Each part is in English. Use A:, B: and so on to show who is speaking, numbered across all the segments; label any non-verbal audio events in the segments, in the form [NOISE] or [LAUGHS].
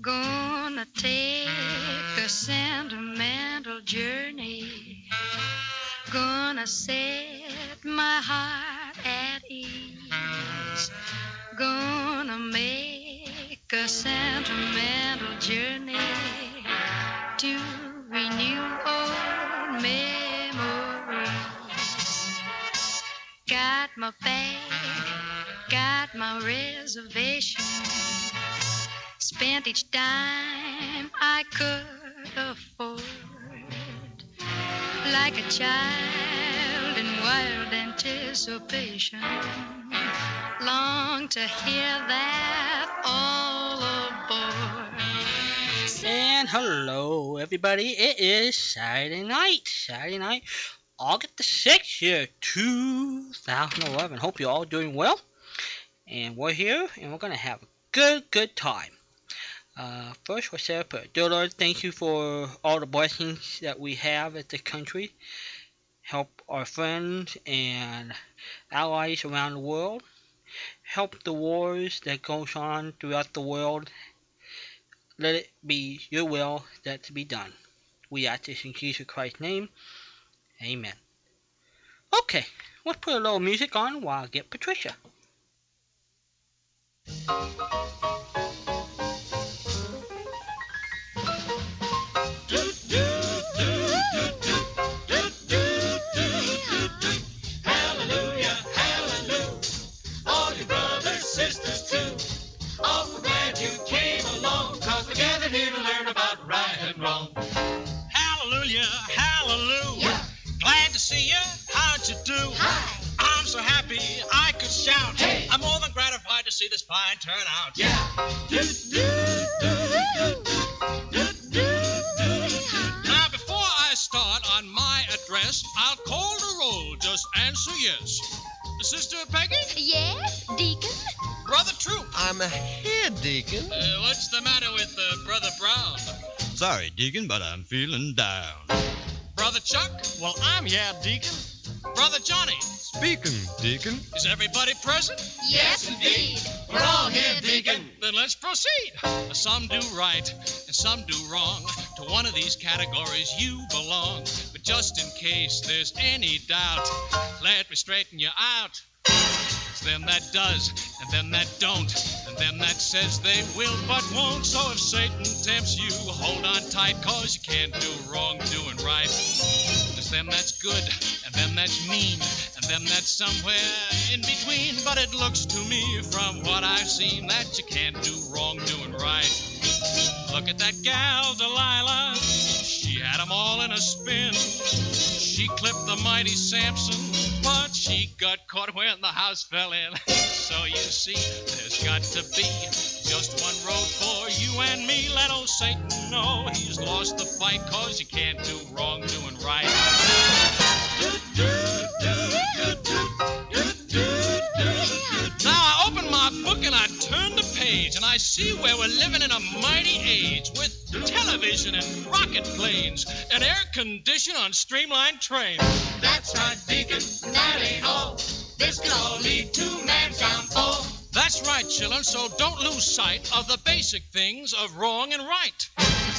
A: Gonna take a sentimental journey. Gonna set my heart at ease. Gonna make a sentimental journey to renew old memories. Got my bag, got my reservation spent each dime I could afford. Like a child in wild anticipation, long to hear that all aboard.
B: And hello, everybody. It is Saturday night. Saturday night, August the 6th, year 2011. Hope you're all doing well. And we're here, and we're going to have a good, good time. Uh, first, we'll say a prayer. Dear Lord, thank you for all the blessings that we have as a country. Help our friends and allies around the world. Help the wars that goes on throughout the world. Let it be your will that to be done. We ask this in Jesus Christ's name. Amen. Okay, let's put a little music on while I get Patricia.
C: Hallelujah, hallelujah. All your brothers, sisters, too. Oh, we're glad you came along, cause we're gathered here to learn about right and wrong. Hallelujah, hallelujah. Glad to see you. How'd you do?
A: Hi.
C: I'm so happy I could shout.
A: Hey.
C: I'm more than gratified to see this fine turnout. Yeah. Now, before I start on my address, I'll call the roll. Just answer yes. Sister Peggy?
A: Yes, Deacon?
C: Brother Troop?
D: I'm here, Deacon.
C: Uh, what's the matter with uh, Brother Brown?
D: Sorry, Deacon, but I'm feeling down.
C: Brother Chuck? Well, I'm yeah, Deacon. Brother Johnny?
D: Speaking, Deacon.
C: Is everybody present?
A: Yes, indeed.
C: We're all here, Deacon. Then let's proceed. Some do right and some do wrong. To one of these categories you belong. But just in case there's any doubt, let me straighten you out. It's them that does and them that don't and them that says they will but won't. So if Satan tempts you, hold on tight cause you can't do wrong doing right. There's them that's good and them that's mean and them that's somewhere in between. But it looks to me from what I've seen that you can't do wrong doing right. Look at that gal, Delilah. She had 'em all in a spin. She clipped the mighty Samson, but she got caught when the house fell in. So you see, there's got to be just one road for you and me. Let old Satan know he's lost the fight, cause you can't do wrong doing right. Now I open my book and I turn the page and I see where we're living in a mighty age with television and rocket planes and air condition on streamlined trains.
A: That's right, Deacon. That ain't all. This could all lead to man's downfall.
C: That's That's right, children, so don't lose sight of the basic things of wrong and right.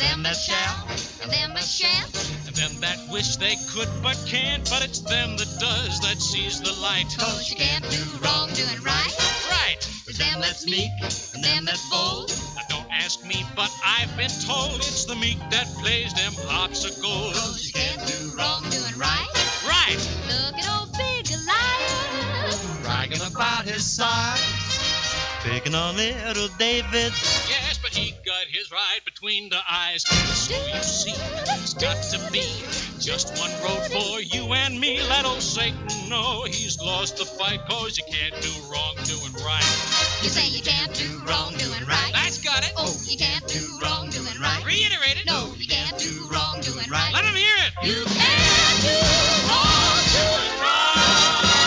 E: them that shall, and them that shan't,
C: And them that wish they could but can't, but it's them that does that sees the light.
E: cause you can't do wrong doing right.
C: Right!
E: There's them that's meek, and them that's bold,
C: Now don't ask me, but I've been told it's the meek that plays them
E: cause
C: popsicles.
E: you can't do wrong doing right.
C: Right!
E: Look at old Big Goliath,
F: Bragging about his size. Picking on little David.
C: Yes, but he got his right between the eyes. So you see, it's got to be just one road for you and me. Let old Satan know he's lost the fight, cause you can't do wrong doing right.
E: you say you can't do wrong doing right.
C: That's got it.
E: Oh, you can't do wrong doing right.
C: Reiterate it.
E: No, you can't do wrong doing right.
C: Let him hear it.
E: You can't do wrong doing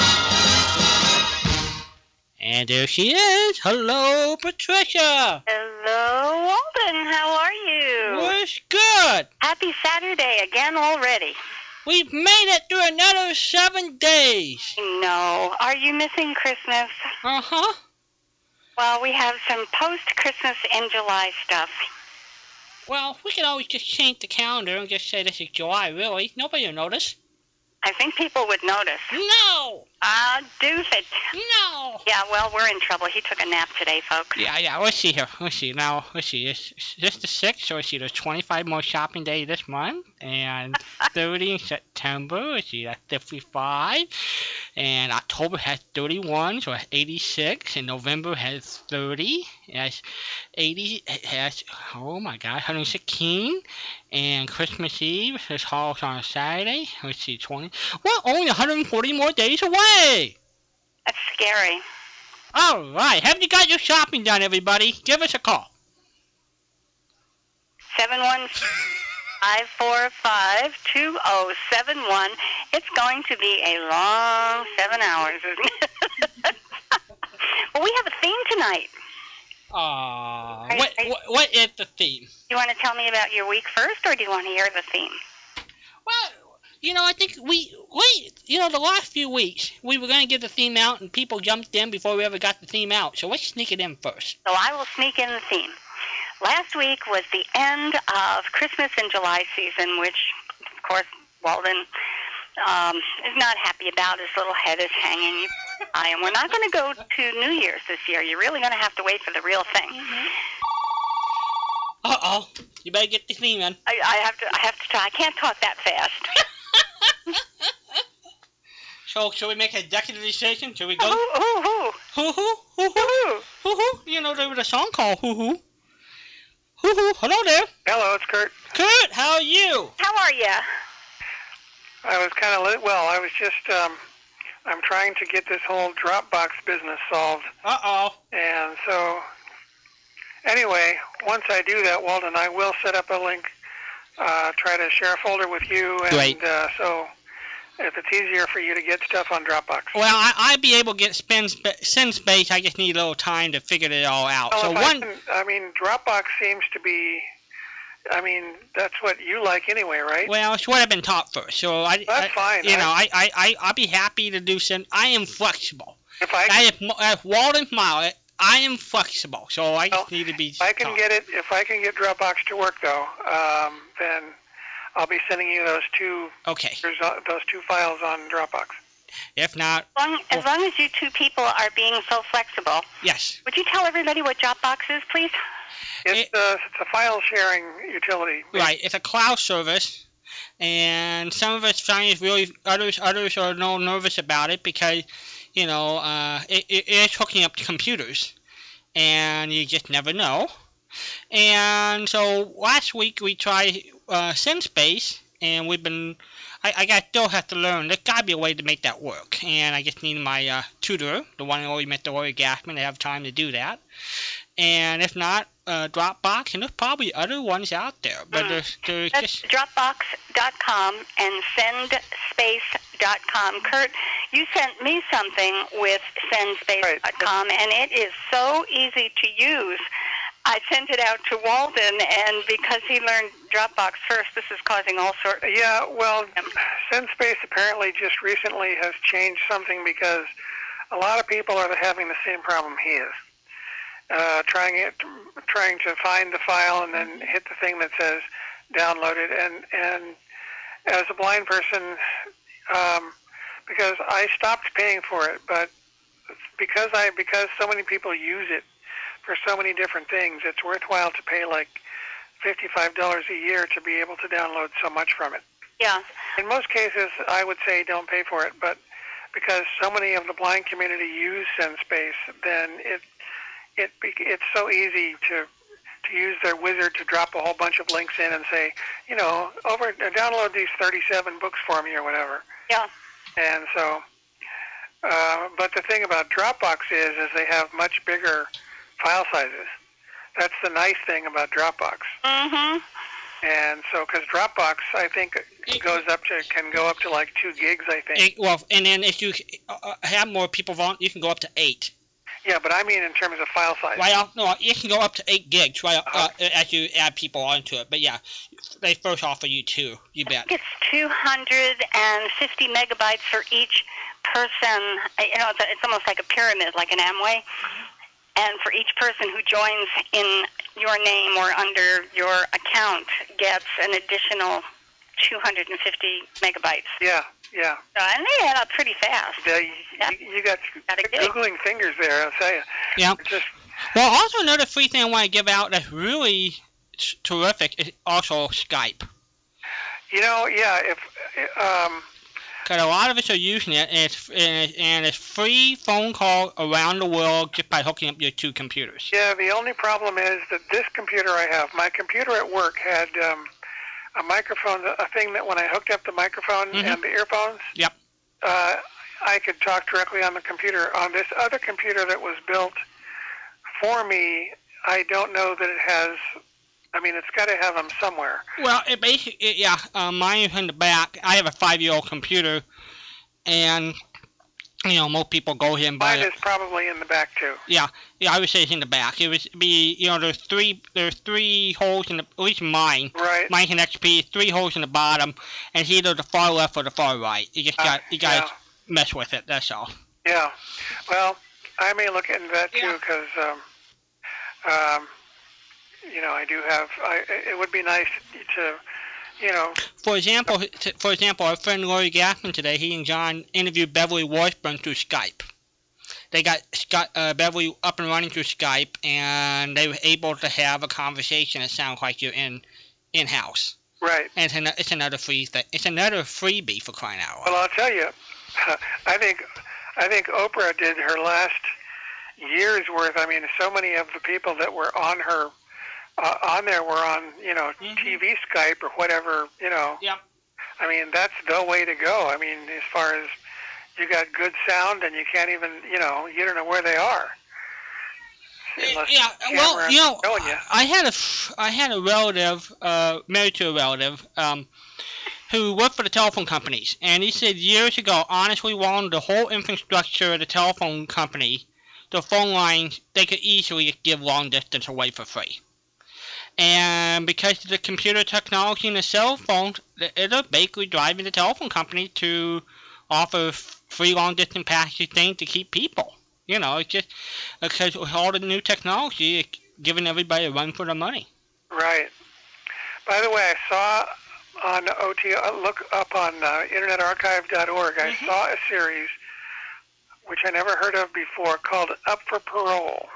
G: And there she is. Hello, Patricia.
H: Hello, Walden. How are you?
G: What's good?
H: Happy Saturday again already.
G: We've made it through another seven days.
H: No, are you missing Christmas?
G: Uh huh.
H: Well, we have some post-Christmas in July stuff.
G: Well, we could always just change the calendar and just say this is July, really. Nobody will notice.
H: I think people would notice.
G: No!
H: Ah, doof it.
G: No!
H: Yeah, well, we're in trouble. He took a nap today, folks.
G: Yeah, yeah, let's see here. Let's see. Now, let's see. Is is this the 6th? So, let's see. There's 25 more shopping days this month,
H: [LAUGHS]
G: and 30 in September. Let's see. That's 55. And October has 31, so that's 86. And November has 30. That's 80. It has, oh my god, 116. And Christmas Eve, this hall's on a Saturday. Let's see, 20. We're only 140 more days away!
H: That's scary.
G: All right, have you got your shopping done, everybody? Give us a call.
H: Seven one five four five two zero seven one. It's going to be a long seven hours, isn't it? [LAUGHS] well, we have a theme tonight.
G: Uh,
H: Right,
G: what,
H: right.
G: what what is the theme?
H: Do you want to tell me about your week first, or do you want to hear the theme?
G: Well, you know, I think we we you know the last few weeks we were gonna get the theme out and people jumped in before we ever got the theme out. So let's sneak it in first.
H: So I will sneak in the theme. Last week was the end of Christmas and July season, which, of course, Walden um, is not happy about. His little head is hanging. I am. We're not going to go to New Year's this year. You're really going to have to wait for the real thing.
G: Mm-hmm. Uh oh, you better get the theme in.
H: I, I have to. I have to try. I can't talk that fast.
G: So should we make an executive decision? Should we
H: Ooh,
G: go
H: ooh,
G: hoo hoo hoo
H: ooh,
G: hoo
H: ooh.
G: hoo hoo? You know there was a song called hoo hoo hoo hoo. Hello there,
I: Hello, it's Kurt.
G: Kurt. How are you?
H: How are you?
I: I was kind of li- well. I was just um, I'm trying to get this whole Dropbox business solved,
G: Uh oh.
I: and so anyway, once I do that, Walden, I will set up a link, uh, try to share a folder with you, and
G: Right.
I: uh, so if it's easier for you to get stuff on Dropbox.
G: [LAUGHS] Well, I, I'd be able to get spin sp- send space. I just need a little time to figure it all out.
I: Well,
G: so
I: Oh, if I,
G: one,
I: can, I mean, Dropbox seems to be. I mean, that's what you like anyway, right?
G: well, it's what I've been taught first. So I,
I: That's
G: I-
I: fine.
G: you
I: I-
G: know, I, I, I, I'll be happy to do some. I am flexible.
I: if I
G: I, if, if Walden Smiler, I am flexible. So I just
I: Well,
G: need to be.
I: If I can
G: taught.
I: get it, if I can get Dropbox to work though, um, then I'll be sending you those two
G: Okay.
I: there's, uh, those two files on Dropbox.
G: If not,
H: As long, as long as you two people are being so flexible,
G: yes.
H: would you tell everybody what Dropbox is, please?
I: It's, uh, it's a file sharing utility.
G: Right. It's a cloud service. And some of us find it really, others others are no nervous about it because, you know, uh, it, it, it's hooking up to computers, and you just never know. And so last week we tried uh, SimSpace, and we've been, I, I got, still have to learn. There's got to be a way to make that work. And I just need my uh, tutor, the one who already met the Lori Gaffman, to have time to do that. And if not, uh, Dropbox, and there's probably other ones out there, but
H: Mm.
G: there's, there's
H: That's
G: just
H: Dropbox.com and SendSpace.com. Kurt, you sent me something with SendSpace.com, and it is so easy to use. I sent it out to Walden, and because he learned Dropbox first, this is causing all sorts.
I: Yeah. Well, SendSpace apparently just recently has changed something because a lot of people are having the same problem he is. uh, trying it, trying to find the file, and then hit the thing that says download it. And and as a blind person, um, because I stopped paying for it, but because I because so many people use it for so many different things, it's worthwhile to pay like fifty-five dollars a year to be able to download so much from it.
H: Yeah.
I: In most cases, I would say don't pay for it, but because so many of the blind community use SendSpace, then it it be- it's so easy to to use their wizard to drop a whole bunch of links in and say, you know, over uh, download these 37 books for me or whatever.
H: Yeah.
I: And so, uh, but the thing about Dropbox is, is they have much bigger file sizes. That's the nice thing about Dropbox.
H: Mm-hmm.
I: And so, because Dropbox, I think, goes up to can go up to like two gigs, I think.
G: And, well, and then if you uh, uh, have more people on, you can go up to eight.
I: Yeah, but I mean in terms of file size.
G: Right off, no, it can go up to eight gigs right uh, as you add people onto it. But yeah, they first offer you two. You
H: I
G: bet.
H: think it's 250 megabytes for each person. I- You know, it's, it's almost like a pyramid, like an Amway.
I: Mm-hmm.
H: And for each person who joins in your name or under your account gets an additional 250 megabytes.
I: Yeah, yeah.
H: So, and they add up pretty fast.
I: Yeah, you, you- you got
H: Got a gig.
I: googling fingers there. I'll tell you.
G: Yeah.
I: Just
G: Well, also another free thing I want to give out that's really s- terrific is also Skype.
I: you know, yeah. If um,
G: Because a lot of us are using it, and it's, and, it's, and it's free phone call around the world just by hooking up your two computers.
I: yeah, the only problem is that this computer I have, my computer at work had um, a microphone, a thing that when I hooked up the microphone
G: Mhm.
I: and the earphones.
G: Yep.
I: Uh, I could talk directly on the computer. On this other computer that was built for me, I don't know that it has. I mean, it's got to have them somewhere.
G: Well, it basically, it, yeah, uh, mine is in the back. I have a five-year-old computer, and you know most people go here and buy
I: Mine
G: it.
I: is probably in the back too.
G: Yeah, I would say it's in the back. It would be, you know, there's three, there's three holes in the, at least mine.
I: Right.
G: Mine can XP, three holes in the bottom, and it's either the far left or the far right. You just
I: Uh,
G: got, you gotta
I: yeah.
G: mess with it. That's all.
I: Yeah. Well, I may look into that too because, um, um, you know, I do have. I it would be nice to, you know,
G: For example, t- for example, our friend Lori Gaffman today, he and John interviewed Beverly Washburn through Skype. They got Sky, uh, Beverly up and running through Skype, and they were able to have a conversation that sounds like you're in, in house.
I: right.
G: And it's, an, it's another free thing. It's another freebie for crying out loud.
I: Well, I'll tell you. [LAUGHS] I think, I think Oprah did her last year's worth. I mean, so many of the people that were on her, uh, on there were on, you know,
G: Mhm.
I: TV Skype or whatever. You know.
G: Yep.
I: I mean, that's the way to go. I mean, as far as you got good sound and you can't even, you know, you don't know where they are. Unless-
G: Eh, yeah, well,
I: camera
G: you know,
I: showing you.
G: I had a, f- I had a relative, uh, married to a relative, um, who worked for the telephone companies, and he said years ago, honestly, Wallen, the whole infrastructure of the telephone company, the phone lines, they could easily just give long distance away for free. And because of the computer technology and the cell phones, th- it'll basically driving the telephone company to offer f- free long distance package things to keep people. You know, it's just because with all the new technology, it's giving everybody a run for their money.
I: Right. By the way, I saw on OT, uh, look up on uh, internetarchive.org, I
G: Mhm.
I: saw a series which I never heard of before called Up for Parole.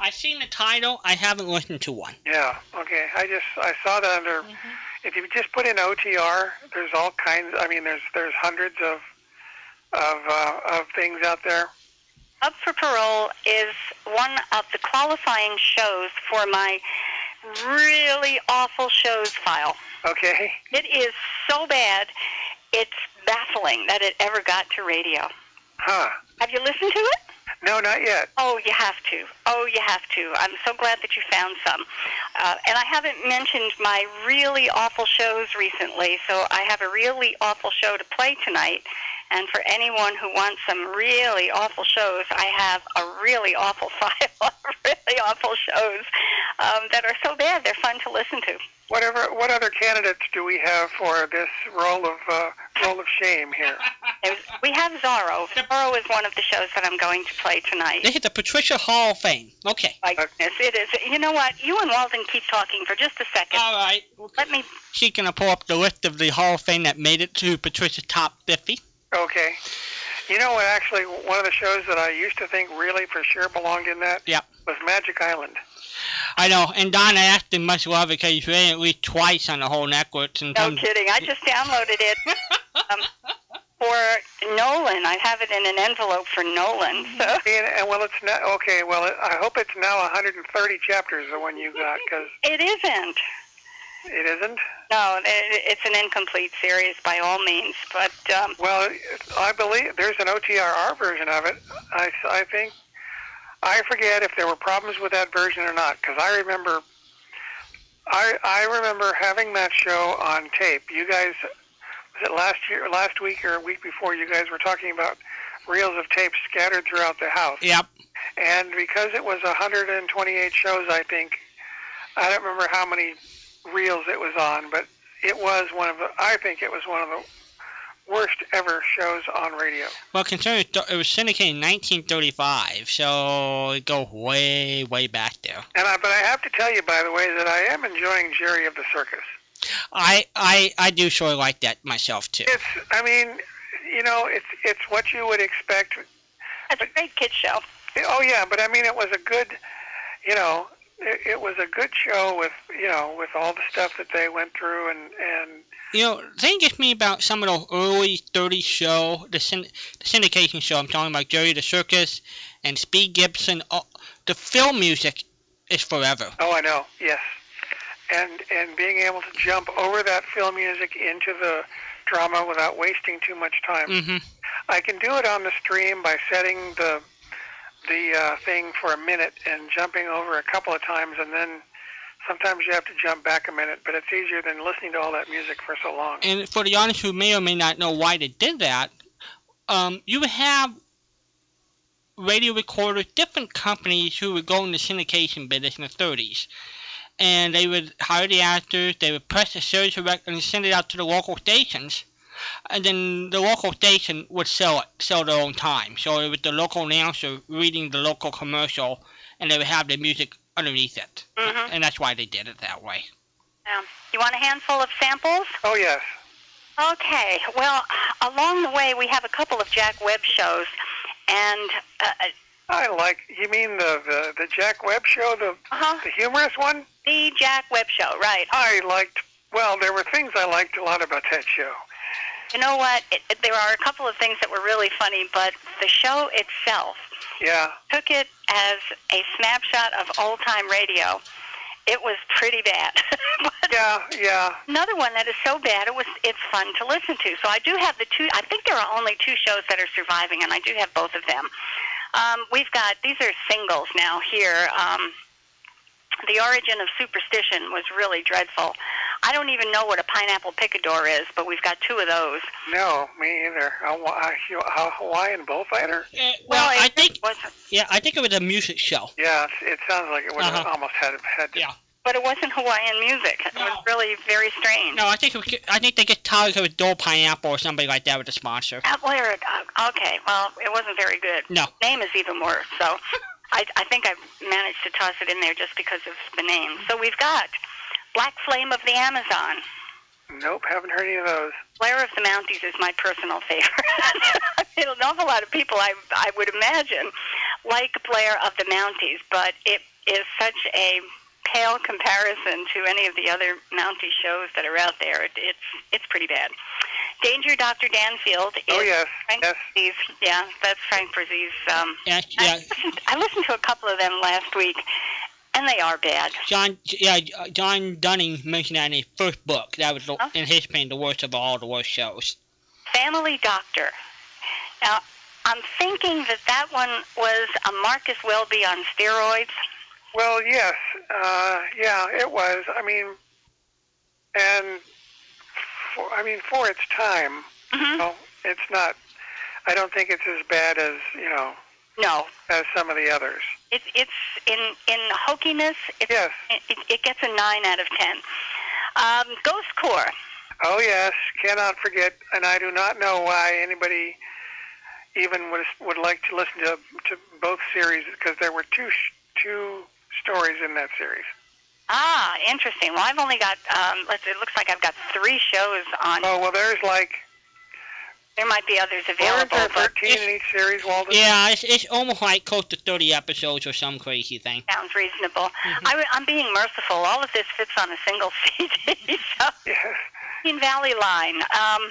G: I've seen the title. I haven't listened to one.
I: Yeah, okay. I just, I saw that under, if you just put in OTR, there's all kinds, I mean, there's there's hundreds of of, uh, of things out there.
H: Up for Parole is one of the qualifying shows for my really awful shows file.
I: Okay.
H: It is so bad, it's baffling that it ever got to radio.
I: Huh.
H: Have you listened to it?
I: No, not yet.
H: Oh, you have to. Oh, you have to. I'm so glad that you found some. Uh, and I haven't mentioned my really awful shows recently, so I have a really awful show to play tonight. And for anyone who wants some really awful shows, I have a really awful [LAUGHS] file of really awful shows um, that are so bad they're fun to listen to.
I: Whatever, what other candidates do we have for this role of uh, role of shame here?
H: There's, we have have Zorro. Zorro is one of the shows that I'm going to play tonight.
G: They hit the Patricia Hall of Fame. Okay.
H: My goodness, it is. You know what? You and Walden keep talking for just a second.
G: All right.
H: Let me.
G: She's going to pull up the list of the Hall of Fame that made it to Patricia's top 50.
I: Okay. You know what? Actually, one of the shows that I used to think really for sure belonged in that
G: Yep.
I: was Magic Island.
G: I know. And Donna Ashton must love it because she's in it at least twice on the whole network.
H: No
G: Sometimes
H: kidding. I just downloaded it um, for Nolan. I have it in an envelope for Nolan. So
I: And, and well, it's not okay. Well, it, I hope it's now 130 chapters the one you got because
H: it isn't.
I: it isn't.
H: No, it, it's an incomplete series by all means. But um,
I: Well, I believe there's an OTRR version of it. I, I think I forget if there were problems with that version or not because I remember I I remember having that show on tape. You guys was it last year, last week or a week before? You guys were talking about reels of tape scattered throughout the house.
G: Yep.
I: And because it was 128 shows, I think, I don't remember how many reels it was on, but it was one of the, I think it was one of the worst ever shows on radio.
G: Well, considering it it was syndicated in 1935, so it goes way, way back there.
I: And I, but I have to tell you, by the way, that I am enjoying Jerry of the Circus.
G: I, I, I do sort of like that myself too.
I: It's, I mean, you know, it's it's what you would expect.
H: it's a great kid show.
I: Oh yeah, but I mean, it was a good, you know, it, it was a good show with, you know, with all the stuff that they went through and and
G: You know, the thing gets me about some of those early 30s show, the, syn- the syndication show, I'm talking about Jerry the Circus and Speed Gibson, uh, the film music is forever.
I: Oh, I know. Yes, and and being able to jump over that film music into the drama without wasting too much time.
D: Mm.
C: Mm-hmm.
G: hmm
I: I can do it on the stream by setting the the uh, thing for a minute and jumping over a couple of times, and then sometimes you have to jump back a minute. But it's easier than listening to all that music for so long.
G: And for the audience who may or may not know why they did that, um, you would have radio recorders, different companies who would go in the syndication business in the 30s. And they would hire the actors, they would press a series of records and send it out to the local stations. And then the local station would sell it, sell their own time. So it was the local announcer reading the local commercial, and they would have the music underneath it.
H: Mhm.
G: And that's why they did it that way.
H: Um, you want a handful of samples?
I: Oh yes.
H: Okay. Well, along the way, we have a couple of Jack Webb shows, and uh,
I: I like. You mean the the, the Jack Webb show, the
H: uh,
I: the humorous one?
H: the Jack Webb show, right?
I: I liked. Well, there were things I liked a lot about that show.
H: You know what? It, it, there are a couple of things that were really funny, but the show itself
I: Yeah.
H: took it as a snapshot of old time radio. It was pretty bad. [LAUGHS] but
I: Yeah. Yeah.
H: another one that is so bad it was it's fun to listen to. So I do have the two I think there are only two shows that are surviving and I do have both of them. Um, we've got these are singles now here. Um, the origin of superstition was really dreadful. I don't even know what a pineapple picador is, but we've got two of those.
I: No, me either. A, Haw- a uh, Hawaiian bullfighter?
G: Uh, well,
H: it
G: I think
H: was,
G: yeah, I think it was a music show.
I: Yeah, it's, it sounds like it would have
G: Uh-huh.
I: almost had had.
G: Yeah.
H: but it wasn't Hawaiian music. It was
G: No.
H: really very strange.
G: No, I think it was, I think they get tired of a Dole Pineapple or somebody like that with a sponsor.
H: Uh, where it, uh, okay, well, it wasn't very good.
G: No.
H: Name is even worse. So I, I think I managed to toss it in there just because of the name. So we've got Black Flame of the Amazon.
I: Nope, haven't heard any of those.
H: Blair of the Mounties is my personal favorite. [LAUGHS] It'll an awful lot of people, I, I would imagine, like Blair of the Mounties, but it is such a pale comparison to any of the other Mountie shows that are out there. It, it's it's pretty bad. Danger Dr. Danfield is
I: Oh yes,
H: Frank
I: yes.
H: Brazi's, yeah, that's Frank Brazi's. Um,
G: Yeah,
H: I,
D: Uh,
G: yeah,
H: listened, I listened to a couple of them last week, and they are bad.
G: John, yeah, uh, John Dunning mentioned that in his first book. That was, the-
H: Huh?
G: in his opinion, the worst of all the worst shows.
H: Family Doctor. Now, I'm thinking that that one was a Marcus Welby on steroids.
I: Well, yes, uh, yeah, it was. I mean, and for, I mean for its time,
H: Mm-hmm.
I: no, it's not. I don't think it's as bad as you know
H: No,
I: as some of the others.
H: it, it's in in hokiness. It's,
I: Yes.
H: it, it gets a nine out of ten. Um, Ghost Corps.
I: Oh yes, cannot forget. And I do not know why anybody even would would like to listen to to both series because there were two sh- two stories in that series.
H: Ah, interesting. Well, I've only got. Um, let's. It looks like I've got three shows on.
I: Oh well, there's like
H: There might be others
I: weren't
H: available,
I: there
H: but
I: 13 in each series, Walden?
G: Yeah, it's, it's almost like close to 30 episodes or some crazy thing.
H: sounds reasonable.
G: Mhm.
H: I, w- I'm being merciful. All of this fits on a single [LAUGHS] CD. So,
I: Yes.
H: Green Valley Line. Um,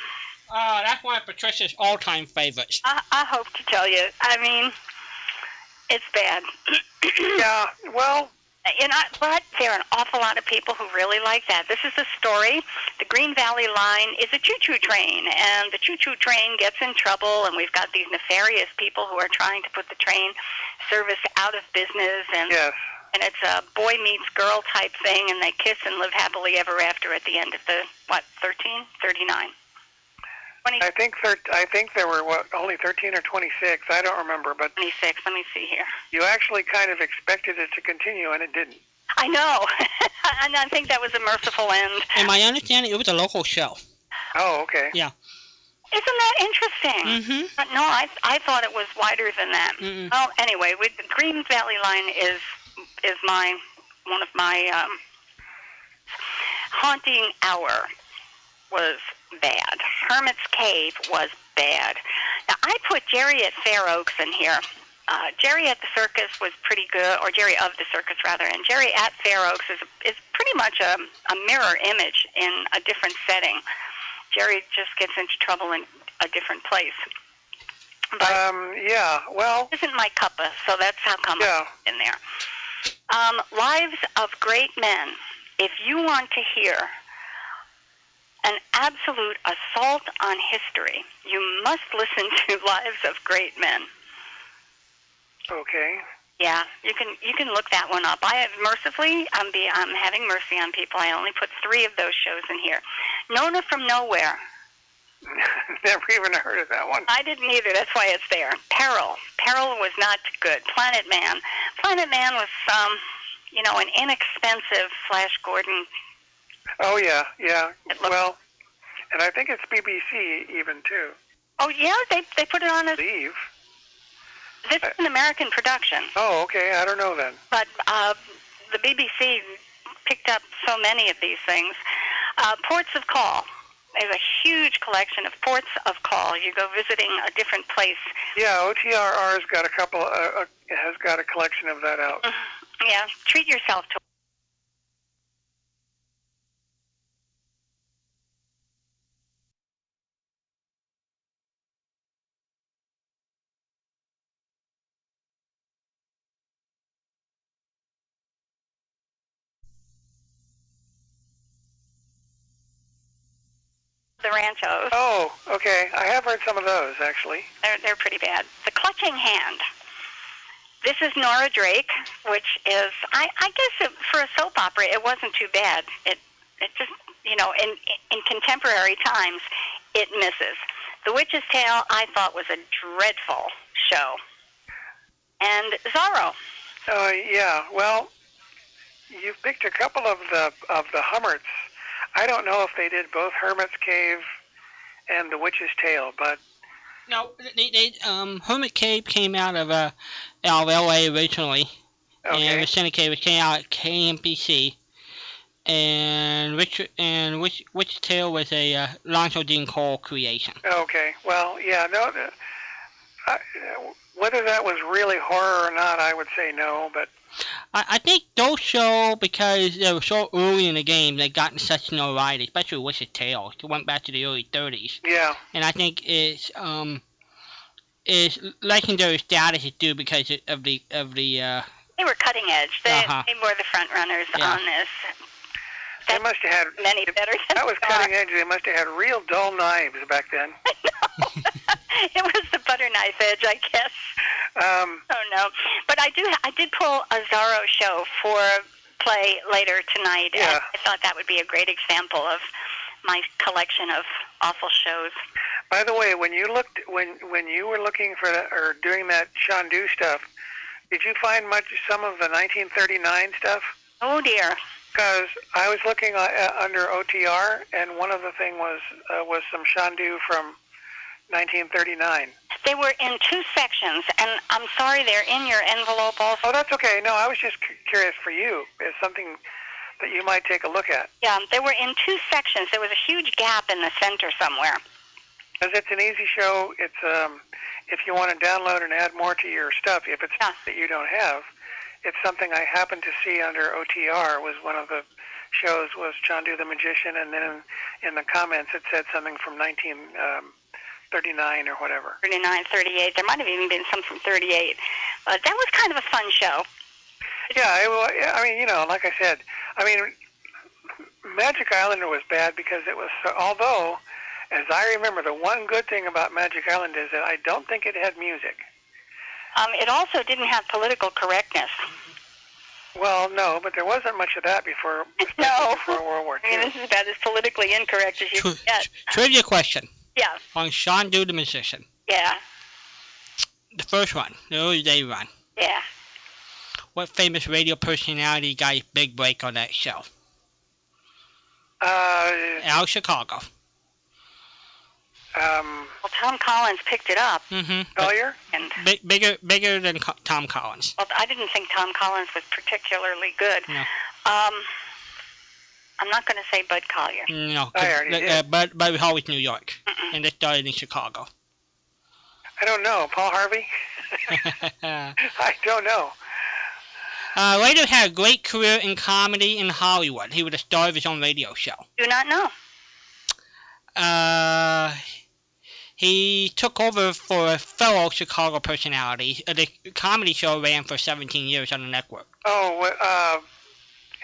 G: Uh, that's one of Patricia's all-time favorites.
H: I, I hope to tell you. I mean, it's bad.
I: [COUGHS] Yeah. Well,
H: You know, but there are an awful lot of people who really like that. This is the story. The Green Valley Line is a choo-choo train, and the choo-choo train gets in trouble, and we've got these nefarious people who are trying to put the train service out of business, and
I: yes.
H: and it's a boy meets girl type thing, and they kiss and live happily ever after at the end of the what 13, 39, 20,
I: I think thir- I think there were what only 13 or 26. I don't remember, but
H: 26. Let me see here.
I: you actually kind of expected it to continue and it didn't.
H: I know, [LAUGHS] and I think that was a merciful end.
G: And my understanding, it was a local show.
I: Oh, okay.
H: Isn't that interesting?
G: Mm-hmm.
H: Uh, No, I I thought it was wider than that.
G: Mm-mm.
H: Well, anyway, with the Green Valley Line is is my one of my um, haunting hour was bad. Hermit's Cave was bad. Now I put Jerry at Fair Oaks in here. Uh, Jerry at the Circus was pretty good, or Jerry of the Circus rather, and Jerry at Fair Oaks is is pretty much a, a mirror image in a different setting. Jerry just gets into trouble in a different place. But
I: Um, yeah. Well,
H: it isn't my cuppa, so that's how come I
I: yeah.
H: in there. Um, Lives of Great Men. If you want to hear an absolute assault on history, you must listen to [LAUGHS] Lives of Great Men.
I: Okay.
H: Yeah, you can you can look that one up. I have mercifully I'm be I'm having mercy on people. I only put three of those shows in here. Nona from Nowhere.
I: [LAUGHS] Never even heard of that one.
H: I didn't either. That's why it's there. Peril. Peril was not good. Planet Man. Planet Man was, um, you know, an inexpensive Flash Gordon.
I: Oh yeah, yeah.
H: It looked-
I: Well, and I think it's BBC even too.
H: [LAUGHS] oh yeah, they they put it on as
I: Leave.
H: this is an American production,
I: Oh, okay. I don't know then.
H: but uh, the BBC picked up so many of these things. Uh, ports of call. There's a huge collection of ports of call. You go visiting a different place.
I: Yeah, OTRR's got a couple. Uh, uh, has got a collection of that out.
H: Mm-hmm. Yeah, treat yourself to the ranchos.
I: Oh, okay. I have heard some of those actually.
H: They're, they're pretty bad. The Clutching Hand. This is Nora Drake, which is, I, I guess it, for a soap opera, it wasn't too bad. It, it just, you know, in, in contemporary times, it misses. The Witch's Tale, I thought was a dreadful show. And Zorro.
I: Uh, yeah. Well, you've picked a couple of the of the Hummers. I don't know if they did both Hermit's Cave and The Witch's Tale, but
G: No, they, they, um, Hermit Cave came out of, uh, out of L.A. originally. And it
I: okay.
G: was syndicated. It came out at KMPC. And Richard, and which which tale was a uh, Lonzo Dean Cole creation?
I: Okay. Well, yeah. No. The, I, whether that was really horror or not, I would say no. But
G: I, I think those show because they were so early in the game they got in such notoriety, especially Witch's Tale. It went back to the early 30s,
I: yeah,
G: and I think it's um its legendary status is due because of the of the uh
H: They were cutting edge. They,
G: Uh-huh.
H: they were the front runners
G: Yeah.
H: on this.
I: they
H: That-
I: must have had
H: Many better than
I: [LAUGHS] that was
H: Zorro.
I: cutting edge. They must have had real dull knives back then.
H: [LAUGHS] it was the butter knife edge, I guess.
I: Um,
H: [LAUGHS] Oh no! But I do. I did pull a Zorro show for play later tonight,
I: Yeah.
H: and I thought that would be a great example of my collection of awful shows.
I: By the way, when you looked when when you were looking for that, or doing that Shandu stuff, did you find much some of the 1939 stuff?
H: Oh dear!
I: Because I was looking uh, under OTR, and one of the thing was uh, was some Shandu from 1939.
H: They were in two sections, and I'm sorry they're in your envelope also.
I: Oh, that's okay. No, I was just cu- curious for you. It's something that you might take a look at,
H: Yeah, they were in two sections. There was a huge gap in the center somewhere.
I: because it's an easy show. It's um, if you want to download and add more to your stuff, if it's
H: Yeah.
I: stuff that you don't have, it's something I happened to see under OTR. Was one of the shows was Chandu the Magician, and then in, in the comments it said something from 1939 or whatever.
H: 39, 38. There might have even been some from 38. But that was kind of a fun show.
I: Yeah, it, wa- yeah, I mean, you know, like I said, I mean, Magic Islander was bad because it was. So, although, as I remember, the one good thing about Magic Island is that I don't think it had music.
H: Um, it also didn't have political correctness.
I: Well, no, but there wasn't much of that
H: [LAUGHS]
I: before, especially
H: No.
I: before World War
H: I
I: II.
H: mean, this is about as politically incorrect as you
G: Tr-
H: can get.
G: Trivia question
H: Yeah,
G: on Sean Dew the Musician.
H: yeah,
G: The first one, the early day run.
H: yeah.
G: What famous radio personality got his big break on that show?
I: Uh,
G: Out of Chicago.
I: um,
H: Well, Tom Collins picked it up,
G: Mm-hmm.
I: Collier?
H: and
G: Big, bigger, bigger than Co- Tom Collins.
H: well, I didn't think Tom Collins was particularly good.
G: No.
H: Um, I'm not going to say Bud Collier.
G: No,
I: I already
G: the-
I: did.
G: uh, Bud, Bud was always New York,
H: Mm-mm.
G: and they started in Chicago. [LAUGHS]
I: I don't know. Paul Harvey? [LAUGHS]
G: uh,
I: I don't know.
G: later had a great career in comedy in Hollywood. He was a star of his own radio show.
H: Do not know.
G: Uh, he took over for a fellow Chicago personality. Uh, The comedy show ran for 17 years on the network.
I: Oh, wha- uh,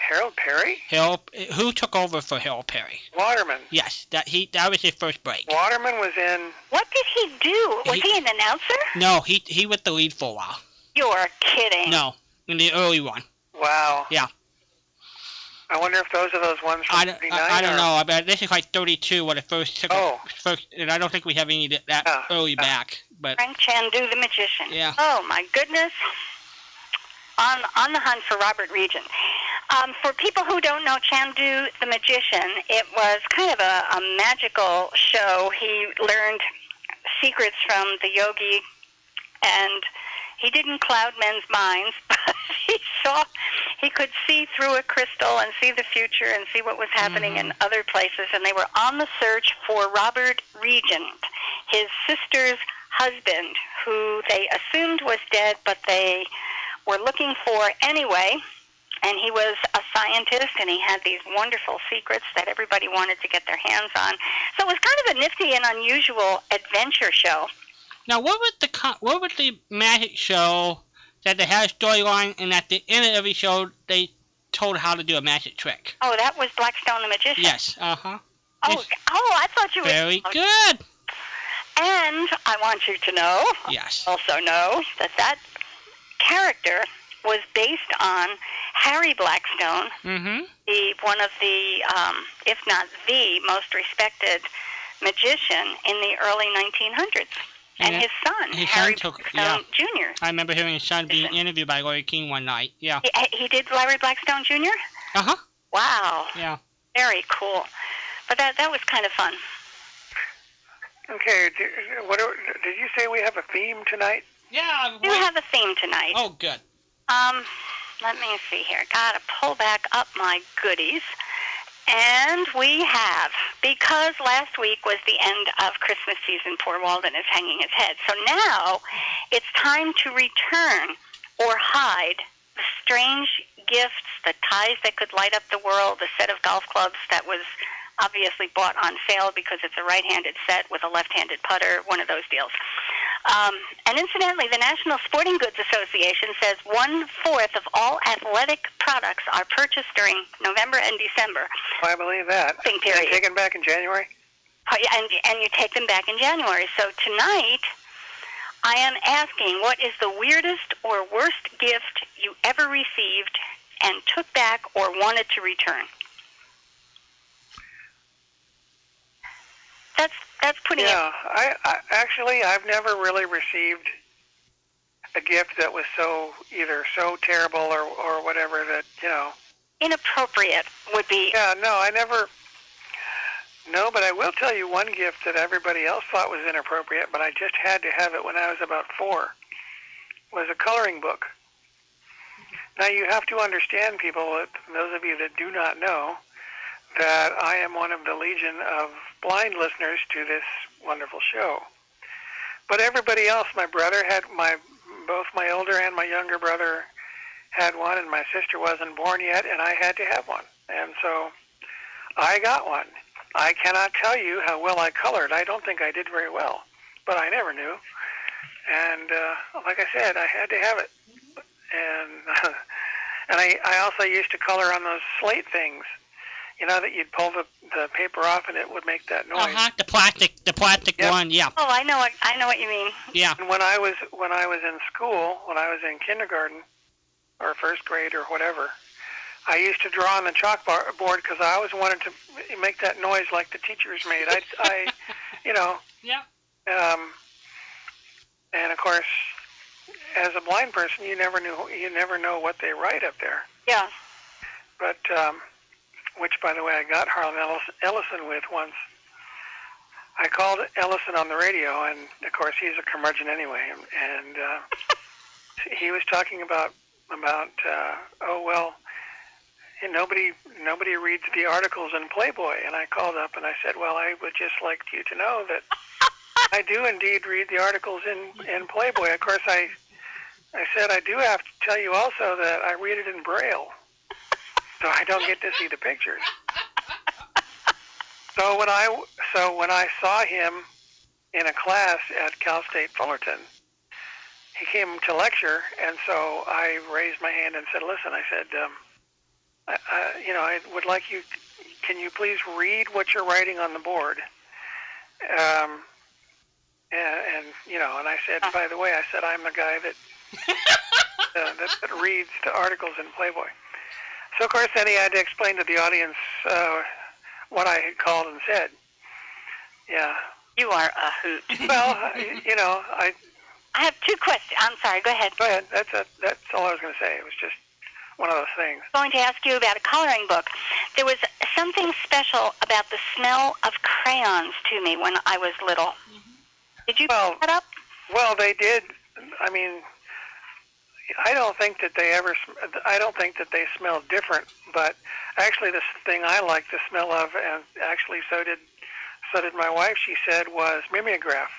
I: Harold Perry?
G: Hill, who took over for Harold Perry?
I: Waterman.
G: Yes, that he that was his first break.
I: Waterman was in.
H: What did he do? Was
G: He-
H: he an announcer?
G: No, he he was the lead for a while.
H: You're kidding.
G: No, in the early one.
I: Wow.
G: Yeah.
I: I wonder if those are those ones from
G: I, don't-
I: 39
G: I, I
I: or-
G: don't know, but this is like 32 when it first took
I: Oh.
G: first, and I don't think we have any that, that
I: Yeah,
G: early
I: yeah.
G: back. But
H: Frank Chandu, the magician.
G: Yeah.
H: Oh my goodness. On on the hunt for Robert Regent. Um, for people who don't know Chandu, the magician, it was kind of a, a magical show. He learned secrets from the yogi, and he didn't cloud men's minds, [LAUGHS] but he saw he could see through a crystal and see the future and see what was happening
G: Mm-hmm.
H: in other places. And they were on the search for Robert Regent, his sister's husband, who they assumed was dead, but they were looking for anyway. And he was a scientist, and he had these wonderful secrets that everybody wanted to get their hands on. So it was kind of a nifty and unusual adventure show.
G: now, what was the co- what was the magic show that they had a storyline, and at the end of every show they told how to do a magic
H: [LAUGHS]
G: trick?
H: Oh, that was Blackstone the Magician.
G: Yes, uh huh.
H: Oh, oh, I thought you were.
G: Very good.
H: And I want you to know,
G: Yes.
H: also know, that that character was based on Harry Blackstone,
G: Mm-hmm.
H: the one of the, um, if not the most respected magician in the early 1900s, and
G: Yeah.
H: his son,
G: His
H: Harry
G: son took-
H: Blackstone Jr.
G: I remember hearing his son being
H: Listen.
G: interviewed by Larry King one night. Yeah.
H: He, he did Larry Blackstone Jr.
G: Uh huh.
H: Wow,
G: Yeah.
H: very cool. But that that was kind of fun.
I: Okay, do- what are, did you say we have a theme tonight?
G: Yeah.
H: We do have a theme tonight.
G: oh, good.
H: Um, let me see here. Gotta pull back up my goodies. And we have, because last week was the end of Christmas season, poor Walden is hanging his head. So now it's time to return or hide the strange gifts, the ties that could light up the world, the set of golf clubs that was obviously bought on sale because it's a right handed set with a left handed putter, one of those deals. Um, and incidentally, the National Sporting Goods Association says one fourth of all athletic products are purchased during November and December,
I: Oh, I believe that.
H: Thing period. Oh,
I: And taken back in January?
H: and, and you take them back in January. So tonight, I am asking what is the weirdest or worst gift you ever received and took back or wanted to return? That's that's putting it
I: Yeah, I, I actually I've never really received a gift that was so either so terrible or or whatever that you know.
H: inappropriate would be
I: Yeah, no, I never. No, but I will tell you one gift that everybody else thought was inappropriate, but I just had to have it when I was about four, was a coloring book. Now you have to understand, people, that those of you that do not know, that I am one of the legion of blind listeners to this wonderful show. But everybody else, my brother had my, both my older and my younger brother had one, and my sister wasn't born yet, and I had to have one, and so I got one. I cannot tell you how well I colored. I don't think I did very well, but I never knew. And uh, like I said, I had to have it. And [LAUGHS] and I, I also used to color on those slate things. You know that you'd pull the, the paper off and it would make that noise.
G: Uh huh. The plastic, the plastic
I: Yep.
G: one. Yeah,
H: Oh, I know what I know what you mean.
G: yeah.
I: And when I was when I was in school, when I was in kindergarten or first grade or whatever, I used to draw on the chalkboard because I always wanted to make that noise like the teachers made. I,
G: [LAUGHS]
I: I you know.
G: Yeah.
I: Um, and of course, as a blind person, you never knew you never know what they write up there.
H: Yeah.
I: But um, which, by the way, I got Harlan Ellis, Ellison with once. I called Ellison on the radio, and of course, he's a curmudgeon anyway, and, and uh, he was talking about about uh, oh well, and nobody nobody reads the articles in Playboy, and I called up and I said, well, I would just like you to know that I do indeed read the articles in in Playboy. Of course, I I said I do have to tell you also that I read it in Braille so I don't get to see the pictures. So when I so when I saw him in a class at Cal State Fullerton, he came to lecture, and so I raised my hand and said, "Listen," I said, um, I, I, "You know, I would like you. Can you please read what you're writing on the board?" Um, and, and you know, and I said, "By the way," I said, "I'm the guy that uh, that, that reads the articles in Playboy." So of course, then he had to explain to the audience uh, what I had called and said. Yeah.
H: You are a hoot.
I: [LAUGHS] Well, I- you know, I
H: I have two questions. I'm sorry. Go ahead.
I: go ahead. That's a, that's all I was going to say. It was just one of those things.
H: going to ask you about a coloring book. There was something special about the smell of crayons to me when I was little.
G: Mm-hmm.
H: Did you
I: Well-
H: pick that up?
I: Well, they did. I mean, I don't think that they ever. sm- I don't think that they smell different. But actually, this thing I like the smell of, and actually, so did so did my wife. She said was mimeograph.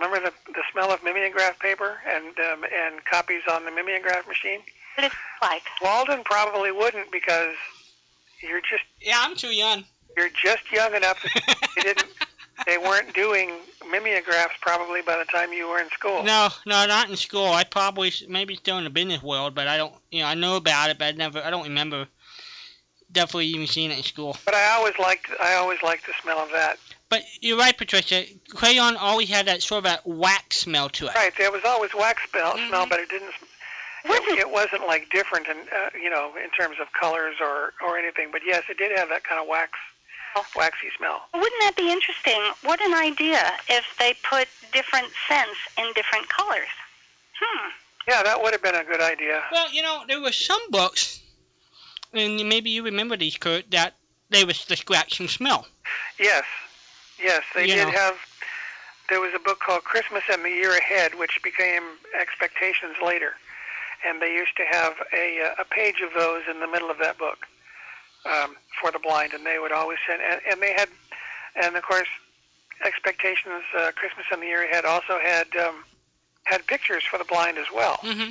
I: Remember the the smell of mimeograph paper and um, and copies on the mimeograph machine.
H: What it's like?
I: Walden probably wouldn't because you're just
G: Yeah, I'm too young.
I: you're just young enough that
G: [LAUGHS]
I: they didn't they weren't doing mimeographs probably by the time you were in school.
G: No, no, not in school. I probably s- maybe still in the business world, but I don't. You know, I know about it, but I never. I don't remember. Definitely even seeing it in school.
I: But I always liked I always liked the smell of that.
G: But you're right, Patricia. Crayon always had that sort of that wax smell to it.
I: Right, there was always wax smell,
G: Mhm.
I: smell but it didn't it, it wasn't like different in uh, you know in terms of colors or or anything. But yes, it did have that kind of wax waxy smell.
H: Wouldn't that be interesting? What an idea if they put different scents in different colors. Hmm.
I: Yeah, that would have been a good idea.
G: Well, you know, there were some books, and maybe you remember these, Kurt, that they was the scratch and smell.
I: Yes, yes, they
G: You
I: did
G: know.
I: have. There was a book called Christmas and the Year Ahead, which became Expectations later, and they used to have a uh, a page of those in the middle of that book um, for the blind, and they would always send. And, and they had, and of course, Expectations uh, Christmas and the Year Ahead also had um, had pictures for the blind as well.
G: hmm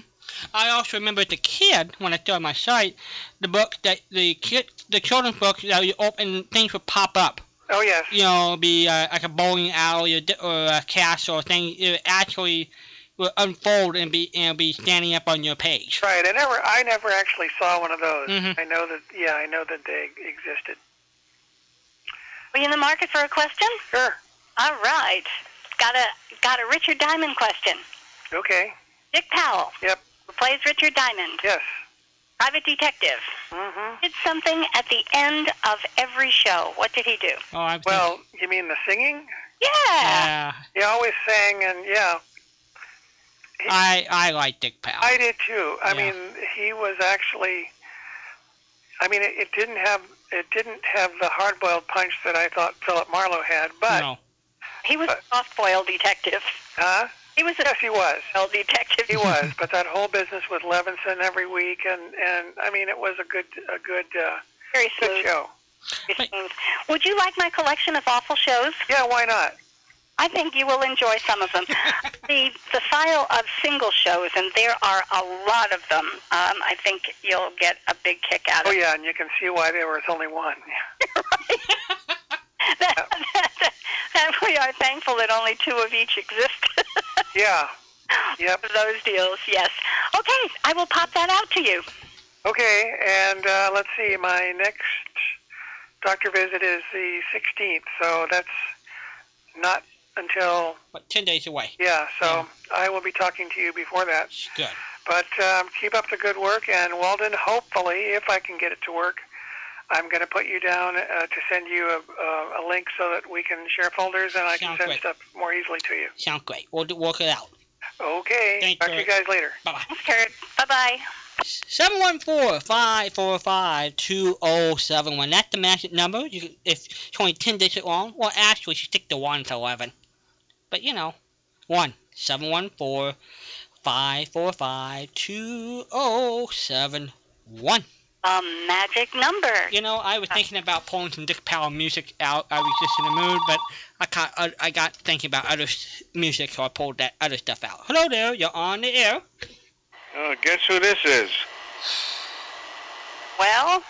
G: I also remember as a kid when I started my site, the book that the kid, the children's books that you open things would pop up.
I: Oh yes,
G: You know, it'd be uh, like a bowling alley or, di- or a castle or thing. It would actually would unfold and be and be standing up on your page.
I: right. I never I never actually saw one of those.
G: Mhm.
I: I know that yeah, I know that they existed.
H: Were you in the market for a question?
I: Sure.
H: All right. Got a got a Richard Diamond question.
I: Okay.
H: Dick Powell.
I: Yep.
H: Who plays Richard Diamond,
I: Yes.
H: private detective.
I: Mm-hmm.
H: Did something at the end of every show. What did he do?
G: Oh, I was
I: Well, you mean the singing?
H: Yeah.
G: yeah,
I: He always sang, and yeah,
G: I I like Dick Powell.
I: I did too. I
G: Yeah.
I: mean, he was actually. I mean, it, it didn't have it didn't have the hard-boiled punch that I thought Philip Marlowe had, but
G: no.
H: He was a soft-boiled detective.
I: huh?
H: He was a
I: Yes, he was.
H: soft-boiled detective. [LAUGHS]
I: He was, but that whole business with Levinson every week, and and I mean, it was a good a good uh,
H: very
I: good
H: smooth.
I: show.
H: very smooth. Would you like my collection of awful shows?
I: Yeah, why not?
H: I think you will enjoy some
I: [LAUGHS]
H: of them. the the file of single shows, and there are a lot of them. Um, I think you'll get a big kick out
I: Oh
H: of.
I: yeah, and you can see why there was only one. [LAUGHS]
H: that, [LAUGHS] that, that, that we are thankful that only two of each
G: [LAUGHS]
H: exist.
I: Yeah. Yep.
H: For those deals, yes. Okay, I will pop that out to you.
I: Okay, and uh, let's see. My next doctor visit is the 16th, so that's not until
G: But 10 days away.
I: yeah. So I will be talking to you before that.
G: Good.
I: But um, keep up the good work, and Walden, hopefully, if I can get it to work, I'm going to put you down uh, to send you a, a, a link so that we can share folders and I
G: Sounds
I: can send
G: great.
I: stuff more easily to you.
G: Sounds great. We'll do- work it out.
I: Okay.
G: Thank
I: Talk
G: you.
I: to you guys later.
G: Bye bye.
H: Thanks, Kurt. Bye bye.
G: 714-545-2071. That's the magic number. You, can- if it's only 10 digits long, well, actually, you should stick to 1 to 11. But, you know, 1. oh 714-545-2071.
H: A magic number.
G: You know, I was thinking about pulling some Dick Powell music out. I was just in the mood, but I got, I, I got thinking about other s- music, so I pulled that other stuff out. Hello there, you're on the air.
J: Uh, guess who this is?
H: Well,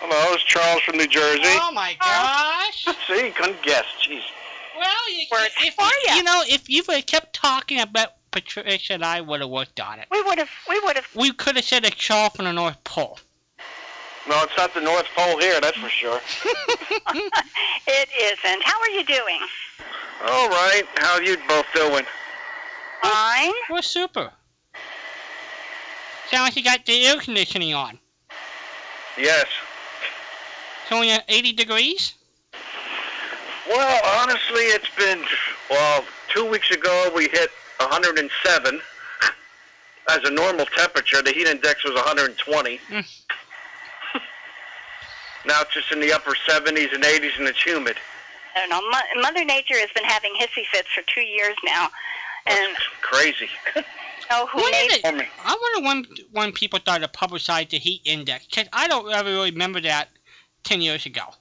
J: Hello, it's Charles from New Jersey.
G: Oh my gosh!
J: [LAUGHS] See, you couldn't guess. Jeez.
G: Well, you,
H: Worked
G: if,
H: for
G: you,
H: ya.
G: you know, if you would have kept talking about Patricia and I would have worked on it.
H: we would have we would have [LAUGHS]
G: We could have said a chaw from the North Pole.
J: No, it's not the North Pole here, that's for sure.
H: it isn't. How are you doing?
J: All right, how you both doing?
H: Fine.
G: We're super. Sounds like you got the air conditioning on.
J: Yes.
G: It's only at 80 degrees.
J: Well, honestly, it's been, well, two weeks ago we hit 107 as a normal temperature. The heat index was 120.
G: Mm.
J: now it's just in the upper 70s and 80s and it's humid.
H: I don't know. Mo- Mother Nature has been having hissy fits for two years now, and
J: That's crazy.
H: I don't know who
G: What
H: made
G: is it?
J: For me.
G: I wonder when when people started to publicize the heat index. 'Cause I don't ever really remember that 10 years ago.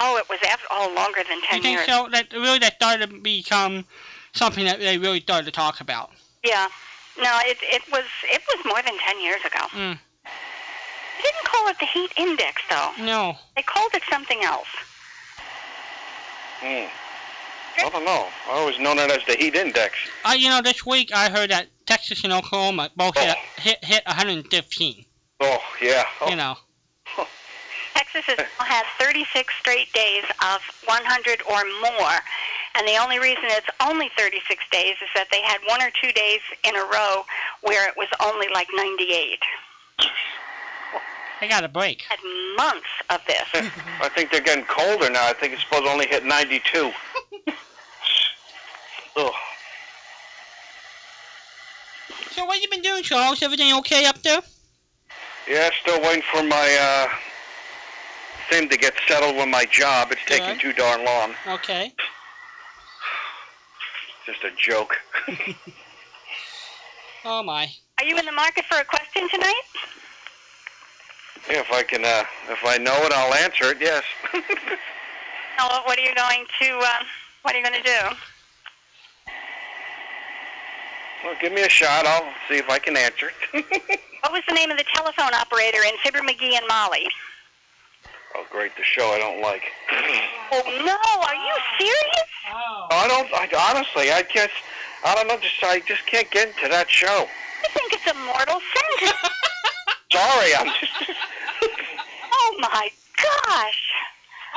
H: Oh, it was after oh longer than
G: You
H: ten
G: think
H: years.
G: so? That really that started to become something that they really started to talk about.
H: Yeah. No, it it was it was more than ten years ago.
G: Mm.
H: They didn't call it the heat index though.
G: No.
H: They called it something else.
J: Hmm. I don't know. I always known it as the heat index.
G: Uh, you know, this week I heard that Texas and Oklahoma both hit, hit, hit 115.
J: Oh, yeah. Oh,
G: You know,
H: Texas has now had 36 straight days of 100 or more, and the only reason it's only 36 days is that they had one or two days in a row where it was only like 98.
G: they got a break.
H: Had months of this.
J: [LAUGHS] I think they're getting colder now. I think it's supposed to only hit 92. Ugh.
G: So what you been doing, Charles? Everything okay up there?
J: Yeah, still waiting for my uh, thing to get settled with my job. It's taking
G: Alright.
J: too darn long.
G: Okay.
J: Just a joke. [LAUGHS]
G: Oh my.
H: Are you in the market for a question [LAUGHS] tonight?
J: yeah, if I can, uh, if I know it, I'll answer it. Yes.
H: No. What are you going to? Um, what are you going to do? [LAUGHS]
J: well, give me a shot. I'll see if I can answer it.
H: What was the name of the telephone operator in Fibber McGee and Molly?
J: oh, great! The show I
H: [CLEARS THROAT]
J: don't like.
H: Oh no! Are you serious?
G: Oh.
J: I don't. I, honestly, I just. I don't know. Just I just can't get into that show.
H: I think it's a mortal sin. to-
J: Sorry,
H: [LAUGHS]
J: I'm just.
H: Oh my gosh!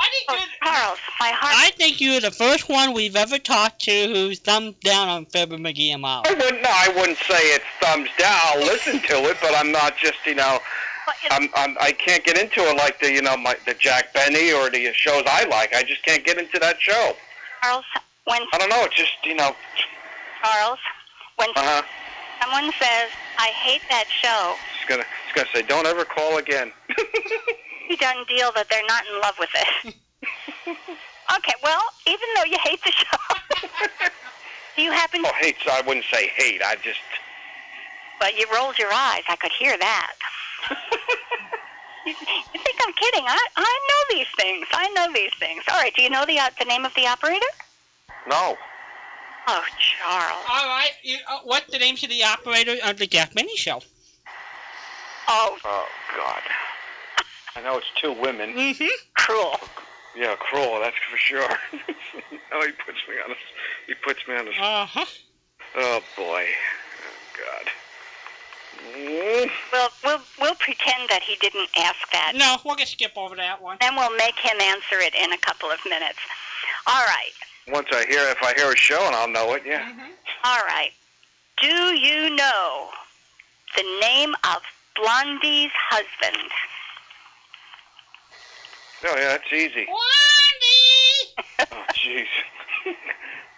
G: I
H: Oh,
G: think you're,
H: Charles, my heart.
G: I think you're the first one we've ever talked to who's thumbs down on Fibber McGee and Molly.
J: I wouldn't. No, I wouldn't say it's thumbs down. I'll listen to it, but I'm not just. You know,
H: But it's
J: I'm. I'm I can't get into it like the. You know, my the Jack Benny or the shows I like. I just can't get into that show.
H: Charles, when
J: I don't know. It's just. You know.
H: Charles, when
J: Uh huh.
H: someone says I hate that show, [LAUGHS]
J: It's gonna. It's gonna say, don't ever call again.
H: pretty done deal that they're not in love with [LAUGHS] it. okay, well, even though you hate the [LAUGHS] show, do you happen
J: Well, hate, I wouldn't say hate. I just,
H: But you rolled your eyes. I could hear [LAUGHS] that. you you think I'm kidding? I, I know these things. I know these things. All right. Do you know the uh, the name of the operator?
J: [LAUGHS] no.
H: Oh, Charles.
G: All right. You, uh, what's the name of the operator of the Jack Benny show?
H: Oh,
J: Oh, God. I know it's two women.
G: Mm-hmm.
H: cruel.
J: Yeah, cruel. That's for sure. [LAUGHS] oh, he puts me on a, he puts me on a.
G: Uh-huh.
J: Oh boy. Oh God. Mm.
H: We'll we'll we'll pretend that he didn't ask that.
G: No, we'll just skip over that one.
H: Then we'll make him answer it in a couple of minutes. All right.
J: Once I hear, if I hear a show, and I'll know it. Yeah.
G: Mm-hmm.
H: All right. Do you know the name of Blondie's
G: [LAUGHS]
H: husband?
J: No, yeah, that's easy. [LAUGHS] Oh, jeez.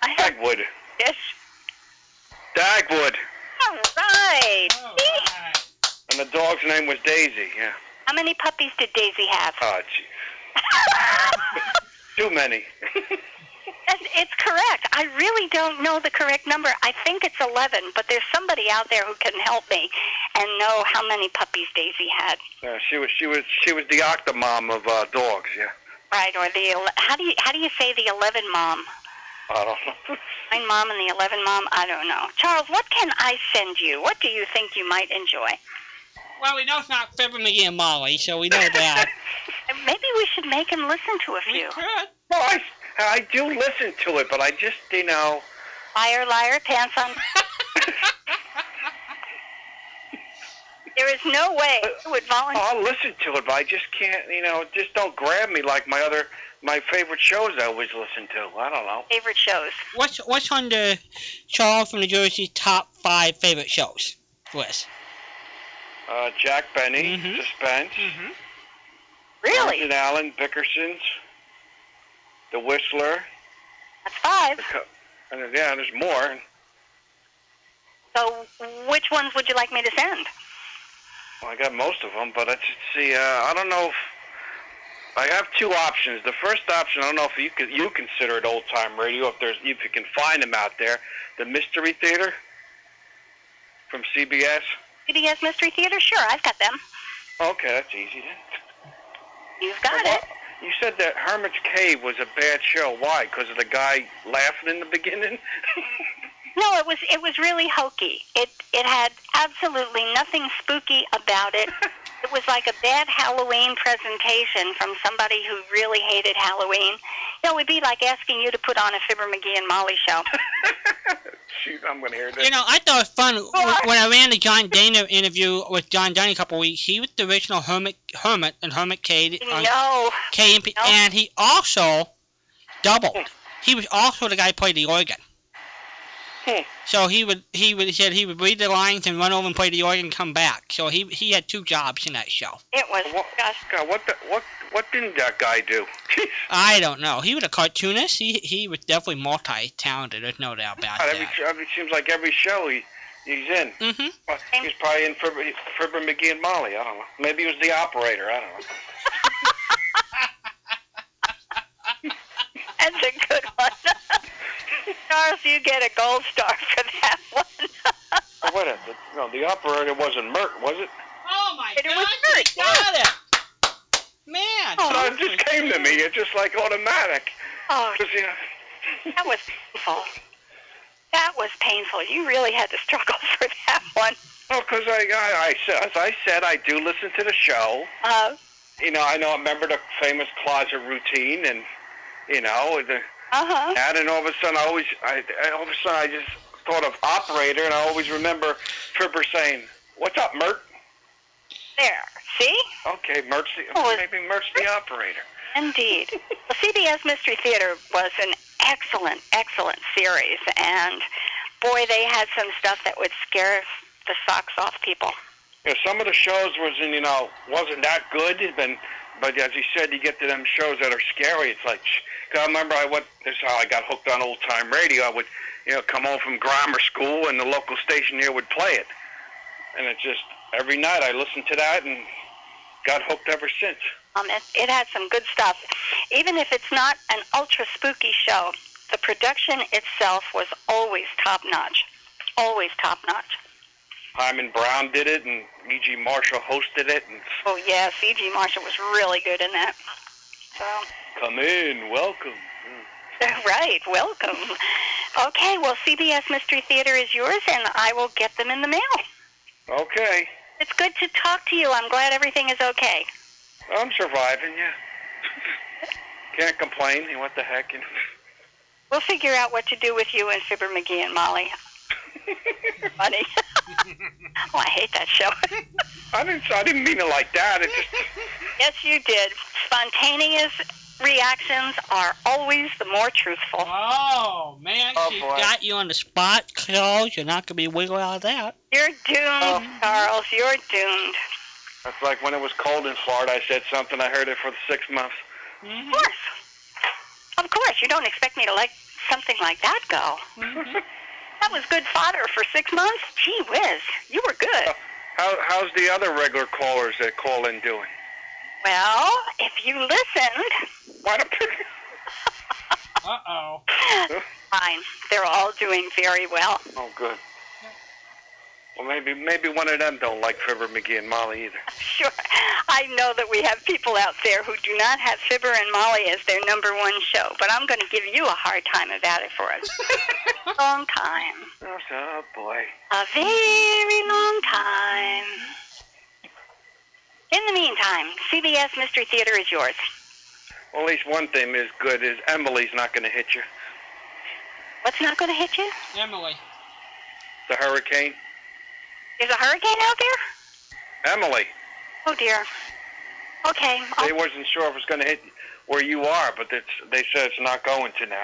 H: I have
J: Dagwood.
H: this.
J: Dagwood.
H: All right.
G: All
H: See?
G: right.
J: And the dog's name was Daisy. Yeah.
H: How many puppies did Daisy have?
J: Oh, jeez.
H: [LAUGHS]
J: Too many.
H: That's- it's correct. I really don't know the correct number. I think it's 11, but there's somebody out there who can help me and know how many puppies Daisy had,
J: yeah, Uh, she was, she was, she was the octomom of uh, dogs. Yeah.
H: right? Or the ele- how do you how do you say the 11 mom?
J: I don't know.
H: Nine mom and the 11 mom. I don't know. Charles, what can I send you? What do you think you might enjoy?
G: Well, we know it's not Fibonacci and Molly, so we know that.
H: And [LAUGHS] Maybe we should make him listen to a
G: we
H: few.
G: could.
J: Well, I, I do listen to it, but I just, you know,
H: Liar, liar, pants on. There is no way you would volunteer.
J: I'll listen to it, but I just can't, you know, just don't grab me like my other, my favorite shows I always listen to. I don't know.
H: Favorite shows.
G: What's what's on the Charles from New Jersey top five favorite shows list?
J: Uh, Jack Benny,
G: Mhm.
J: Suspense,
G: Mm-hmm.
H: Really?
J: Arthur Allen, Bickersons, The Whistler.
H: That's five.
J: The co- and then, yeah, there's more.
H: So, which ones would you like me to send?
J: Well, I got most of them, but I just see. Uh, I don't know. if I have two options. The first option, I don't know if you could, you consider it old time radio, if there's if you can find them out there. The Mystery Theater from CBS.
H: CBS Mystery Theater? Sure, I've got them.
J: Okay, that's easy then.
H: You've got
J: Well,
H: it.
J: You said that Hermit's Cave was a bad show. Why? Because of the guy laughing in the beginning?
H: No, it was it was really hokey. It it had absolutely nothing spooky about it. It was like a bad Halloween presentation from somebody who really hated Halloween. You know, it would be like asking you to put on a Fibber McGee and Molly show.
J: Shoot, I'm going to hear this.
G: You know, I thought it was
H: [LAUGHS]
G: fun when- when I ran the John Dana interview with John Dana a couple of weeks. He was the original Hermit Hermit and Hermit Cade on
H: No,
G: KMP,
H: No.
G: and he also doubled. He was also the guy who played the organ.
J: Hmm.
G: So he would he would he said he would read the lines and run over and play the organ and come back. So he he had two jobs in that show.
H: it was
J: what,
H: just
J: God, what, the, what, what didn't that guy do? Jeez,
G: I don't know. He was a cartoonist. He he was definitely multi talented. There's no doubt about
J: God, every,
G: that.
J: every, seems like every show he, he's in.
G: Mm-hmm.
J: Well, He's probably in Fibber, Fibber McGee and Molly. I don't know. Maybe he was the operator. I don't know.
H: That's a good one. [LAUGHS] Charles, you get a gold star for that
C: [LAUGHS]
H: one.
J: Or whatever. No, the operator wasn't Mert, was it?
G: Oh my
H: It was
G: God!
H: hurt,
G: She got it. Man.
J: No, it just came to me. It's just like automatic.
H: [LAUGHS] oh,
J: 'Cause, you know,
H: that was painful. That was painful. You really had to struggle [LAUGHS] for that one.
J: Well, because I, I, I said, as I said, I do listen to the show.
H: Uh,
J: You know, I know. I remember the famous closet routine, and you know, the,
H: uh-huh.
J: and then all of a sudden, I always, I, I- all of a sudden, I just thought of operator, and I always remember Tripper saying, "What's up, Mert?"
H: There. See?
J: Okay, Mert's the,
H: Oh, it-
J: maybe Mert's the operator.
H: Indeed. Well, CBS Mystery Theater was an excellent, excellent series, and boy, they had some stuff that would scare the socks off people.
J: You know, some of the shows was, in, you know, wasn't that good, and but as you said, you get to them shows that are scary. It's like, shh. 'Cause I remember I went. This is how I got hooked on old time radio. I would, you know, come home from grammar school, and the local station here would play it, and it just every night I listened to that, and got hooked ever since.
H: Um, it, it has some good stuff. Even if it's not an ultra spooky show, the production itself was always top notch. Always top notch.
J: Hyman Brown did it, and E.G. Marshall hosted it, and
H: Oh, yes, E.G. Marshall was really good in that. So, [LAUGHS]
J: come in, welcome.
H: right, welcome. Okay, well, CBS Mystery Theater is yours, and I will get them in the mail.
J: Okay,
H: It's good to talk to you. I'm glad everything is okay.
J: I'm surviving, yeah. [LAUGHS] Can't complain. and What the heck? you know.
H: We'll figure out what to do with you and Fibber McGee and
J: [LAUGHS]
H: Molly. Funny. [LAUGHS] oh, I hate that show. [LAUGHS]
J: I didn't. I didn't mean it like that. It just.
H: yes, you did. Spontaneous reactions are always the more truthful.
G: Oh man,
J: Oh,
G: she
J: boy.
G: got you on the spot, Charles. You're not gonna be wiggled out of that.
H: You're doomed,
J: Oh.
H: Charles. You're doomed.
J: That's like when it was cold in Florida. I said something. I heard it for six months.
G: Mm-hmm.
H: Of course. Of course. You don't expect me to let something like that go.
G: Mm-hmm.
H: [LAUGHS] That was good fodder for six months. Gee whiz. You were good.
J: How, how's the other regular callers that call in doing?
H: Well, if you listened, [LAUGHS]
J: Why don't
G: Uh oh.
H: fine. They're all doing very well.
J: Oh, good. Well, maybe maybe one of them don't like Trevor McGee and Molly either.
H: Sure. I know that we have people out there who do not have Fibber and Molly as their number one show, but I'm going to give you a hard time about it for a
J: [LAUGHS]
H: long time.
J: Oh, so- oh boy.
H: A very long time. In the meantime, CBS Mystery Theater is yours.
J: Well, at least one thing is good is Emily's not going to hit you.
H: What's not going to hit you?
G: Emily.
J: The hurricane.
H: There's a hurricane out there?
J: Emily.
H: Oh, dear. Okay. I'll-
J: They wasn't sure if it's going to hit where you are, but it's, they said it's not going to now.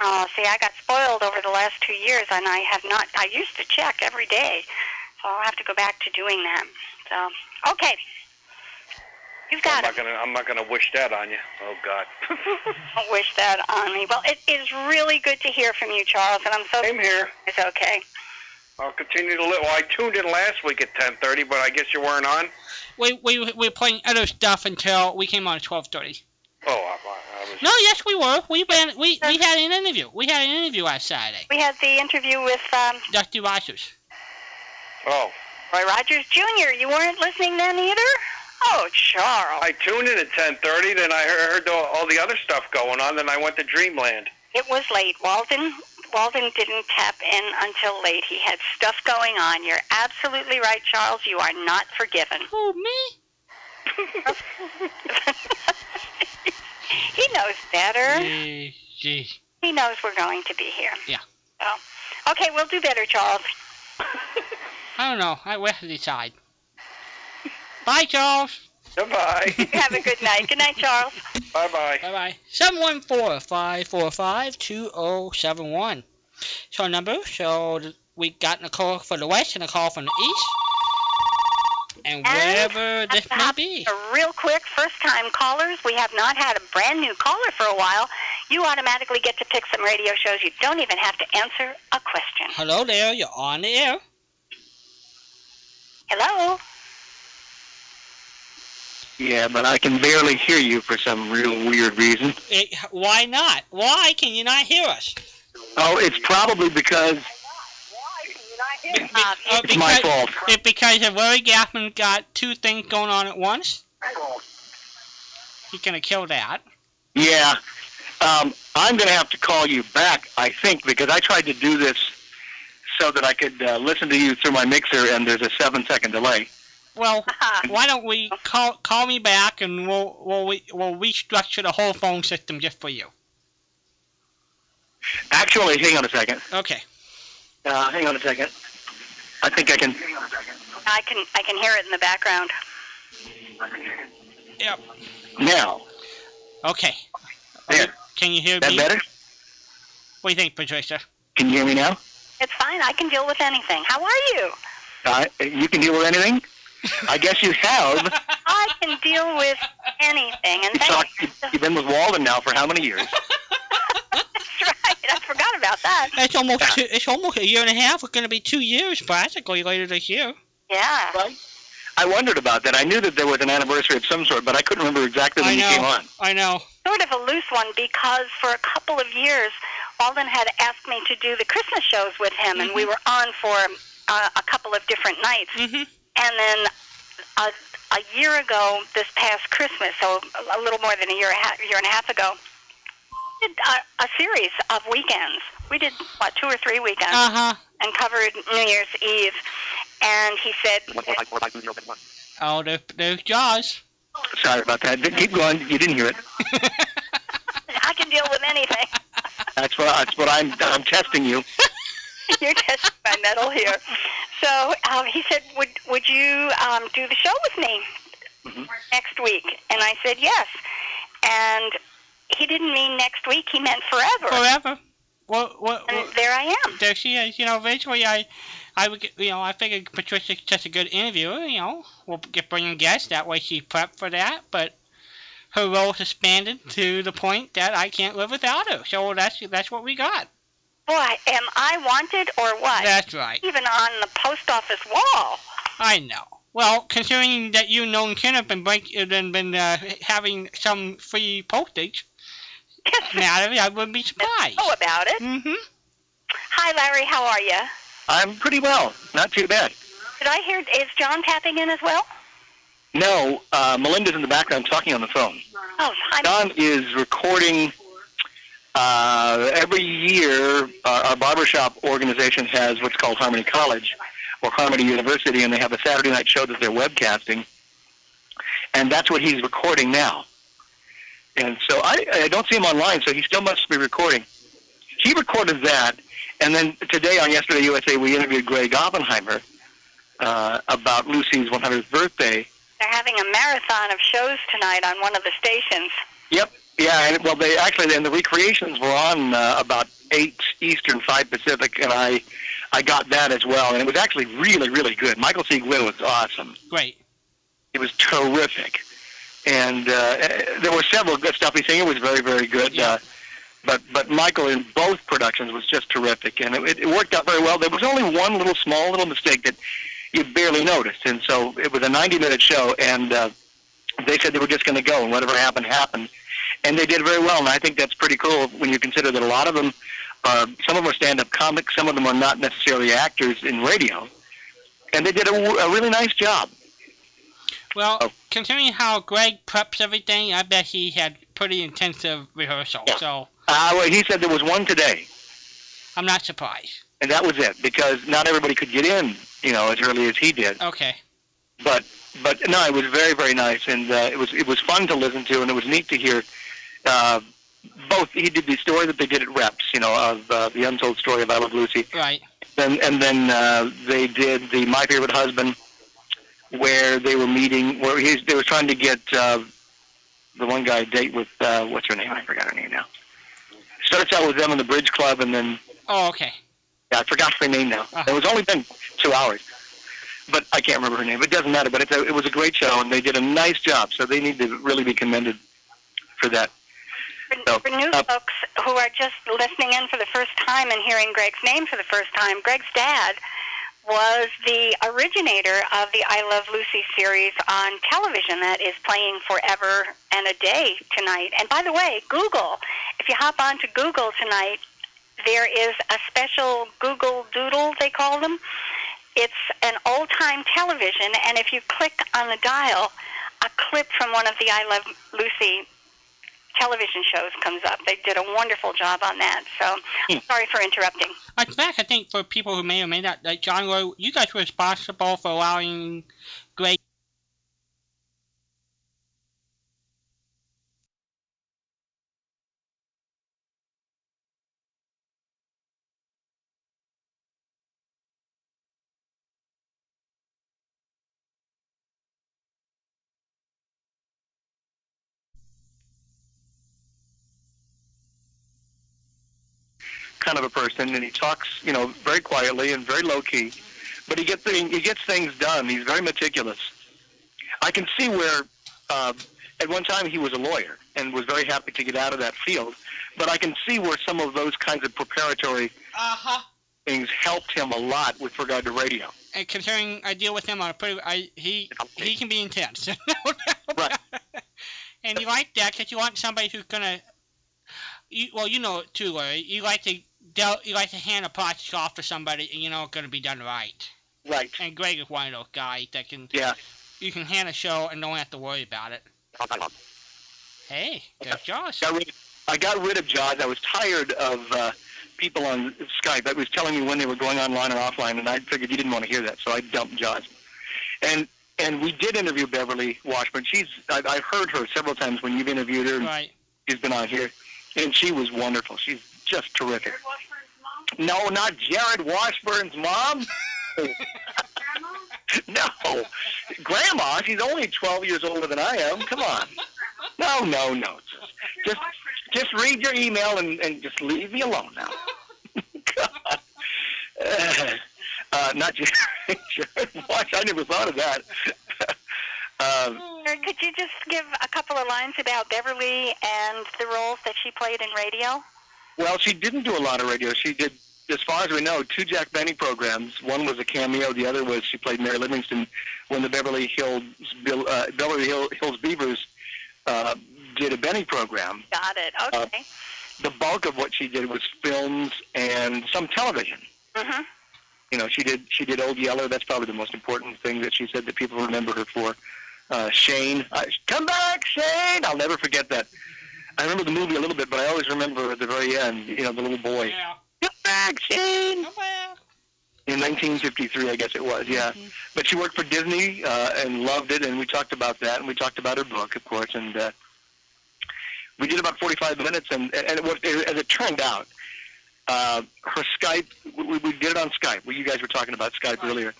H: Oh, see, I got spoiled over the last two years, and I have not. I used to check every day, so I'll have to go back to doing that. So,
J: [LAUGHS]
H: okay, you've
J: I'm
H: got
J: not
H: it.
J: gonna. I'm not gonna wish that on you. Oh God.
H: Don't wish that on me. Well, it is really good to hear from you, Charles, and I'm so
J: Same here.
H: it's okay.
J: I'll continue to live. Well, I tuned in last week at 10:30, but I guess you weren't on.
G: We we we were playing other stuff until we came on at twelve thirty.
J: Oh, I, I- I was.
G: No, yes we were. We been we, we had an interview. We had an interview last Saturday.
H: We had the interview with um,
G: Dusty Rogers.
J: Oh,
H: Roy Rogers Jr. You weren't listening then either. Oh, Charles,
J: I tuned in at 10:30, then I heard, heard all, all the other stuff going on, then I went to Dreamland.
H: it was late. Walden. Walden didn't tap in until late. He had stuff going on. You're absolutely right, Charles. You are not forgiven.
G: Who me?
H: [LAUGHS] he knows better.
G: Gee, gee.
H: He knows we're going to be here.
G: Yeah.
H: So, okay, we'll do better, Charles.
G: I don't know. I will decide. Bye, Charles.
J: Goodbye.
H: [LAUGHS] Have a good night. Good night, Charles.
J: bye bye.
G: Bye bye. 714 545 2071. So, number. So, th- we got a call for the west and a call from the east. And wherever this may be.
H: A real quick, first-time callers. We have not had a brand new caller for a while. You automatically get to pick some radio shows. You don't even have to answer a question.
G: Hello there, you're on the air.
H: Hello.
K: Yeah, but I can barely hear you for some real weird reason.
G: It, why not? Why can you not hear us?
K: Oh, it's probably because
H: Uh,
G: Uh,
K: it's my
G: because-
K: fault.
G: It, because if Larry Gaffman got two things going on at once, he's going to kill that.
K: Yeah. Um, I'm going to have to call you back, I think, because I tried to do this so that I could uh, listen to you through my mixer, and there's a seven second delay.
H: [LAUGHS]
G: Well,
H: uh,
G: why don't we call call me back and we'll we'll re- we'll restructure the whole phone system just for you.
K: Actually, hang on a second.
G: Okay.
K: Uh, hang on a second. I think I can.
H: I can I can hear it in the background.
G: Yep.
K: Now.
G: Okay.
K: There.
G: Can you hear
K: That
G: me?
K: better?
G: What do you think, Patricia?
K: Can you hear me now?
H: It's fine. I can deal with anything. How are
G: [LAUGHS]
H: you?
K: Uh, you can deal with anything? I guess you have.
H: I can deal with anything. And
K: You
H: thank
K: talk, you've been with Walden now for how many years?
H: That's right. I forgot about that.
G: It's almost two, it's almost a year and a half. It's gonna be two years practically later this year.
H: Yeah.
K: Right. I wondered about that. I knew that there was an anniversary of some sort, but I couldn't remember exactly when
G: I
K: you came
G: know.
K: on.
G: I know.
H: sort of a loose one because for a couple of years, Walden had asked me to do the Christmas shows with him, and we were on for uh, a couple of different nights.
G: hmm
H: And then a, a year ago, this past Christmas, so a little more than a year, a half, year and a half ago, we did a, a series of weekends. We did what two or three weekends
G: Uh huh.
H: and covered New Year's Eve. And he said,
G: Oh, there, there's Jaws.
K: Sorry about that. Keep going. You didn't hear it.
H: "I can deal with anything.
K: That's what, that's what I'm, I'm testing you.
H: [LAUGHS] You're testing my metal here." So um, he said, "Would would you um, do the show with me
G: Mm-hmm.
K: Mhm.
H: next week?" And I said, "Yes." And he didn't mean next week; he meant forever.
G: Forever. What, what,
H: And
G: what,
H: Uh, there I am.
G: there she is. You know, eventually I, I would, get, you know, I figured Patricia's just a good interviewer. You know, we'll get bringing guests that way. She prepped for that, but her role is expanded to the point that I can't live without her. So that's that's what we got.
H: Boy, am I wanted or what?
G: That's right.
H: Even on the post office wall.
G: I know. Well, considering that you and Nolan Ken have been, break, uh, been, been uh, having some free
H: [LAUGHS]
G: postage, now I wouldn't be surprised.
H: know about it.
G: Mm-hmm.
H: Hi, Larry. How are you?
K: I'm pretty well. Not too bad.
H: Did I hear? Is John tapping in as well?
K: No, uh, Melinda's in the background talking on the phone.
H: Oh, I'm,
K: Don is recording. Uh, every year, our, our barbershop organization has what's called Harmony College or Harmony University, and they have a Saturday night show that they're webcasting, and that's what he's recording now. And so I, I don't see him online, so he still must be recording. He recorded that, and then today on Yesterday USA, we interviewed Greg Oppenheimer uh, about Lucy's 100th birthday,
H: they're having a marathon of shows tonight on one of the stations.
K: Yep. Yeah. And, well, they actually, and the recreations were on uh, about eight Eastern, five Pacific, and I, I got that as well, and it was actually really, really good. Michael C. Gwynn was awesome.
G: Great.
K: It was terrific, and uh, eh, there were several good stuff. He's saying it was very, very good.
G: Yeah.
K: Uh, but but Michael in both productions was just terrific, and it, it worked out very well. There was only one little small little mistake that you barely noticed, and so it was a 90-minute show, and uh, they said they were just going to go, and whatever happened happened, and they did very well, and I think that's pretty cool when you consider that a lot of them are some of them are stand-up comics, some of them are not necessarily actors in radio, and they did a, a really nice job.
G: Well,
K: Oh.
G: considering how Greg preps everything, I bet he had pretty intensive rehearsal.
K: Yeah.
G: So
K: Uh, well, he said there was one today.
G: I'm not surprised.
K: And that was it because not everybody could get in, you know, as early as he did.
G: Okay.
K: But but no, it was very very nice, and uh, it was it was fun to listen to, and it was neat to hear. Uh, both he did the story that they did at Reps, you know, of uh, the untold story of I Love Lucy,
G: Right.
K: and and then uh, they did the My Favorite Husband, where they were meeting, where he they were trying to get uh, the one guy a date with uh, what's her name? I forgot her name now. Starts out with them in the Bridge Club, and then
G: Oh, okay.
K: yeah, I forgot her name now.
G: Uh-huh.
K: It was only been two hours, but I can't remember her name. It doesn't matter. But it's a, it was a great show, and they did a nice job. So they need to really be commended for that.
H: For,
K: So,
H: for new
K: uh,
H: folks who are just listening in for the first time and hearing Greg's name for the first time, Greg's dad was the originator of the I Love Lucy series on television that is playing forever and a day tonight. And by the way, Google, if you hop onto Google tonight, there is a special Google Doodle, they call them. It's an old time television, and if you click on the dial, a clip from one of the I Love Lucy television shows comes up. They did a wonderful job on that. So
K: Hmm.
H: sorry for interrupting.
G: In fact, I think for people who may or may not like John Lowe, you guys were responsible for allowing Greg.
K: kind of a person, and he talks, you know, very quietly and very low key, but he gets thing, he gets things done. He's very meticulous. I can see where uh, at one time he was a lawyer and was very happy to get out of that field, but I can see where some of those kinds of preparatory
G: Uh huh.
K: things helped him a lot with regard to radio.
G: uh, considering I deal with him on a pretty, I, he he can be intense. [LAUGHS]
K: Right.
G: And you like that because you want somebody who's gonna, you, well, you know it too, Larry. You like to del- you like to hand a process off to somebody, and you know it's gonna be done right.
K: Right.
G: And Greg is one of those guys that can
K: Yeah.
G: you can hand a show and don't have to worry about it. Hey, there's Josh.
K: got rid I got rid of Jaws. I was tired of uh, people on Skype that was telling me when they were going online or offline, and I figured you didn't want to hear that, so I dumped Jaws. And and we did interview Beverly Washburn. She's I, I've heard her several times when you've interviewed her. and
G: Right.
K: She's been on here, and she was wonderful. She's just terrific. No, not Jared Washburn's mom.
G: [LAUGHS]
K: [LAUGHS] no, Grandma. She's only 12 years older than I am. Come on. No, no, no. Just, just read your email and, and just leave me alone now. [LAUGHS] God. Uh, uh, not [LAUGHS] Jared, Jared Wash. I never thought of that. [LAUGHS] um,
H: Or Could you just give a couple of lines about Beverly and the roles that she played in radio?
K: Well, she didn't do a lot of radio. She did, as far as we know, two Jack Benny programs. One was a cameo. The other was she played Mary Livingston when the Beverly Hills Bill, uh, Beverly Hill, Hills Beavers uh, did a Benny program.
H: Got it.
K: Uh,
H: Okay.
K: The bulk of what she did was films and some television.
H: mhm.
K: You know, she did she did Old Yeller. That's probably the most important thing that she said that people remember her for. Uh, Shane, uh, come back, Shane! I'll never forget that. I remember the movie a little bit, but I always remember at the very end, you know, the little boy.
G: Yeah.
K: Come back, Shane!
G: Come back.
K: In 1953, I guess it was, yeah.
G: Mhm.
K: But she worked for Disney uh, and loved it, and we talked about that, and we talked about her book, of course, and uh, we did about 45 minutes, and and what, as it turned out, uh, her Skype, we, we did it on Skype. Well, you guys were talking about Skype
G: Right.
K: earlier,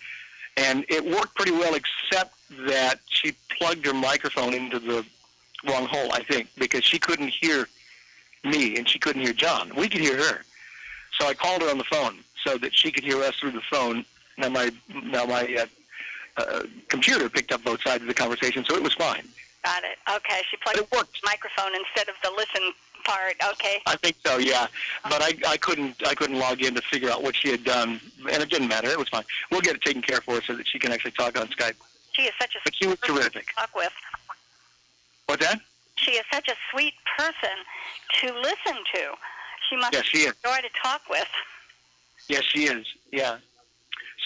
K: and it worked pretty well, except that she plugged her microphone into the wrong hole, I think, because she couldn't hear me and she couldn't hear John. We could hear her. So I called her on the phone so that she could hear us through the phone. Now my now my uh, uh, computer picked up both sides of the conversation, so it was fine.
H: Got it. Okay. She
K: But
H: plugged
K: it worked.
H: the microphone instead of the listen part. Okay.
K: I think so, yeah. But I, I couldn't I couldn't log in to figure out what she had done, and it didn't matter. It was fine. We'll get it taken care of for her so that she can actually talk on Skype.
H: She is such a
K: But she was terrific.
H: talk with.
K: What's that?
H: She is such a sweet person to listen to. She must
K: Yes, she is.
H: enjoy to talk with.
K: Yes, she is. Yeah.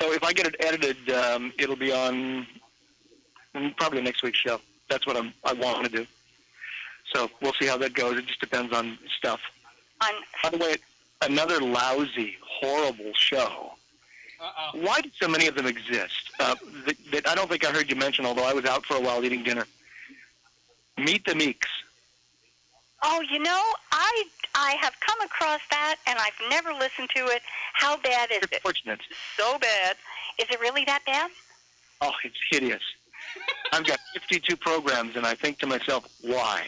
K: So if I get it edited, um, it'll be on mm, probably next week's show. That's what I'm, I want to do. So we'll see how that goes. It just depends on stuff.
H: On
K: By the way, another lousy, horrible show.
G: Uh-oh.
K: Why do so many of them exist? Uh, that, that I don't think I heard you mention, although I was out for a while eating dinner. Meet the Meeks.
H: oh, you know, I I have come across that and I've never listened to it. How bad is
K: You're
H: it?
K: fortunate.
H: So bad. Is it really that bad? [LAUGHS]
K: Oh, it's hideous. I've got 52 programs, and I think to myself, why?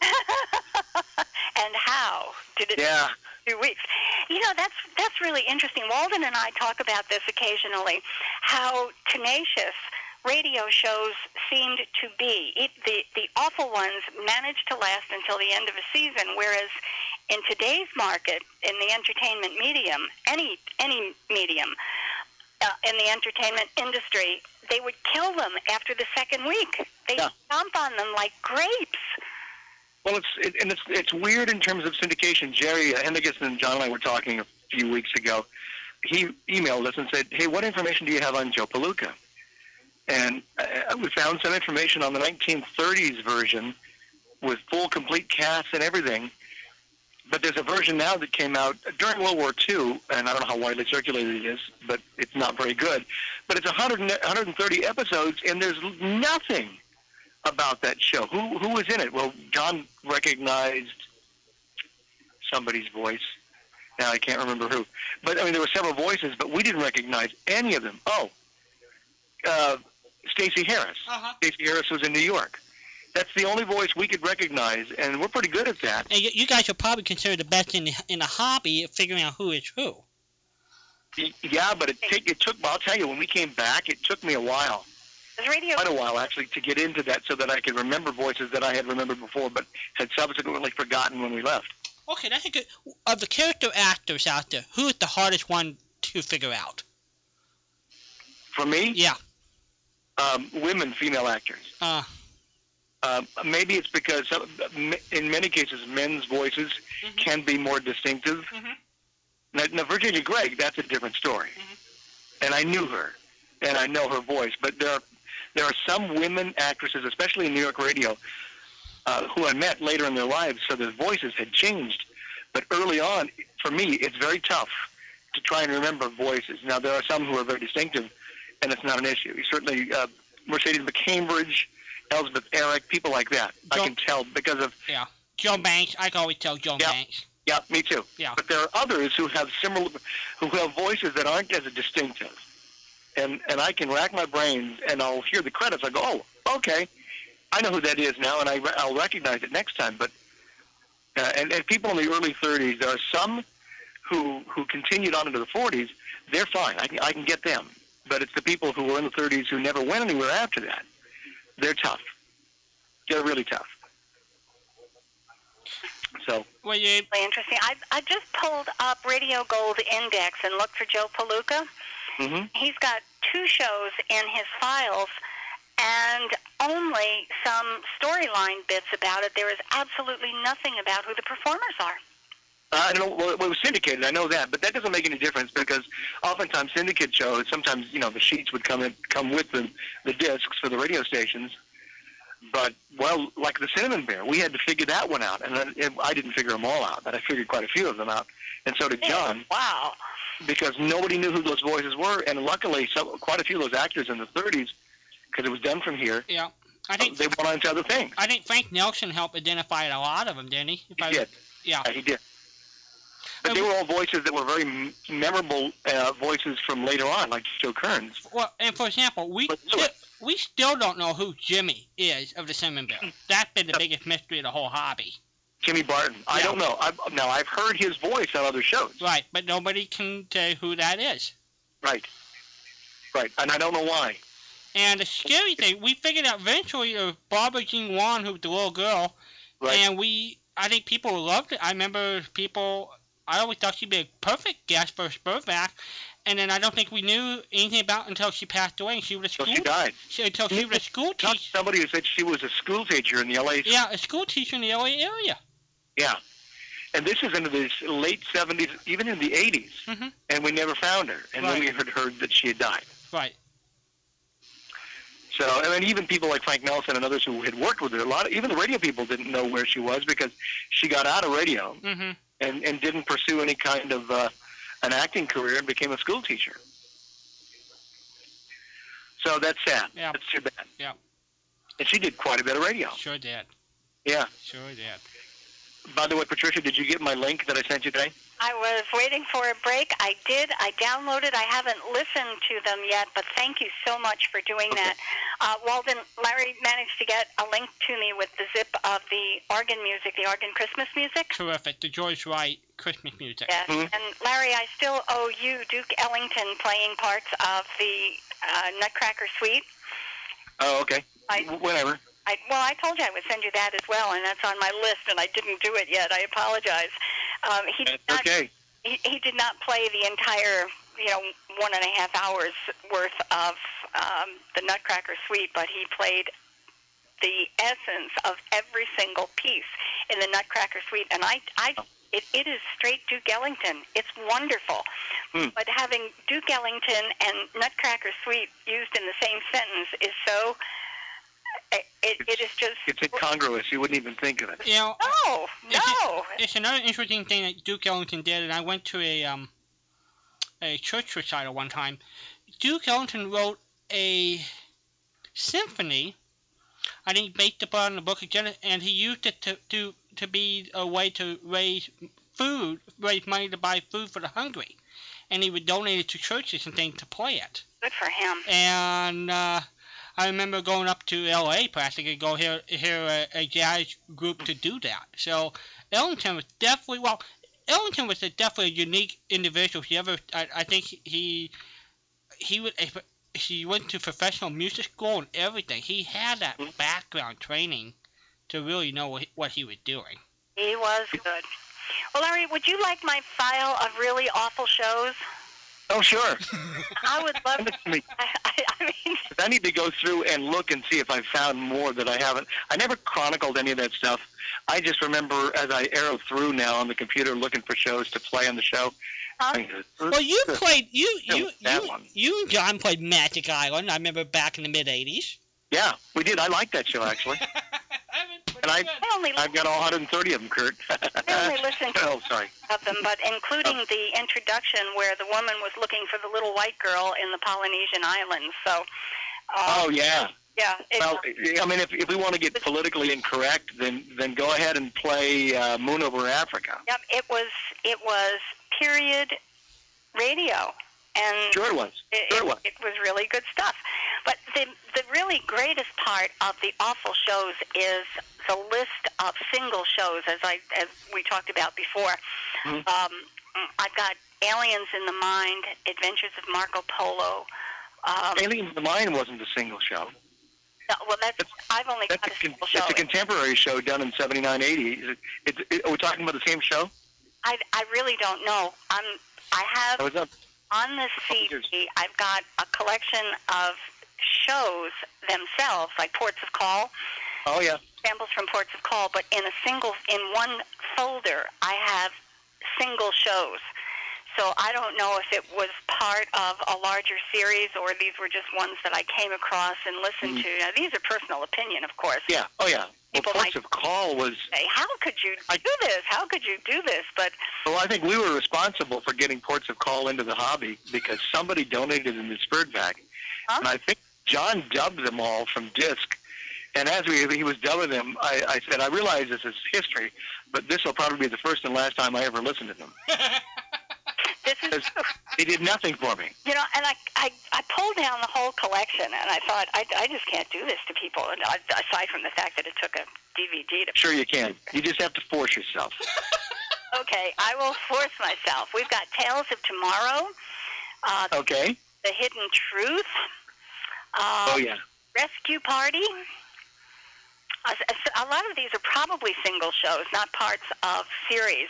H: and how did it?
K: Yeah.
H: few weeks. You know, that's that's really interesting. Walden and I talk about this occasionally. How tenacious radio shows seemed to be. It, the the awful ones managed to last until the end of a season, whereas in today's market, in the entertainment medium, any any medium. Uh, in the entertainment industry, they would kill them after the second week. They
K: Yeah.
H: stomp on them like grapes.
K: Well, it's it, and it's it's weird in terms of syndication. Jerry Hendigas and John and I were talking a few weeks ago. He emailed us and said, "Hey, what information do you have on Joe Palooka?" And uh, we found some information on the 1930s version with full complete cast and everything. But there's a version now that came out during World War II, and I don't know how widely circulated it is, but it's not very good. But it's 100, and- 130 episodes, and there's nothing about that show. Who who was in it? Well, John recognized somebody's voice. Now I can't remember who, but I mean there were several voices, but we didn't recognize any of them. Oh, uh, Stacey Harris.
G: Uh-huh.
K: Stacey Harris was in New York. That's the only voice we could recognize, and we're pretty good at that.
G: And you, you guys are probably considered the best in the, in the hobby of figuring out who is who.
K: Yeah, but it, take, it took. I'll tell you, when we came back, it took me a while.
H: Because radio
K: quite a while actually to get into that so that I could remember voices that I had remembered before but had subsequently forgotten when we left.
G: Okay, that's a good. Of the character actors out there, who is the hardest one to figure out?
K: For me,
G: Yeah.
K: um, women, female actors.
G: Uh,
K: Uh, maybe it's because some, in many cases men's voices
G: Mhm.
K: can be more distinctive.
G: Mhm.
C: Mm-hmm.
K: Now, now, Virginia Gregg, that's a different story. And I knew her, and I know her voice. But there are there are some women actresses, especially in New York radio, uh, who I met later in their lives, so their voices had changed. But early on, for me, it's very tough to try and remember voices. Now there are some who are very distinctive, and it's not an issue. Certainly, uh, Mercedes McCambridge, Elizabeth Eric, people like that, I
G: Don't-
K: can tell because of
G: Joan Banks. I can always tell Joan
K: Yeah.
G: Banks.
K: yeah, me too.
G: Yeah.
K: But there are others who have similar, who have voices that aren't as distinctive, and and I can rack my brains and I'll hear the credits. I go, oh, okay, I know who that is now, and I re- I'll recognize it next time. But uh, and and people in the early 30s, there are some who who continued on into the 40s. They're fine. I can I can get them. But it's the people who were in the 30s who never went anywhere after that. They're tough. They're really tough. So.
G: Well, you,
H: Really interesting. I, I just pulled up Radio Gold Index and looked for Joe Palooka.
K: hmm
H: He's got two shows in his files and only some storyline bits about it. There is absolutely nothing about who the performers are.
K: I don't know. Well, it was syndicated. I know that, but that doesn't make any difference because oftentimes syndicate shows. Sometimes you know the sheets would come in, come with the the discs for the radio stations. But well, like the Cinnamon Bear, we had to figure that one out, and then and I didn't figure them all out, but I figured quite a few of them out, and so did John
H: Wow.
K: because nobody knew who those voices were, and luckily, some, quite a few of those actors in the 30s, because it was done from here,
G: yeah. I
K: they
G: think
K: went on to other things.
G: I think Frank Nelson helped identify a lot of them, didn't he? If I-
K: He did.
G: Yeah.
K: Yeah, Uh, he did. But they were all voices that were very m- memorable uh, voices from later on, like Joe Kearns.
G: Well, and for example, we
K: But
G: still, we still don't know who Jimmy is of the Cinnamon
K: [LAUGHS]
G: Bear. That's been the
K: Yep.
G: biggest mystery of the whole hobby.
K: Jimmy Barton. I
G: Yeah.
K: don't know. I've, now I've heard his voice on other shows.
G: Right, but nobody can tell who that is.
K: Right. Right. And I don't know why.
G: And the scary thing, we figured out eventually it was Barbara Jean Wan, who was the little girl,
K: Right.
G: and we, I think people loved it. I remember people, I always thought she'd be a perfect guest for Spurback, and then I don't think we knew anything about it until she passed away and she was a
K: Until
G: school,
K: she died.
G: she- until she was a school
K: Not
G: teacher.
K: somebody who said she was a school teacher in the LA.
G: Yeah, a school teacher in the LA area.
K: Yeah. And this is into the late 70s, even in the 80s.
G: Mhm.
K: And we never found her. And
G: Right.
K: then we had heard that she had died.
G: Right.
K: So, I mean, even people like Frank Nelson and others who had worked with her, a lot of, even the radio people didn't know where she was because she got out of radio
C: Mm-hmm.
G: hmm
K: and, and didn't pursue any kind of uh, an acting career and became a school teacher. So that's sad.
G: Yeah.
K: That's too bad.
G: Yeah.
K: And she did quite a bit of radio.
G: Sure did.
K: Yeah.
G: Sure did.
K: By the way, Patricia, did you get my link that I sent you today?
H: I was waiting for a break. I did. I downloaded. I haven't listened to them yet, but thank you so much for doing
K: Okay.
H: that. Uh, Walden, Larry managed to get a link to me with the zip of the organ music, the organ Christmas music.
G: Terrific. The George Wright Christmas music.
H: Yes.
K: Mhm.
H: And Larry, I still owe you Duke Ellington playing parts of the uh, Nutcracker Suite.
K: Oh, okay.
H: I,
K: Whatever.
H: I, well, I told you I would send you that as well, and that's on my list, and I didn't do it yet. I apologize. Um, he did not
K: Okay.
H: he, he did not play the entire, you know, one and a half hours worth of um, the Nutcracker Suite, but he played the essence of every single piece in the Nutcracker Suite, and I, I, it, it is straight Duke Ellington. It's wonderful,
K: Hmm.
H: but having Duke Ellington and Nutcracker Suite used in the same sentence is so. It, it, it is just
K: It's incongruous. You wouldn't even think of it.
G: You know,
H: no, no.
G: it's another interesting thing that Duke Ellington did, and I went to a um, a church recital one time. Duke Ellington wrote a symphony, I think based upon the Book of Genesis, and he used it to to, to be a way to raise food, raise money to buy food for the hungry, and he would donate it to churches and things to play it.
H: Good for him.
G: and uh, I remember going up to L.A. practically go hear hear a, a jazz group to do that. So Ellington was definitely well. Ellington was a definitely a unique individual. He ever I, I think he he was a, he went to professional music school and everything. He had that background training to really know what, what he was doing.
H: He was good. Well, Larry, would you like my file of really awful shows?
K: Oh, sure.
H: I would love
K: [LAUGHS] Send it to me.
H: [LAUGHS] I, I
K: 'Cause I need to go through and look and see if I've found more that I haven't. I never chronicled any of that stuff. I just remember as I arrow through now on the computer looking for shows to play on the show.
H: Huh?
G: Well,
K: [LAUGHS]
G: you played you
K: Yeah,
G: you
K: that
G: you,
K: one.
G: you and John played Magic Island. I remember back in the mid '80s.
K: Yeah, we did. I liked that show
G: [LAUGHS]
K: actually. And I-
H: I only
K: I've got all 130 of them, Kurt. [LAUGHS]
H: I only listened to
K: oh, sorry.
H: of them, but including
K: Oh.
H: the introduction where the woman was looking for the little white girl in the Polynesian islands. So, uh,
K: Oh yeah.
H: yeah, it's,
K: Well, I mean, if, if we want to get politically incorrect, then then go ahead and play uh, Moon Over Africa.
H: yep, it was it was period radio, and
K: Sure it was.
H: it,
K: Sure it
H: it,
K: was.
H: it was really good stuff. But the the really greatest part of the awful shows is the list of single shows, as I as we talked about before.
K: Mhm.
H: Um, I've got Aliens in the Mind, Adventures of Marco Polo. Um,
K: Alien in the Mind wasn't a single show.
H: no, well, that's I've only
K: That's
H: got a
K: a, con-
H: single show.
K: it's a contemporary show done in 79, 80. Is it, it's it, are we talking about the same show?
H: I I really don't know. I'm I have
K: That was up.
H: on this
K: Computers.
H: CD, I've got a collection of shows themselves, like Ports of Call,
K: Oh, yeah.
H: samples from Ports of Call, but in a single, in one folder, I have single shows. So I don't know if it was part of a larger series or these were just ones that I came across and listened to. Now, these are personal opinion, of course.
K: Yeah. Oh, yeah. Mm-hmm. Well,
H: People
K: Ports of Call was,
H: Say, how could you
K: I-
H: do this? How could you do this?
K: [LAUGHS]
H: But
K: well, I think we were responsible for getting Ports of Call into the hobby because somebody donated them to Spurgeback.
H: Huh?
K: And I think John dubbed them all from disc. And as we, he was dubbing them, I, I said, I realize this is history, but this will probably be the first and last time I ever listened to them.
H: this is
K: There's- They did nothing for me.
H: You know, and I, I, I pulled down the whole collection, and I thought, I, I just can't do this to people. And I, aside from the fact that it took a DVD to,
K: Sure, you can. You just have to
H: [LAUGHS]
K: force yourself.
H: okay, I will force myself. We've got Tales of Tomorrow, uh,
K: Okay?
H: The Hidden Truth, uh,
K: Oh, yeah.
H: Rescue Party. A, a- a lot of these are probably single shows, not parts of series.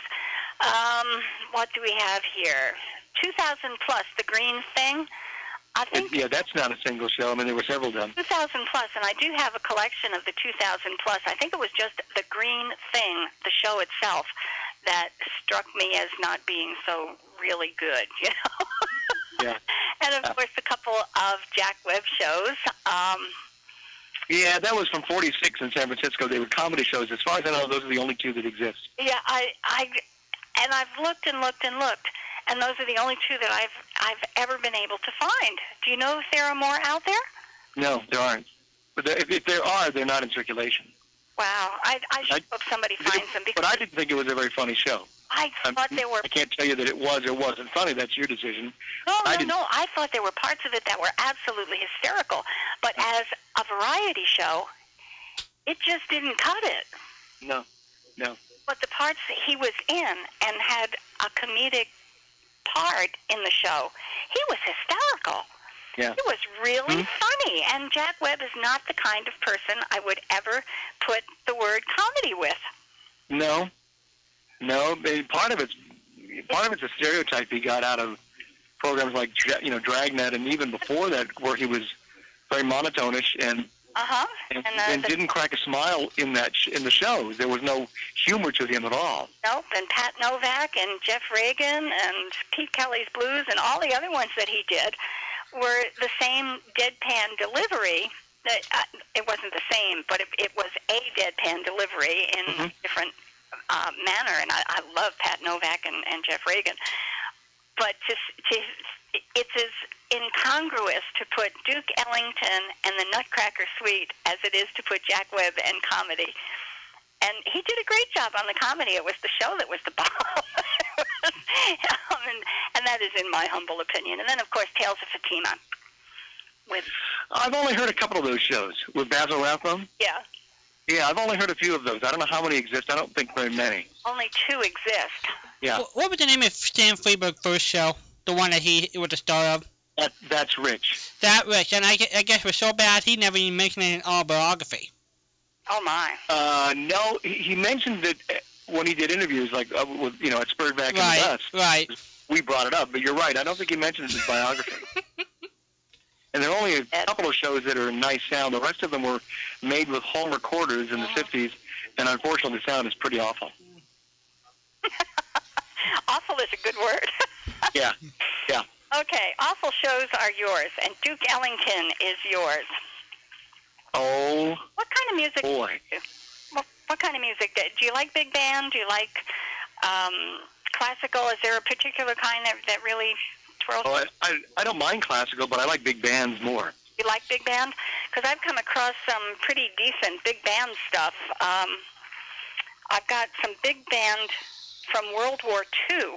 H: Um, what do we have here? 2000 plus, The Green Thing. I think
K: yeah, that's not a single show. I mean, there were several done.
H: 2000 plus, and I do have a collection of the 2000 plus. I think it was just the green thing, the show itself, that struck me as not being so really good, [LAUGHS] you know.
K: Yeah.
H: And of course, a couple of Jack Webb shows. Um,
K: Yeah, that was from 46 in San Francisco. They were comedy shows. As far as I know, those are the only two that exist.
H: yeah, I, I, and I've looked and looked and looked, and those are the only two that I've I've ever been able to find. Do you know if there are more out there?
K: No, there aren't. But there, if, if there are, they're not in circulation.
H: Wow, I, I should
K: I-
H: hope somebody finds them
K: But
H: because
K: I didn't think it was a very funny show.
H: I
K: I'm-
H: thought there were
K: I can't tell you that it was or wasn't funny. That's your decision.
H: No,
K: I
H: no,
K: didn't-
H: no. I thought there were parts of it that were absolutely hysterical, but
K: Mm.
H: as a variety show, it just didn't cut it.
K: No.
H: But the parts that he was in and had a comedic part in the show, he was hysterical.
K: Yeah. Mm.
H: He was really funny, and Jack Webb is not the kind of person I would ever put the word comedy with.
K: No. No. They- Part of it's part of it's a stereotype he got out of programs like Dra- you know Dragnet, and even before that, where he was very monotonish and
H: Uh huh.
K: and,
H: And, uh,
K: and
H: the-
K: didn't crack a smile in that sh- in the show. There was no humor to him at all.
H: Nope, and Pat Novak and Jeff Reagan and Pete Kelly's Blues and all the other ones that he did were the same deadpan delivery. That uh, it wasn't the same, but it, it was a deadpan delivery in a
K: Mhm.
H: different uh, manner. And I, I love Pat Novak and, and Jeff Reagan, but to, s- to it's as incongruous to put Duke Ellington and the Nutcracker Suite as it is to put Jack Webb and comedy. And he did a great job on the comedy. It was the show that was the [LAUGHS] bomb. um, and, and that is in my humble opinion. And then, of course, Tales of Fatima. With
K: I've only heard a couple of those shows with Basil Rathbone.
H: yeah,
K: Yeah, I've only heard a few of those. I don't know how many exist. I don't think very many.
H: only two exist.
K: Yeah.
G: Wh- What was the name of Stan Freeberg's first show? The one that he was the star of.
K: That that's rich.
G: That rich, and I, gue- I guess it was so bad he never even mentioned it in
K: [LAUGHS]
G: autobiography.
H: Oh my!
K: Uh, no, he, he mentioned that uh, when he did interviews, like uh, with you know at Spurback
G: right,
K: and us,
G: right.
K: we brought it up. But you're right. I don't think he mentioned it in his biography. and there are only a couple of several shows that are nice sound. The rest of them were made with home recorders in the 50s, and unfortunately, the sound is pretty awful.
H: awful is a good word.
K: Yeah, yeah.
H: Okay, awful shows are yours, and Duke Ellington is yours.
K: Oh
H: What kind of music?
K: boy.
H: What, what kind of music? Do do you like big band? Do you like um, classical? Is there a particular kind that that really twirls?
K: Oh, I, I, I don't mind classical, but I like big bands more.
H: You like big band? Because I've come across some pretty decent big band stuff. Um, I've got some big band from World War II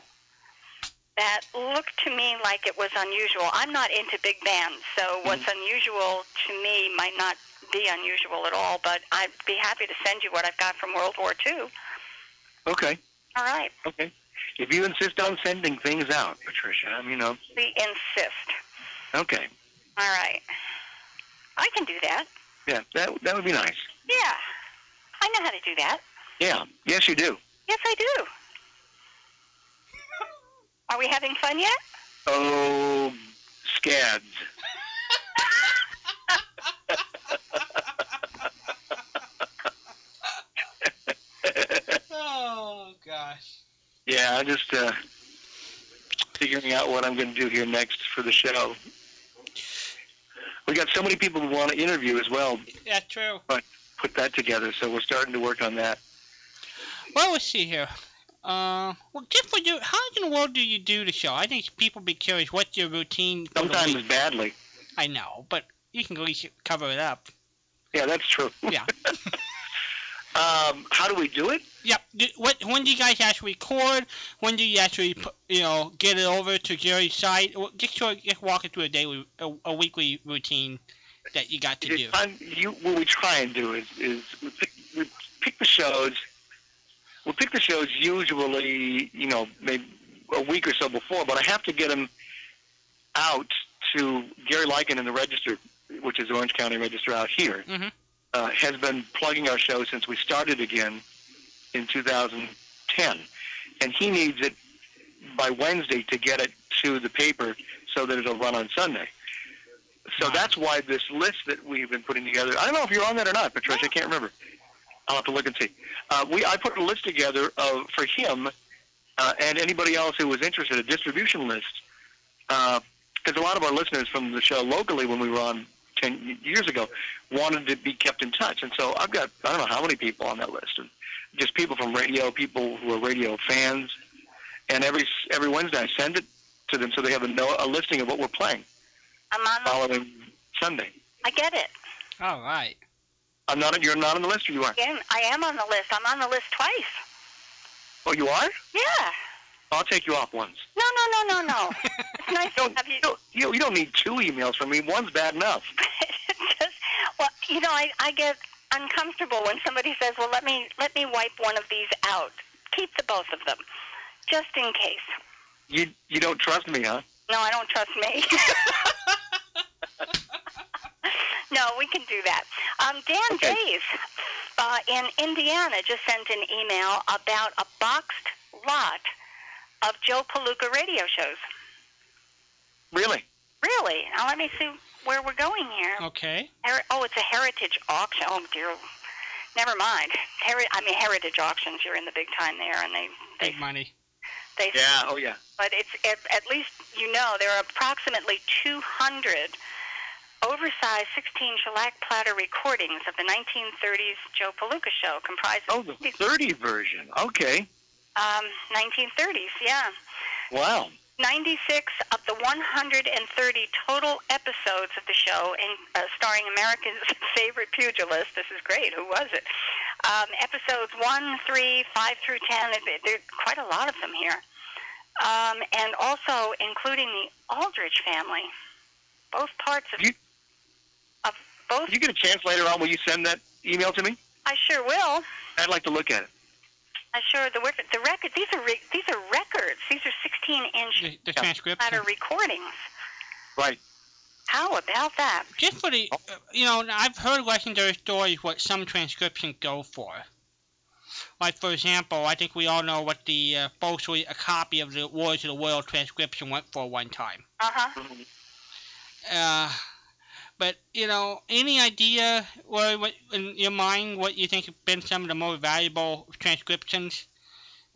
H: that looked to me like it was unusual. I'm not into big bands, so what's unusual to me might not be unusual at all, but I'd be happy to send you what I've got from World War II.
K: Okay,
H: All right.
K: okay. If you insist on sending things out, Patricia, I mean, you know,
H: We insist.
K: okay.
H: All right. I can do that.
K: Yeah, that, that would be nice.
H: Yeah. I know how to do that.
K: Yeah, yes, you do.
H: Yes, I do. Are we having fun yet?
K: Oh, scads.
G: Oh gosh.
K: yeah, I just uh, figuring out what I'm going to do here next for the show. We got so many people who want to interview as well.
G: Yeah, true.
K: Put that together, so we're starting to work on that.
G: Well, let's see here. Uh, well, just for you, how in the world do you do the show? I think people be curious what's your routine. for the
K: Sometimes
G: week.
K: badly.
G: I know, but you can at least cover it up.
K: Yeah, that's true.
G: Yeah.
K: [LAUGHS] um, how do we do it?
G: Yep. Do, what? When do you guys actually record? When do you actually, pu- you know, get it over to Jerry's site? Well, Just sort of just walk it through a daily, a, a weekly routine that you got to do.
K: I'm, you, what we try and do is, is we, pick, we pick the shows. We pick the shows usually, you know, maybe a week or so before, but I have to get them out to Gary Lycan in the Register, which is Orange County Register out here,
C: Mm-hmm.
G: Mhm.
K: uh, has been plugging our show since we started again in 2010. And he needs it by Wednesday to get it to the paper so that it'll run on Sunday. So that's why this list that we've been putting together, I don't know if you're on that or not, Patricia, I can't remember. I'll have to look and see. Uh, we, I put a list together of, for him uh, and anybody else who was interested, a distribution list, uh, because a lot of our listeners from the show locally when we were on 10 years ago wanted to be kept in touch. And so I've got, I don't know how many people on that list, and just people from radio, people who are radio fans. And every, every Wednesday I send it to them so they have a, no- a listing of what we're playing
H: I'm on. The,
K: following Sunday.
H: I get it.
G: All right.
K: I'm not. You're not on the list, or you are?
H: Again, I am on the list. I'm on the list twice.
K: Oh, you are?
H: Yeah.
K: I'll take you off once.
H: No, no, no, no, no. it's nice
K: [LAUGHS] No,
H: to have you.
K: You, you, you don't need two emails from me. One's bad enough.
H: Just, well, you know, I, I get uncomfortable when somebody says, "Well, let me let me wipe one of these out. Keep the both of them, just in case."
K: You you don't trust me, huh?
H: No, I don't trust me. [LAUGHS] no, we can do that. Um, Dan
K: Okay.
H: Days uh, in Indiana just sent an email about a boxed lot of Joe Palooka radio shows.
K: Really?
H: Really? Now let me see where we're going here.
G: Okay.
H: Her- oh, it's a heritage auction. Oh dear. Never mind. Heri- I mean, heritage auctions. You're in the big time there, and they
G: Big money.
H: they
K: Yeah. Oh, yeah.
H: but it's at, at least you know there are approximately 200 oversized 16 shellac platter recordings of the 1930s Joe Palooka show, comprised
K: Oh, the 30 version. Okay.
H: um, 1930s, yeah.
K: Wow.
H: 96 of the 130 total episodes of the show, in, uh, starring America's [LAUGHS] favorite pugilist. This is great. Who was it? Um, episodes 1, 3, 5 through 10. There- There are quite a lot of them here. Um, and also including the Aldrich family. Both parts of,
K: You-
H: of both.
K: If you get a chance later on, will you send that email to me?
H: I sure will.
K: I'd like to look at it.
H: I sure the record. The record. These are re- these are records. These are 16 inch
G: The, the
K: Yeah.
G: transcripts.
H: platter recordings.
K: Right.
H: How about that?
G: Just for the, uh, you know, I've heard legendary stories what some transcriptions go for. Like, for example, I think we all know what the, uh, falsely a copy of the Wars of
K: Uh-huh.
G: the World transcription went for one time.
H: Uh huh.
G: Uh, but you know, any idea or what in your mind what you think have been some of the more valuable transcriptions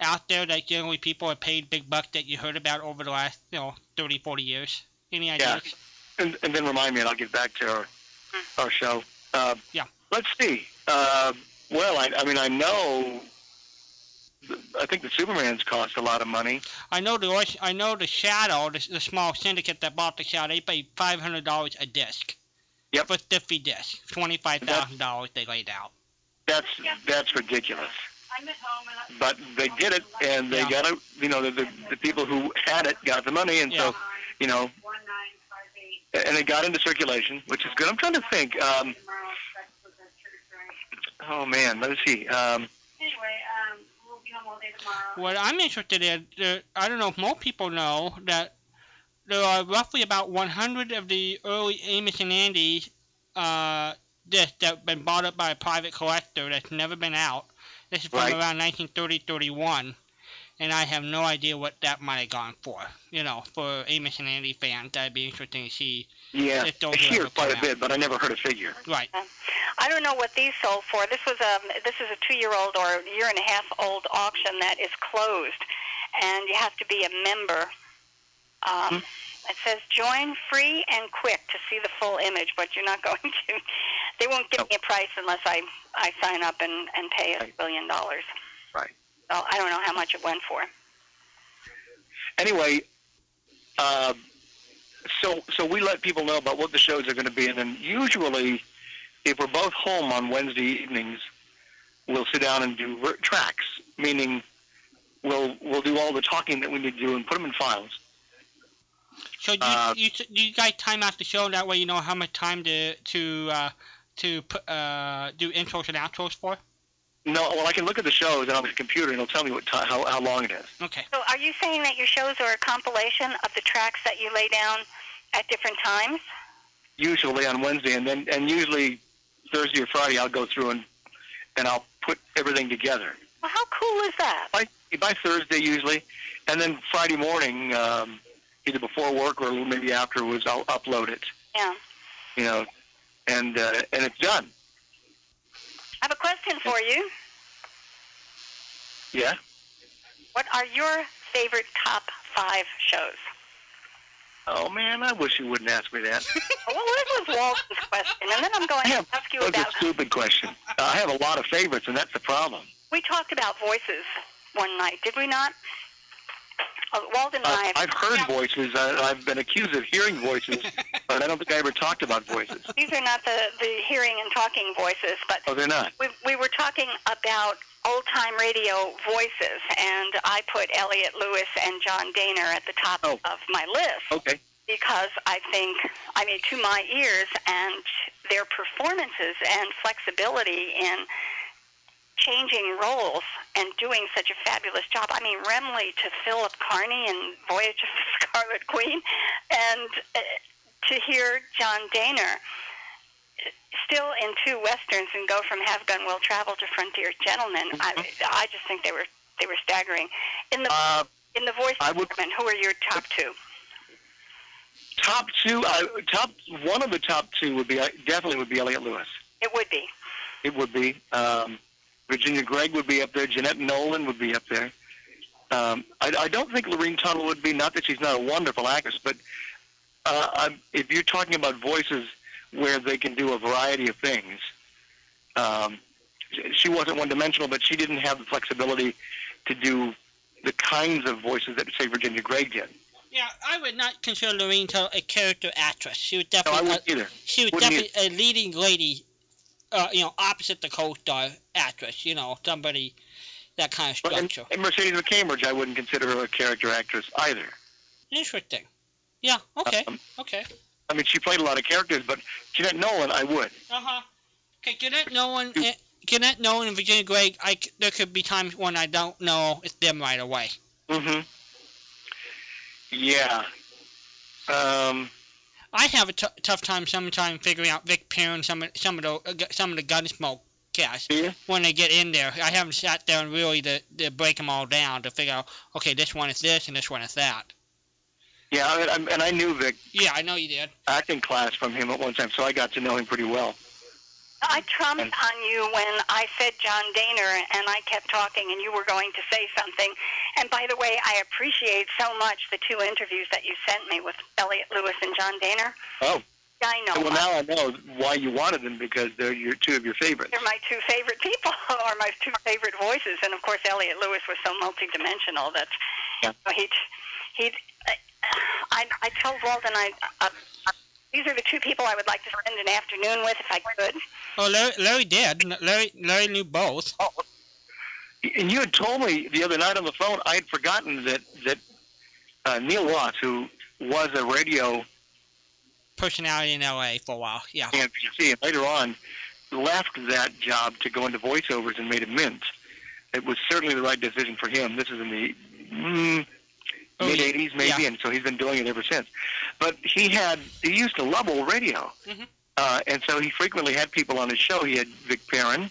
G: out there that generally people are paid big bucks that you heard about over the last you know 30, 40 years? Any ideas?
K: And, and then remind me, and I'll get back to our,
H: Hmm.
K: our show. Uh,
G: Yeah.
K: Let's see. Uh, well, I, I mean, I know. I think the Superman's cost a lot of money.
G: I know the Osh- I know the Shadow, the, the small syndicate that bought the Shadow. They paid five hundred dollars a disc.
K: Yep.
G: For fifty discs, twenty five thousand dollars they laid out.
K: That's that's ridiculous. But they did it, and they
G: Yeah.
K: got it. You know, the, the the people who had it got the money, and so you know, and it got into circulation, which is good. I'm trying to think. Um, oh man, let's see. Um,
L: Anyway, um, we'll be home all day tomorrow.
G: What I'm interested in, there, I don't know if more people know that there are roughly about 100 of the early Amos and Andy uh, discs that have been bought up by a private collector that's never been out. This is from
K: Right.
G: around 1930-31, and I have no idea what that might have gone for. You know, for Amos and Andy fans, that'd be interesting to see.
K: yeah,
G: It don't
K: I hear
G: really
K: quite
G: come
K: a bit, but I never heard a figure.
G: Right.
H: I don't know what these sold for. This was a this is a two-year-old or a year and a half old auction that is closed, and you have to be a member. Um, It says join free and quick to see the full image, but you're not [LAUGHS] going to. They won't give
K: No.
H: me a price unless I I sign up and and pay a
K: Right.
H: billion dollars.
K: Right.
H: So I don't know how much it went for.
K: anyway, uh, so so we let people know about what the shows are going to be, and then usually, if we're both home on Wednesday evenings, we'll sit down and do r- tracks, meaning we'll we'll do all the talking that we need to do and put them in files.
G: So do you,
K: Uh,
G: you, do you guys time out the show that way you know how much time to to uh, to put, uh, do intros and outros for?
K: No, well, I can look at the shows on the computer, and it'll tell me what ti how how long it is.
G: Okay.
H: So are you saying that your shows are a compilation of the tracks that you lay down at different times?
K: Usually on Wednesday, and then and usually Thursday or Friday, I'll go through and and I'll put everything together.
H: Well, how cool is that?
K: by by Thursday usually, and then Friday morning, um, either before work or maybe afterwards, I'll upload it.
H: Yeah.
K: You know, and uh, and it's done.
H: I have a question for you.
K: Yeah.
H: What are your favorite top five shows?
K: Oh man, I wish you wouldn't ask me that.
H: Well, this was Walton's question, and then I'm going
K: Yeah,
H: to ask you
K: That's a
H: about.
K: stupid question. Uh, I have a lot of favorites, and that's the problem.
H: We talked about voices one night, did we not? Oh, Walden and
K: Uh,
H: I.
K: I've heard voices. I, I've been accused of hearing
H: [LAUGHS]
K: voices, but I don't think I ever talked about voices.
H: These are not the the hearing and talking voices, but
K: Oh, they're not.
H: we we were talking about old time radio voices, and I put Elliot Lewis and John Daner at the top
K: Oh.
H: of my list.
K: Okay.
H: because I think, I mean, to my ears and their performances and flexibility in changing roles and doing such a fabulous job. I mean, Remley to Philip Carney in Voyage of the [LAUGHS] Scarlet Queen, and uh, to hear John Daner still in two westerns and go from Have Gun Will Travel to Frontier Gentlemen. I, I just think they were they were staggering. In the
K: Mm-hmm. Uh,
H: in the voice
K: I would-
H: department, who are your top two?
K: top two. Uh, top one of the top two would be uh, definitely would be Elliot Lewis.
H: It would be.
K: It would be. Um, Virginia Gregg would be up there. Jeanette Nolan would be up there. Um, I, I don't think Lorene Tuttle would be. Not that she's not a wonderful actress, but uh, I'm, if you're talking about voices where they can do a variety of things, um, she- she wasn't one-dimensional, but she didn't have the flexibility to do the kinds of voices that, say, Virginia Gregg did.
G: Yeah, I would not consider Lorraine Tuttle a character actress. She was
K: No, I
G: definitely
K: wouldn't either.
G: a, she was
K: wouldn't
G: definitely a leading lady, uh, you know, opposite the co-star actress. You know, somebody that kind of
K: But, and,
G: structure.
K: and Mercedes McCambridge, I wouldn't consider her a character actress either.
G: Interesting. Yeah. Okay.
K: Um,
G: Okay.
K: I mean, she played a lot of characters, but Jeanette Nolan, I would.
G: Uh huh. Okay, Gannett Nolan, eh, Gannett Nolan and Virginia Gregg. I c there could be times when I don't know it's them right away.
K: Mm-hmm. Yeah. Um,
G: I have a t- tough time sometimes figuring out Vic Perrin some of- some of the uh, gu- some of the Gunsmoke casts
K: Yeah.
G: when they get in there. I haven't sat there and really to, to break them all down to figure out okay this one is this and this one is that.
K: Yeah, I- I'm- and I knew Vic
G: Yeah, I know you did.
K: acting class from him at one time, so I got to know him pretty well.
H: I trumped on you when I said John Daner and I kept talking and you were going to say something. And by the way, I appreciate so much the two interviews that you sent me with Elliot Lewis and John Daner.
K: Oh.
H: I know.
K: Well, now I know why you wanted them because they're your two of your favorites.
H: They're my two favorite people, [LAUGHS] or my two favorite voices, and of course Elliot Lewis was so multidimensional that
K: Yeah.
H: he he. I I told Walden I uh, uh, these are the two people I would like to spend an afternoon with if I could.
G: Oh, Larry, Larry did. N- Larry, Larry knew both.
K: Oh. And you had told me the other night on the phone, I had forgotten that that uh, Neil Watts, who was a radio
G: Personality in L.A. for a while. Yeah.
K: and PC, and later on left that job to go into voiceovers and made a mint. It was certainly the right decision for him. This is in the
M: Mm-hmm.
K: mm,
G: Oh,
K: mid
G: yeah.
K: '80s, maybe, and so he's been doing it ever since. But he had he used to love old radio,
G: Mhm.
K: uh, and so he frequently had people on his show. He had Vic Perrin,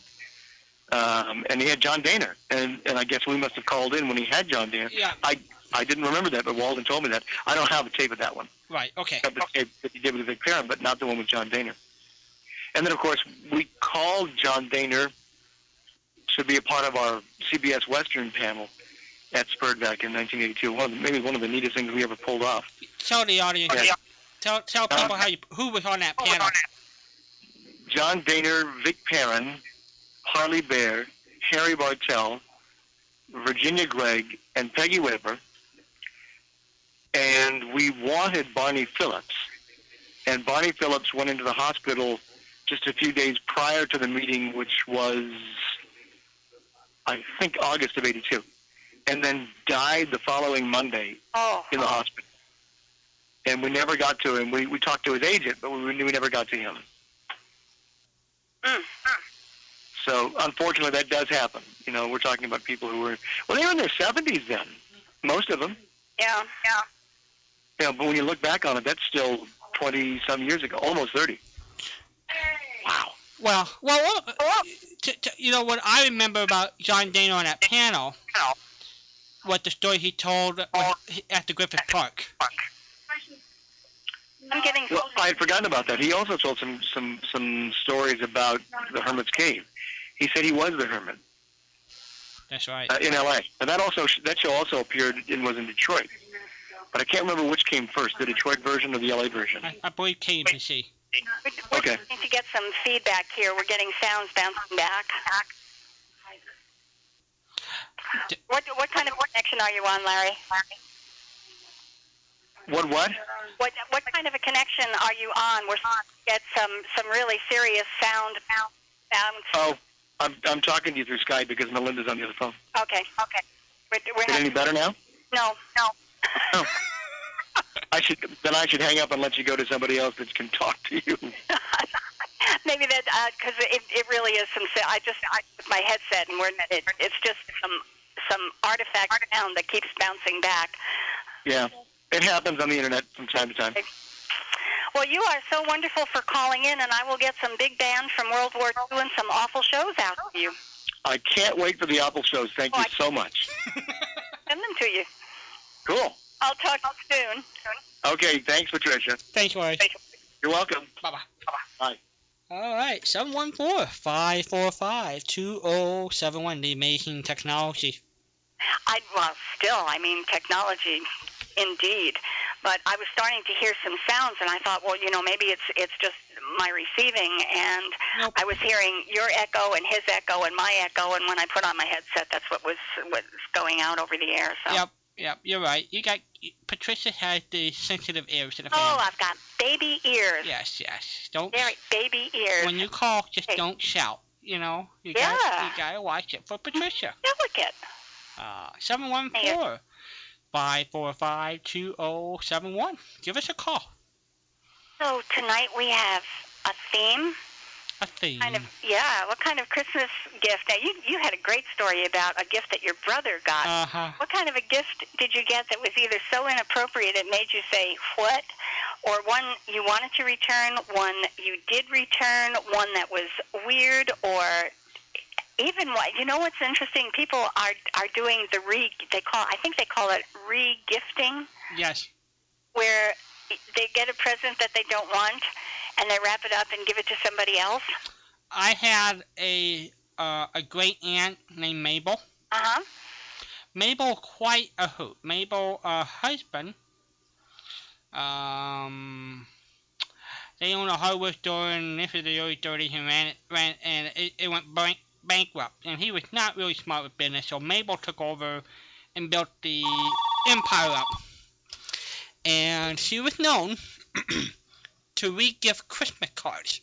K: um, and he had John Daner, and and I guess we must have called in when he had John Daner.
G: Yeah.
K: I didn't remember that, but Walden told me that. I don't have a tape of that one.
G: Right. Okay.
K: I've got the tape that he did with Vic Perrin, but not the one with John Daner. And then, of course, we called John Daner to be a part of our CBS Western panel at Spurred back in 1982. One of the, maybe one of the neatest things we ever pulled off.
G: Tell the audience.
K: Okay.
G: Tell tell
K: Uh,
G: people how you Uh-huh. who was on that panel.
K: John Daner, Vic Perrin, Harley Bear, Harry Bartell, Virginia Gregg, and Peggy Weber. And we wanted Barney Phillips. And Barney Phillips went into the hospital just a few days prior to the meeting, which was, I think, August of 82. And then died the following Monday
H: Oh,
K: in the hospital. And we never got to him. We, we talked to his agent, but we, we never got to him.
H: Mm.
K: So unfortunately, that does happen. You know, we're talking about people who were well, they were in their seventies then, most of them.
H: yeah, yeah.
K: You know, but when you look back on it, that's still twenty some years ago, almost thirty. Wow.
G: Well, well, well uh, t- t- you know what I remember about John Dana on that panel? What the story he told when- at the Griffith Park.
H: I'm getting
K: Well, I had forgotten about that. He also told some some some stories about the hermit's cave. He said he was the hermit
G: That's right.
K: uh, in L.A. And that also that show also appeared and was in Detroit. But I can't remember which came first, the Detroit version or the L.A. version.
G: I, I believe KBC.
H: We're, we're
K: Okay.
H: need to get some feedback here. We're getting sounds bouncing back.
G: D-
H: What what kind of connection are you on, Larry?
K: What what?
H: What what kind of a connection are you on? We're starting to get some some really serious sound Um, bounce. bounce.
K: Oh, I'm I'm talking to you through Skype because Melinda's on the other phone.
H: Okay, okay. We're, we're
K: Is it any
H: not,
K: better now?
H: no, no.
K: Oh. I should then I should hang up and let you go to somebody else that can talk to you. [LAUGHS]
H: Maybe that because it it really is some. sa- I just I with my headset and we're it, it's just some some artifact sound that keeps bouncing back.
K: Yeah, it happens on the internet from time to time.
H: Well, you are so wonderful for calling in, and I will get some big band from World War II and some awful shows out to you.
K: I can't wait for the Apple shows. Thank you so much.
H: Send them to you.
K: Cool.
H: I'll talk soon.
K: Okay, thanks, Patricia.
G: Thanks, Larry.
K: You're welcome.
G: Bye bye.
K: Bye.
G: All right, 714 545 2071, the amazing technology.
H: I well, still, I mean, technology, indeed. But I was starting to hear some sounds, and I thought, well, you know, maybe it's it's just my receiving, and
G: Nope.
H: I was hearing your echo and his echo and my echo, and when I put on my headset, that's what was was going out over the air. So.
G: Yep, yep, you're right. You got Patricia has the sensitive ears in the
H: Oh,
G: family.
H: I've got baby ears.
G: yes, yes. Don't
H: Very baby ears.
G: when you call, just
H: Hey.
G: don't shout. You know, you got
H: Yeah.
G: you gotta watch it for Patricia.
H: Delicate.
G: Uh, 714 545 2071. Give us a call.
H: So tonight we have a theme,
G: A theme.
H: kind of. Yeah, what kind of Christmas gift? Now you you had a great story about a gift that your brother got.
G: Uh huh.
H: what kind of a gift did you get that was either so inappropriate it made you say what, or one you wanted to return, one you did return, one that was weird, or even what? You know what's interesting? People are are doing the re. They call. I think they call it re-gifting.
G: Yes.
H: where they get a present that they don't want and they wrap it up and give it to somebody else?
G: I had a uh, a great aunt named Mabel.
H: Uh huh.
G: Mabel quite a hoot. Mabel uh, husband. Um, they owned a hardware store and this was the early 30s and ran it, ran it and it, it went bank, bankrupt. And he was not really smart with business, so Mabel took over and built the empire up. And she was known [CLEARS THROAT] to re-gift Christmas cards.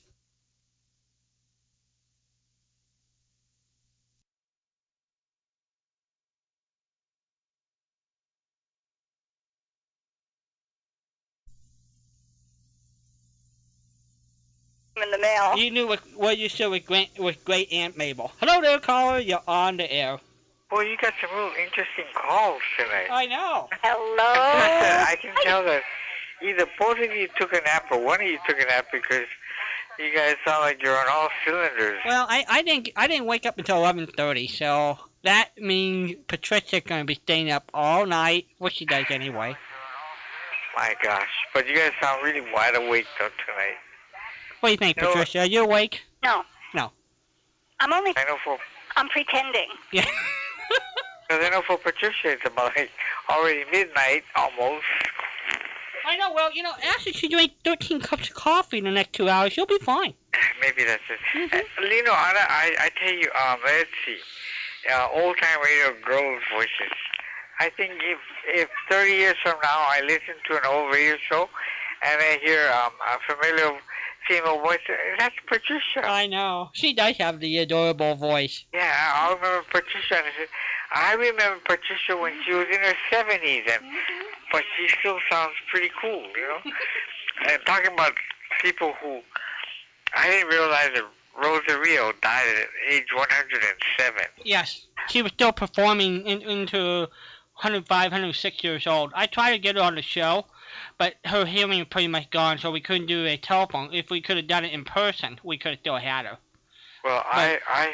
H: In the mail.
G: You knew what, what you said with great, with great Aunt Mabel. Hello there, caller. You're on the air.
N: Well, you got some real interesting calls tonight.
G: I know.
H: Hello.
N: [LAUGHS] I can tell that either both of you took a nap or one of you took a nap because you guys sound like you're on all cylinders.
G: Well, I, I didn't I didn't wake up until 11:30, so that means Patricia's gonna be staying up all night, which she does anyway.
N: My gosh. But you guys sound really wide awake though tonight.
G: What do you think,
N: You know what?
G: Patricia? Are you awake?
H: No.
G: No.
H: I'm only.
N: I know for
H: I'm pretending.
G: Yeah. [LAUGHS]
N: because I know for Patricia it's about like already midnight almost.
G: I know. Well, you know, after she drank 13 cups of coffee in the next two hours, she'll be fine.
N: [LAUGHS] Maybe that's it. Uh, Lino, I, I I tell you, um, let's see, uh, old time radio girls' voices. I think if if 30 years from now I listen to an old radio show and I hear um, a familiar female voice, uh, that's Patricia.
G: I know. She does have the adorable voice.
N: Yeah, I I remember Patricia. And I, said, I remember Patricia when she was in her 70s, and but she still sounds pretty cool, you know. and talking about people who I didn't realize that Rosario died at age 107.
G: Yes. She was still performing in, into 105, 106 years old. I tried to get her on the show, but her hearing was pretty much gone, so we couldn't do a telephone. If we could have done it in person, we could have still had her.
N: Well, I I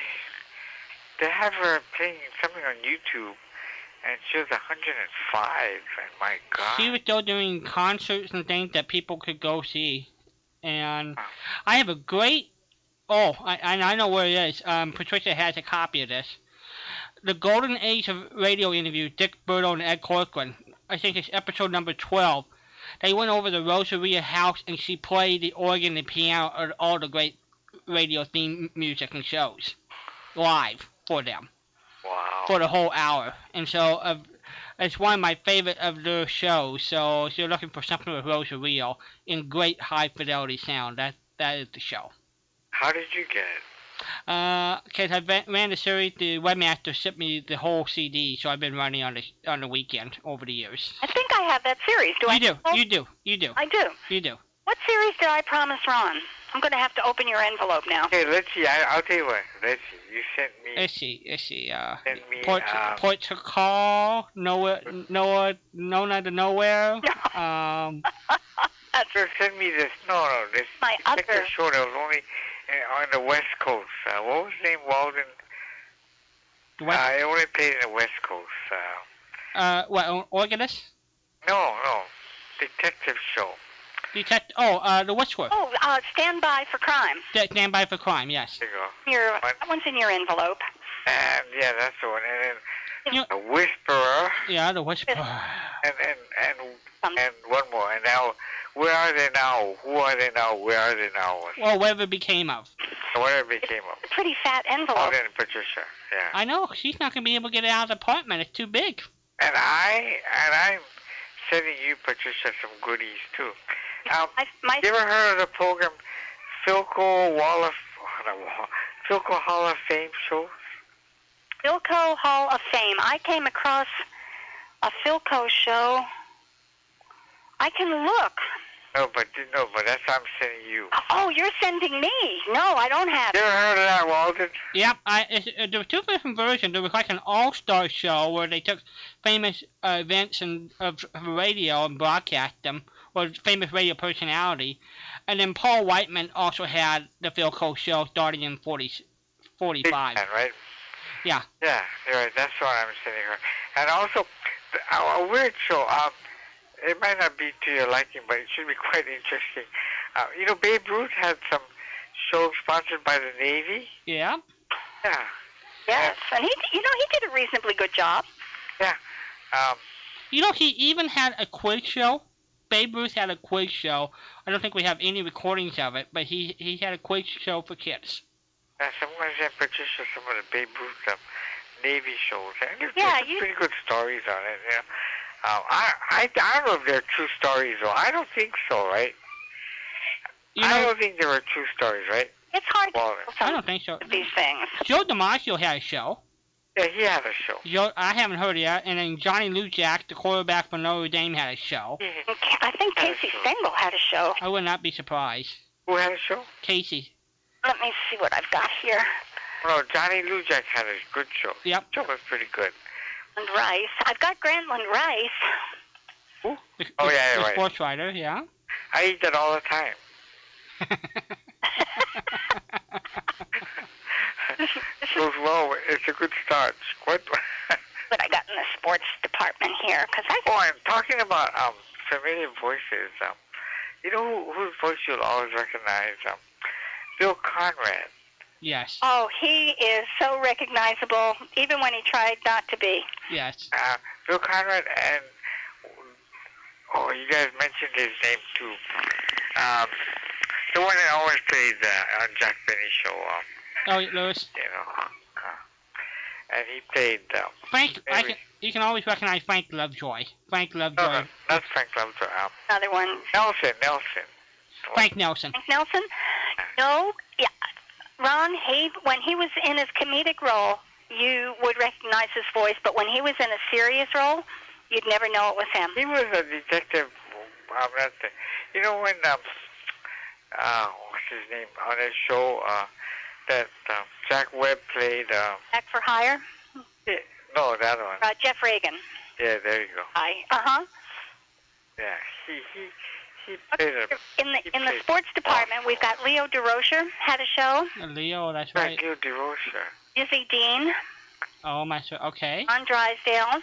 N: they have her playing something on YouTube, and she was 105. And my God.
G: She was still doing concerts and things that people could go see. And I have a great oh, I and I know where it is. Um, Patricia has a copy of this. The Golden Age of Radio interview, Dick Berto and Ed Corcoran. I think it's episode number twelve. They went over the Rosaria house and she played the organ and piano and all the great radio theme music and shows live for them
N: wow.
G: for the whole hour. And so uh, it's one of my favorite of their shows. So if you're looking for something with Rosario in great high fidelity sound, that that is the show. Uh,
N: How did you get it?
G: Because I ran- ran the series, the webmaster sent me the whole CD, so I've been running on the on the weekend over the years.
H: I think I have that series. Do I?
G: You do, you do, you do,
H: I do.
G: you do.
H: What series did I promise Ron? I'm going to have to open your envelope now.
N: Hey, let's see. I, I'll tell you what. Let's see. You sent me.
G: Let's see, let's see. Uh,
N: Send me,
G: Port,
N: um,
G: Port to call, Noah, Noah, Nona to
H: [LAUGHS]
G: nowhere.
H: No.
G: Um,
H: That's
N: Sir, send me this. No, no, this.
H: My
N: Take
H: other-
N: a short. I was only uh, on the West Coast. Uh, what was his name? Walden.
G: what,
N: Uh, I only played in the West Coast. Uh,
G: uh, what organist?
N: no, no. Detective show.
G: Detect. Oh, uh, the Witchworth.
H: Oh, uh, stand by for crime.
G: De- stand by for crime. Yes.
N: There you go.
H: Your,
N: What?
H: that one's in your envelope.
N: And yeah, that's the one. And then
G: You-
N: a whisperer.
G: Yeah, the Witchworth.
N: And and
H: Um.
N: and and one more. And now, where are they now? Who are they now? Where are they now?
G: Well, whatever became of.
N: Whatever it came up.
H: It's a pretty fat envelope.
N: Walden and Patricia. Yeah.
G: I know she's not gonna be able to get it out of the apartment. It's too big.
N: And I and I'm sending you, Patricia, some goodies too. Um,
H: I, my,
N: you ever heard of the program Philco Wall of oh, no, Wall- Philco Hall of Fame show?
H: Philco Hall of Fame. I came across a Philco show. I can look.
N: No, but no, but that's what I'm sending you.
H: Oh, you're sending me. No, I don't have
N: You
H: it.
N: ever heard of that, Walden?
G: Yep. I it's, uh, there were two different versions. There was like an all-star show where they took famous uh, events and of, of radio and broadcast them, or famous radio personality, and then Paul Whiteman also had the Phil Cole show starting in 40, 45.
N: Big fan, right?
G: Yeah.
N: Yeah, you're right. That's what I'm sending her. And also, th- a a weird oh, show. Um, It might not be to your liking, but it should be [LAUGHS] quite interesting. Uh, you know, Babe Ruth had some shows sponsored by the Navy.
G: Yeah.
N: Yeah.
H: Yes, and he, you know, he did a reasonably good job.
N: Um,
G: You know, he even had a quiz show. Babe Ruth had a quiz show. I don't think we have any recordings of it, but he he had a quiz show for kids.
N: yeah, someone sent Patricia some of the Babe Ruth stuff, Navy shows. And there's
H: Yeah,
N: there's some
H: you-
N: pretty good stories on it. Yeah. Um, I, I I don't know if they're true stories though. I don't think so, right?
G: You know,
N: I don't think there were true stories, right?
H: It's hard to
N: Well,
H: tell
G: I
H: some
G: don't think so.
H: of these things.
G: Joe DiMaggio had a show.
N: yeah, he had a show.
G: Joe, I haven't heard it yet. And then Johnny Lujak, the quarterback for Notre Dame, had a show.
N: He-
H: And Ca- I think Casey Stengel had a show.
G: I would not be surprised.
N: Who had a show?
G: Casey.
H: Let me see what I've got here.
N: No, Johnny Lujak had a good show.
G: Yep.
N: Show was pretty good.
H: And Rice. I've got Grantland Rice.
G: The,
N: Oh,
G: the-
N: yeah,
G: the
N: right.
G: sports writer. Yeah.
N: I eat that all the
H: [LAUGHS]
N: time.
H: this, is- this is
N: Goes well. It's a good start. [LAUGHS] What?
H: what I got in the sports department here, because I
N: oh, I'm talking about um familiar voices. Um, you know who, whose voice you'll always recognize? Um, Bill Conrad.
G: yes.
H: Oh, he is so recognizable, even when he tried not to be.
G: Yes.
N: Uh, Bill Conrad and oh, you guys mentioned his name too. Um, the one that always played uh, on Jack Benny show. Um,
G: Elliot Oh, Lewis.
N: you know, uh, and he played. Um,
G: Frank. I
N: Maybe.
G: can, you can always recognize Frank Lovejoy. Frank
N: no,
G: Lovejoy.
N: no,
H: Uh-huh.
N: not Frank Lovejoy. Um,
H: Another one,
N: Nelson, Nelson.
G: Frank Nelson.
H: Frank Nelson. No, yeah, Ron. He when he was in his comedic role, you would recognize his voice, but when he was in a serious role, you'd never know it was him.
N: He was a detective. Um, that's the, you know when um, uh, what's his name on his show uh, that um, Jack Webb played. Um,
H: Back for Hire,
N: yeah, no, that one.
H: uh, Jeff Reagan.
N: Yeah, there you go.
H: I. Uh huh.
N: Yeah, he he he played a
H: In the in the sports department, we've got Leo DeRocher had a show.
G: Leo. That's right.
N: Frank Lou DeRocher.
H: Izzy Dean,
G: Oh my. so- Okay.
H: Ron Drysdale,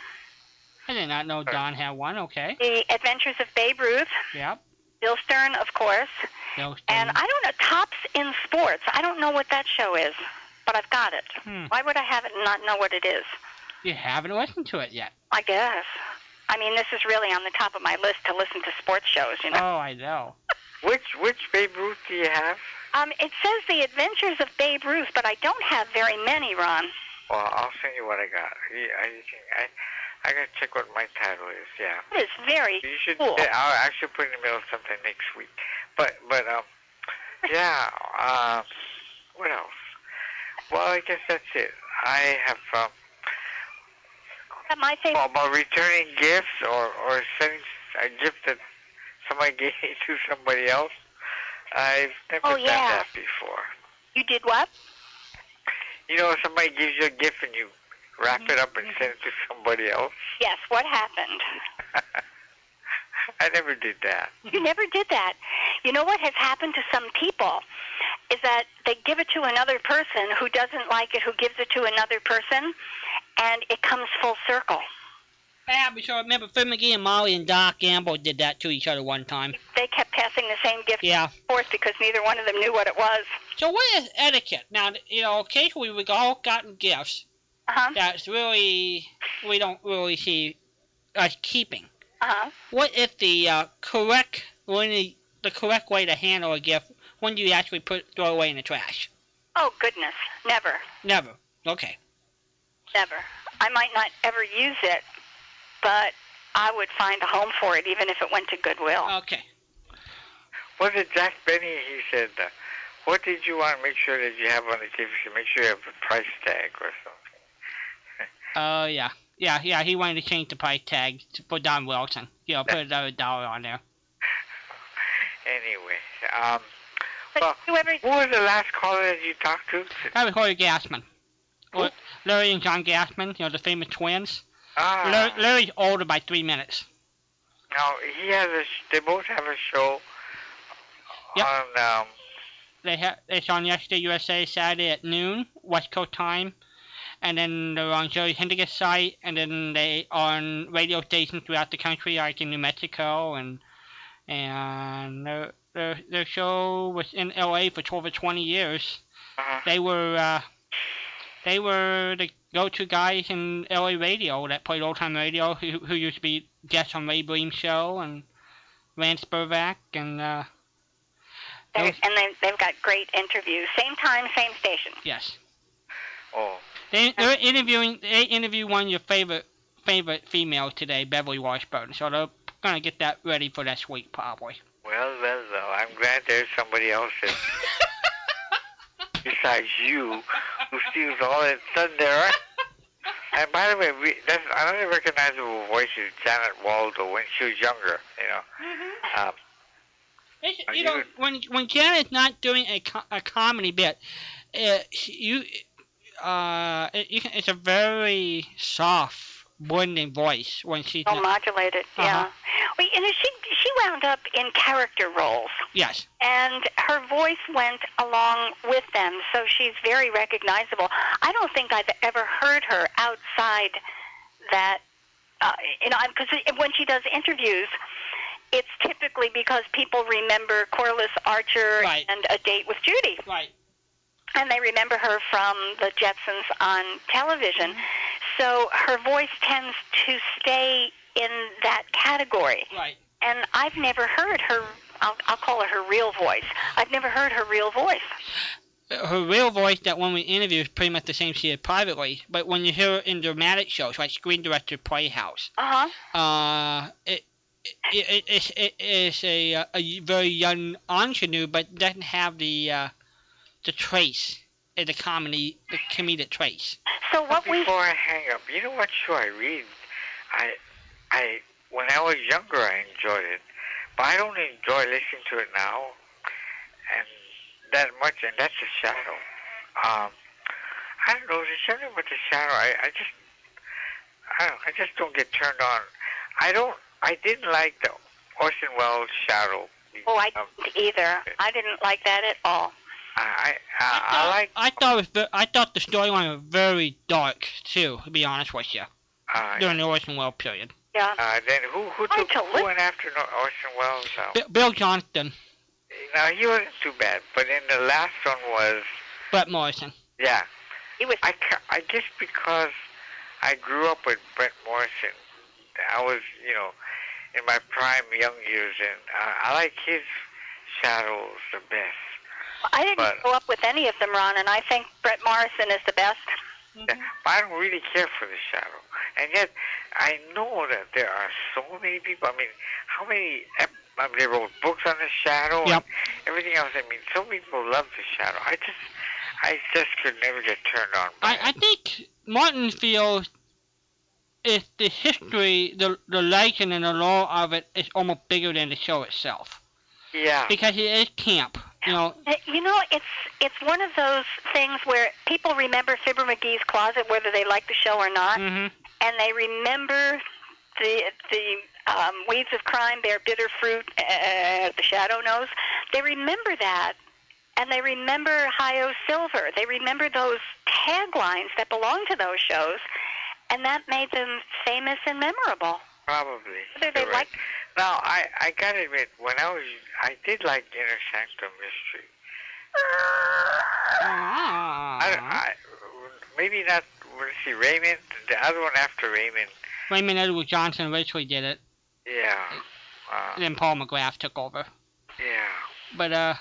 G: I did not know Don had one. Okay.
H: The Adventures of Babe Ruth,
G: Yep.
H: Bill Stern, of course.
G: Those
H: And
G: things.
H: I don't know, Tops in Sports. I don't know what that show is, but I've got it.
G: Hmm.
H: Why would I have it and not know what it is?
G: You haven't listened to it yet.
H: I guess. I mean, this is really on the top of my list to listen to sports shows, you know.
G: Oh, I know.
N: [LAUGHS] Which which Babe Ruth do you have?
H: Um, it says The Adventures of Babe Ruth, but I don't have very many, Ron.
N: Well, I'll send you what I got. He, I, you can- I I gotta check what my title is. Yeah.
H: It is very.
N: You should.
H: Cool.
N: Yeah, I'll actually put it in the middle of something next week. But but um, yeah. Um, what else? Well, I guess that's it. I have um,
H: My favorite.
N: well, about returning gifts or or sending a gift that somebody [LAUGHS] gave to somebody else. I've never
H: Oh,
N: done
H: yeah.
N: that before.
H: You did what?
N: You know, somebody gives you a gift and you wrap
H: Mm-hmm.
N: it up and send it to somebody else. [LAUGHS]
H: Yes. What happened?
N: I never did that.
H: [LAUGHS] You never did that. You know what has happened to some people is that they give it to another person who doesn't like it, who gives it to another person, and it comes full circle.
G: Yeah, but sure. I Remember, Fred McGee and Molly and Doc Gamble did that to each other one time.
H: They kept passing the same gift
G: Yeah.
H: forth because neither one of them knew what it was.
G: So what is etiquette? Now, you know, occasionally we've all gotten gifts
H: Uh huh.
G: that's really we don't really see us keeping.
H: Uh huh.
G: What is the uh, correct when the, the correct way to handle a gift? When do you actually put throw away in the trash?
H: Oh goodness, never,
G: Never. Okay.
H: never. I might not ever use it, but I would find a home for it, even if it went to Goodwill.
G: Okay.
N: Was it Jack Benny? He said, uh, "What did you want to make sure that you have on the gift? You make sure you have a price tag or something."
G: Oh yeah. Yeah, yeah, he wanted to change the price tag to- for Don Wilson. You know, put another dollar on there.
N: Anyway, um,
H: but
N: well,
H: you ever?
N: who was the last caller that you talked to?
G: That was Larry Gassman.
N: Who?
G: Larry and John Gassman, you know, the famous twins.
N: Ah,
G: Larry, Larry's older by three minutes.
N: now he has a. sh- They both have a show
G: Yep.
N: on. Um,
G: They ha- it's on Yesterday USA Saturday at noon West Coast time, and then they're on Jerry Hendigas' site, and then they are on radio stations throughout the country, like in New Mexico, and and their their, their show was in L.A. for over 20 years. They were uh, they were the go-to guys in LA radio that played old-time radio, who, who used to be guests on Ray Bream's show and Lance Burvac and uh,
H: They're, and they, they've got great interviews. Same time, same station.
G: yes,
N: Oh.
G: they, they're interviewing. They interview one of your favorite favorite females today, Beverly Washburn. So they're gonna get that ready for next week probably.
N: Well, well, well. I'm glad there's somebody else
H: [LAUGHS]
N: that, besides you who steals all that thunder. And by the way, we, that's another recognizable voice is Janet Waldo when she was younger. You know, um,
G: It's,
N: Are
G: you know,
N: you-
G: when when Janet's not doing a, co- a comedy bit, uh, she- you uh, it, you can, it's a very soft, blending voice when she's
H: Well
G: not-
H: modulated, yeah.
G: Uh-huh.
H: Well, you know, she she wound up in character roles,
G: Yes.
H: and her voice went along with them, so she's very recognizable. I don't think I've ever heard her outside that. Uh, you know, because when she does interviews, it's typically because people remember Corliss Archer
G: Right.
H: and A Date with Judy.
G: Right.
H: and they remember her from the Jetsons on television.
G: Mm-hmm.
H: So her voice tends to stay in that category.
G: Right.
H: And I've never heard her. I'll, I'll call her her real voice. I've never heard her real voice.
G: her real voice that when we interview is pretty much the same she is privately, but when you hear her in dramatic shows like Screen Director Playhouse,
H: Uh huh.
G: uh, it, it, it, it's, it is a, uh, a very young ingenue, but doesn't have the uh, the trace, uh, the comedy, the comedic trace.
H: So what we
N: before I hang up, you know what show I read? I, I when I was younger, I enjoyed it, but I don't enjoy listening to it now, and that much. And that's the shadow. Um, I don't know. There's something about the shadow. I, I just, I don't. I just don't get turned on. I don't. I didn't like the Orson Welles shadow.
H: oh I
N: Um,
H: didn't either. I didn't like that at all.
N: I, I, uh, I, I like.
G: I thought it was, ve- I thought the storyline was very dark too, to be honest with you,
N: Uh,
G: during the Orson Welles period.
H: Yeah.
N: uh, then who who
H: I
N: took
H: don't
N: who went after no- Orson Welles? Um,
G: B- Bill Johnston,
N: No, he wasn't too bad, but then the last one was,
G: Brett Morrison.
N: yeah.
H: He was.
N: I, ca- I guess because I grew up with Brett Morrison, I was, you know, in my prime young years, and uh, I like his shadows the best.
H: I didn't
N: But-
H: grow up with any of them, Ron, and I think Brett Morrison is the best.
N: Yeah, But I don't really care for the shadow. And yet, I know that there are so many people. I mean, how many. Ep- I mean, they wrote books on the shadow
G: Yep.
N: and everything else. I mean, so many people love the shadow. I just, I just could never get turned on. By
G: I,
N: it.
G: I think Martin feels if the history, the the legend and the lore of it is almost bigger than the show itself
N: Yeah.
G: because it is camp. You know,
H: Uh, You know, it's it's one of those things where people remember Fibber McGee's closet, whether they like the show or not.
G: hmm
H: and they remember the the um, weeds of crime, their bitter fruit, uh, the shadow knows. They remember that, and they remember Hio Silver. They remember those taglines that belong to those shows, and that made them famous and memorable.
N: Probably.
H: Whether they
N: You're
H: like,
N: Now, I I gotta admit, when I was, I did like Inner Sanctum Mystery. I, I maybe not. Let's see, Raymond, the other one after Raymond.
G: Raymond Edward Johnson originally did it,
N: Yeah.
G: and
N: Uh,
G: then Paul McGrath took over.
N: yeah.
G: But uh,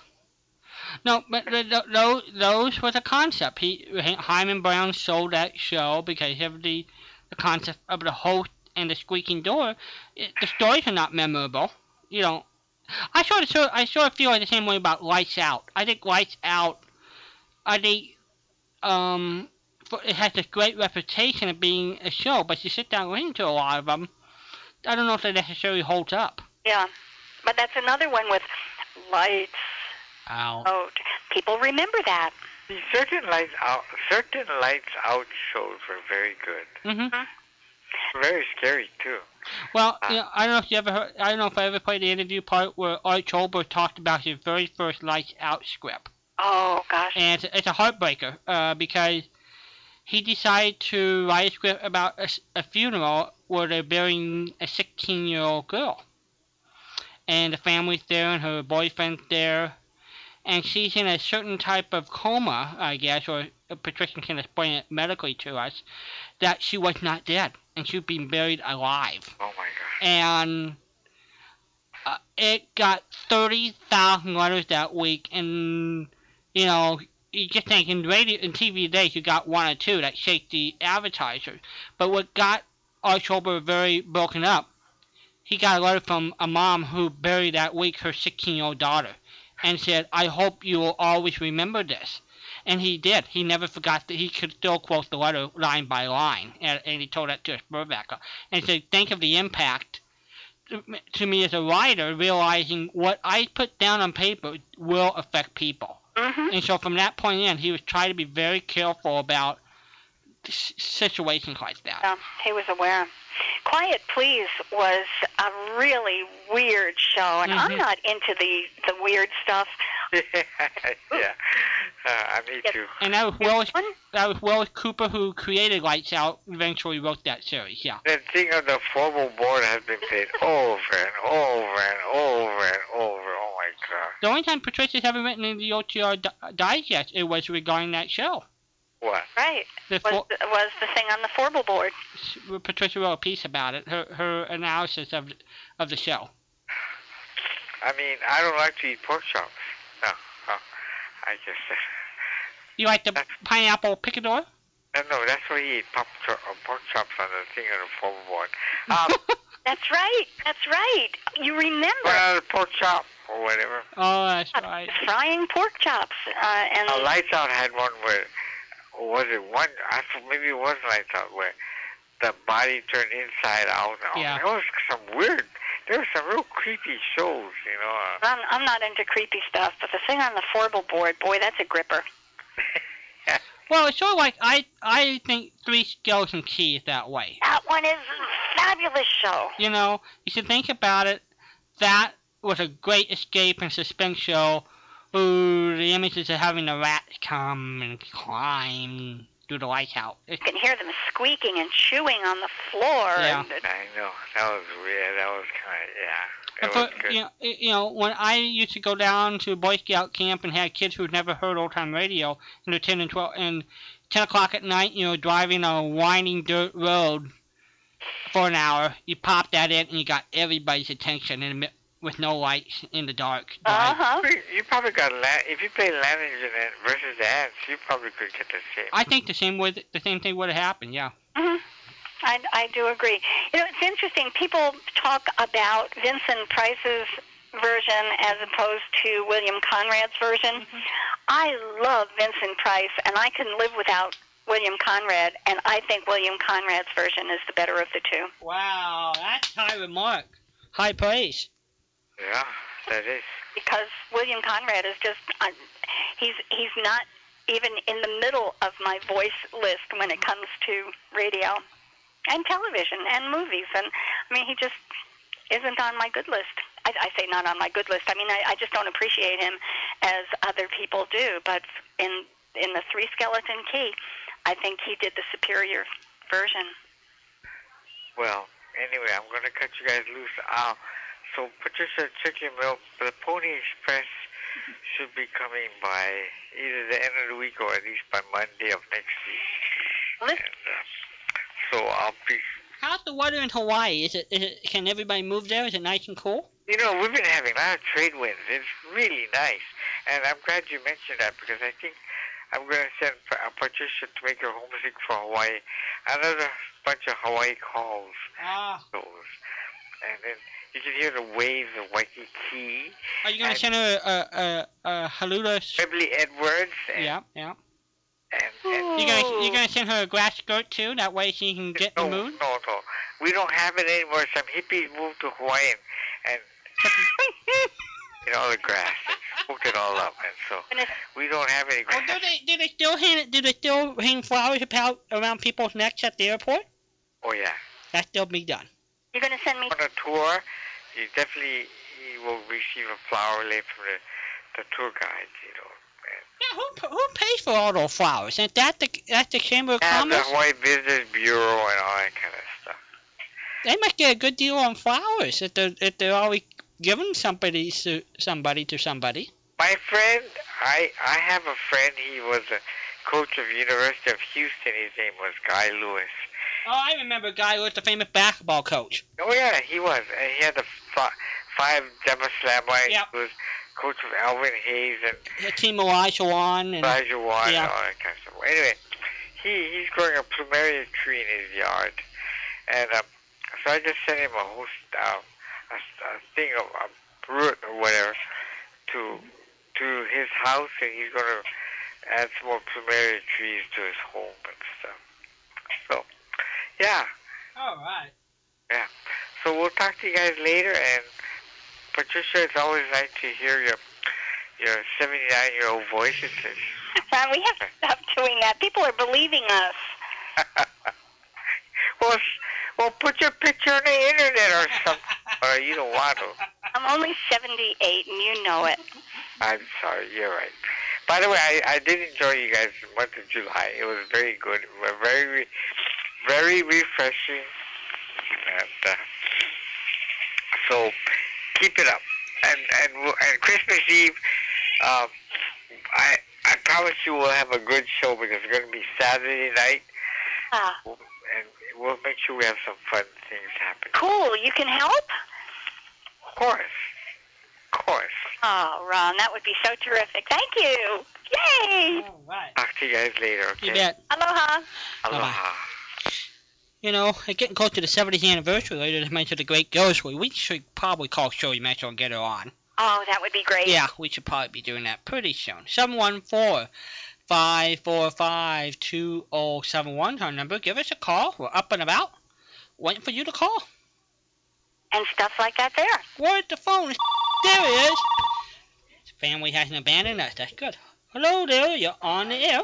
G: no, but th th those those was a concept. He Hyman Brown sold that show because of the the concept of the host and the squeaking door. It, the stories are not memorable. You know, I sort of sort I sort of feel the same way about Lights Out. I think Lights Out, I think um, for- it has this great reputation of being a show, but you sit down and listen to a lot of them. I don't know if they necessarily holds up.
H: yeah, but that's another one with lights
G: Out.
H: out. People remember that.
N: See, certain lights out, certain lights out shows were very good.
G: hmm
N: Very scary too.
G: Well,
H: Ah.
N: Uh,
G: you know, I don't know if you ever heard, I don't know if I ever played the interview part where Art Cholber talked about his very first Lights Out script.
H: Oh gosh.
G: And it's, it's a heartbreaker uh, because he decided to write a script about a, s- a funeral where they're burying a 16 year old girl. And the family's there, and her boyfriend's there. And she's in a certain type of coma, I guess, or uh, Patricia can explain it medically to us, that she was not dead, and she'd been buried alive
N: Oh my God.
G: and uh, it got 30,000 letters that week, and you know, you just think in radio and TV today, you got one or two that shake the advertisers. But what got Archibald very broken up, he got a letter from a mom who buried that week her 16 year old daughter and said, I hope you will always remember this. And he did. He never forgot that he could still quote the letter line by line. And, and he told that to his Burbacker. And said, think of the impact to m- to me as a writer, realizing what I put down on paper will affect people.
H: Mm-hmm.
G: And so from that point in, he was trying to be very careful about s- situations like that.
H: Yeah, he was aware. Quiet Please was a really weird show, and I'm
G: Mhm.
H: not into the the weird
G: [LAUGHS]
H: stuff.
N: yeah. Uh, me
H: Yes.
N: too.
G: And that was Willis,
H: One-
G: that was Willis Cooper who created Lights Out, eventually wrote that series, yeah.
N: That thing of the formal board has been played over and over and over and over. Oh my God.
G: The only time Patricia's ever written in the OTR di- Digest, it was regarding that show.
N: What?
H: Right
G: The
H: was
G: fo-
H: was the thing on the formal board.
G: Patricia wrote a piece about it, her, her analysis of of the show.
N: I mean, I don't like to eat pork chops. No, no. I just.
G: You like the pineapple picador?
N: No, no, that's why he ate pop chop, uh, pork chops on the thing on the formal board.
G: Oh.
N: Um,
H: [LAUGHS] That's right. That's right. You remember
N: well, pork chop or whatever.
G: oh, that's right.
H: frying pork chops uh, and
N: Now, Lights Out had one where, or was it one? I f- maybe it was Lights Out where the body turned inside out. Oh,
G: Yeah.
N: There was some weird. There were some real creepy shows, you know. Uh,
H: I'm, I'm not into creepy stuff, but the thing on the formal board, boy, that's a gripper.
G: Well, it's sort of like I I think Three Skeleton Key is that way.
H: That one is a fabulous show.
G: You know, you should think about it. That was a great escape and suspense show. Ooh, the images of having the rat come and climb through the lighthouse. It,
H: You can hear them squeaking and chewing on the floor.
G: Yeah.
H: And,
N: I know that was weird. That was kind of yeah. It
G: But,
N: was good.
G: you know, it- you know, when I used to go down to Boy Scout camp and had kids who'd never heard old time radio, and they're 10 and 12, and 10 o'clock at night, you know, driving on a winding dirt road for an hour, you pop that in and you got everybody's attention in the, mi- with no lights in the dark.
H: uh
G: dark.
H: huh.
N: Probably- You probably got land. If you play Landington and- versus the Ants, you probably could get the same.
G: I think the same would the same thing would have happened, yeah.
H: hmm I, I do agree. You know, it's interesting. People talk about Vincent Price's version as opposed to William Conrad's version. I love Vincent Price, and I can live without William Conrad, and I think William Conrad's version is the better of the two.
G: Wow, that's high remark. High praise.
N: Yeah, that is.
H: because William Conrad is just uh, he's he's not even in the middle of my voice list when it comes to radio and television and movies and I mean he just isn't on my good list. I, I say not on my good list. I mean I, I just don't appreciate him as other people do. But in in the Three Skeleton Key, I think he did the superior version.
N: Well, anyway, I'm going to cut you guys loose. Uh, so, Patricia Chicken Milk, the Pony Express should be coming by either the end of the week or at least by Monday of next week. And,
H: Let's-
N: uh, so, I'll be.
G: How's the weather in Hawaii? Is it, is it can everybody move there? Is it nice and cool?
N: You know, we've been having a lot of trade winds. It's really nice. And I'm glad you mentioned that because I think I'm going to send Pa- uh, Patricia to make her homesick for Hawaii. Another bunch of Hawaii calls.
G: Ah.
N: those. And then you can hear the waves of Waikiki.
G: Are you gonna
N: And-
G: send her a a a, a Halula? s-
N: Beverly Edwards. And,
G: Yeah, yeah.
N: And, and
G: You gonna you gonna send her a grass skirt too? That way she can get
N: no,
G: in the mood.
N: No, no. We don't have it anymore. Some hippies moved to Hawaii
G: [LAUGHS]
N: and, and you know, the grass. They smoked it all up. And so
H: And if,
N: we don't have any
G: Well,
N: grass.
G: do they do they still hang do they still hang flowers about around people's necks at the airport?
N: Oh, yeah.
G: That's still be done.
H: you're going to send me
N: On a tour, you definitely you will receive a flower lay from the, the tour guides, you know.
G: Yeah, who, who pays for all those flowers? Isn't that the, that the Chamber of
N: And the
G: Commerce?
N: White Business Bureau and all that kind of stuff.
G: They must get a good deal on flowers if they're, if they're always giving oh, somebody to, somebody to somebody.
N: My friend, I I have a friend. He was a coach of University of Houston. His name was Guy Lewis.
G: Oh, I remember a guy who was the famous basketball coach.
N: Oh yeah, he was. And he had the fi- five double slammer.
G: Yep.
N: He was coach of Alvin Hayes and
G: The team Elijah Wan and
N: Elijah Wan uh,
G: yeah.
N: and all that kind of stuff. oh, Anyway, he he's growing a plumeria tree in his yard, and um, so I just sent him a host um, a, a thing of a root or whatever to to his house, and he's gonna add some more plumeria trees to his home and stuff. So, yeah.
G: All right.
N: Yeah. So we'll talk to you guys later. And Patricia, it's always nice to hear your your 79 year old voices.
H: Ron, we have to stop doing that. People are believing us.
N: [LAUGHS] well, s- well, put your picture on the internet or something. or you don't want to.
H: I'm only 78, and you know it.
N: I'm sorry. You're right. By the way, I, I did enjoy you guys the month of July. It was very good. Very re- very refreshing. And uh, so keep it up. And and we'll- and Christmas Eve, um, I I promise you we'll have a good show because it's going to be Saturday night,
H: Ah,
N: and we'll make sure we have some fun things happen.
H: cool. You can help?
N: Of course, of course.
H: Oh, Ron, that would be so terrific. Thank you. Yay.
G: All right.
N: Talk to you guys later. Okay.
G: You bet.
H: Aloha.
N: Aloha.
G: You know, it's getting close to the 70th anniversary later this month of the Great Ghostly. We should probably call Shirley Mitchell and get her on.
H: Oh, that would be great.
G: Yeah, we should probably be doing that pretty soon. 714 545 2071 our number. Give us a call. We're up and about. Waiting for you to call.
H: And stuff like that there.
G: Where's the phone? is? There it is. Family hasn't abandoned us. That's good. Hello there. You're on the air.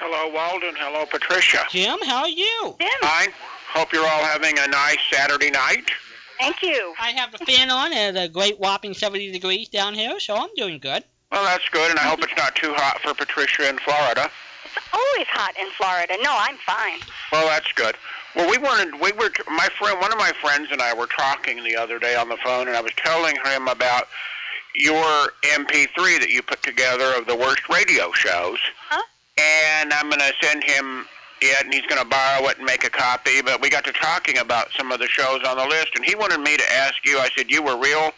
O: Hello, Walden. Hello, Patricia.
G: Jim, how are you?
H: Jim,
O: Fine. Hope you're all having a nice Saturday night.
H: thank you.
G: I have the fan on at a great whopping 70 degrees down here, so I'm doing good.
O: Well, that's good, and I hope it's not too hot for Patricia in Florida.
H: It's always hot in Florida. No, I'm fine.
O: Well, that's good. Well, we wanted we were my friend, one of my friends and I were talking the other day on the phone, and I was telling him about your MP3 that you put together of the worst radio shows.
H: Huh?
O: And I'm going to send him it, and he's going to borrow it and make a copy. But we got to talking about some of the shows on the list, and he wanted me to ask you. I said you were real.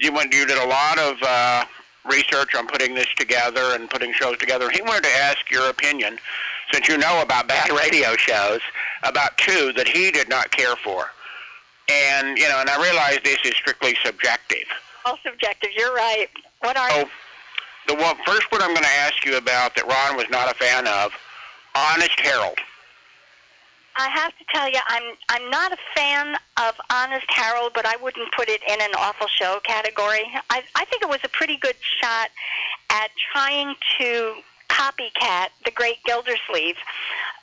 O: You went. You did a lot of uh, research on putting this together and putting shows together. He wanted to ask your opinion, since you know about bad radio shows, about two that he did not care for. And you know, and I realize this is strictly subjective.
H: All subjective. You're right. What are
O: So, the one, first one I'm going to ask you about that Ron was not a fan of, Honest Harold.
H: I have to tell you, I'm I'm not a fan of Honest Harold, but I wouldn't put it in an awful show category. I I think it was a pretty good shot at trying to copycat the Great Gildersleeve.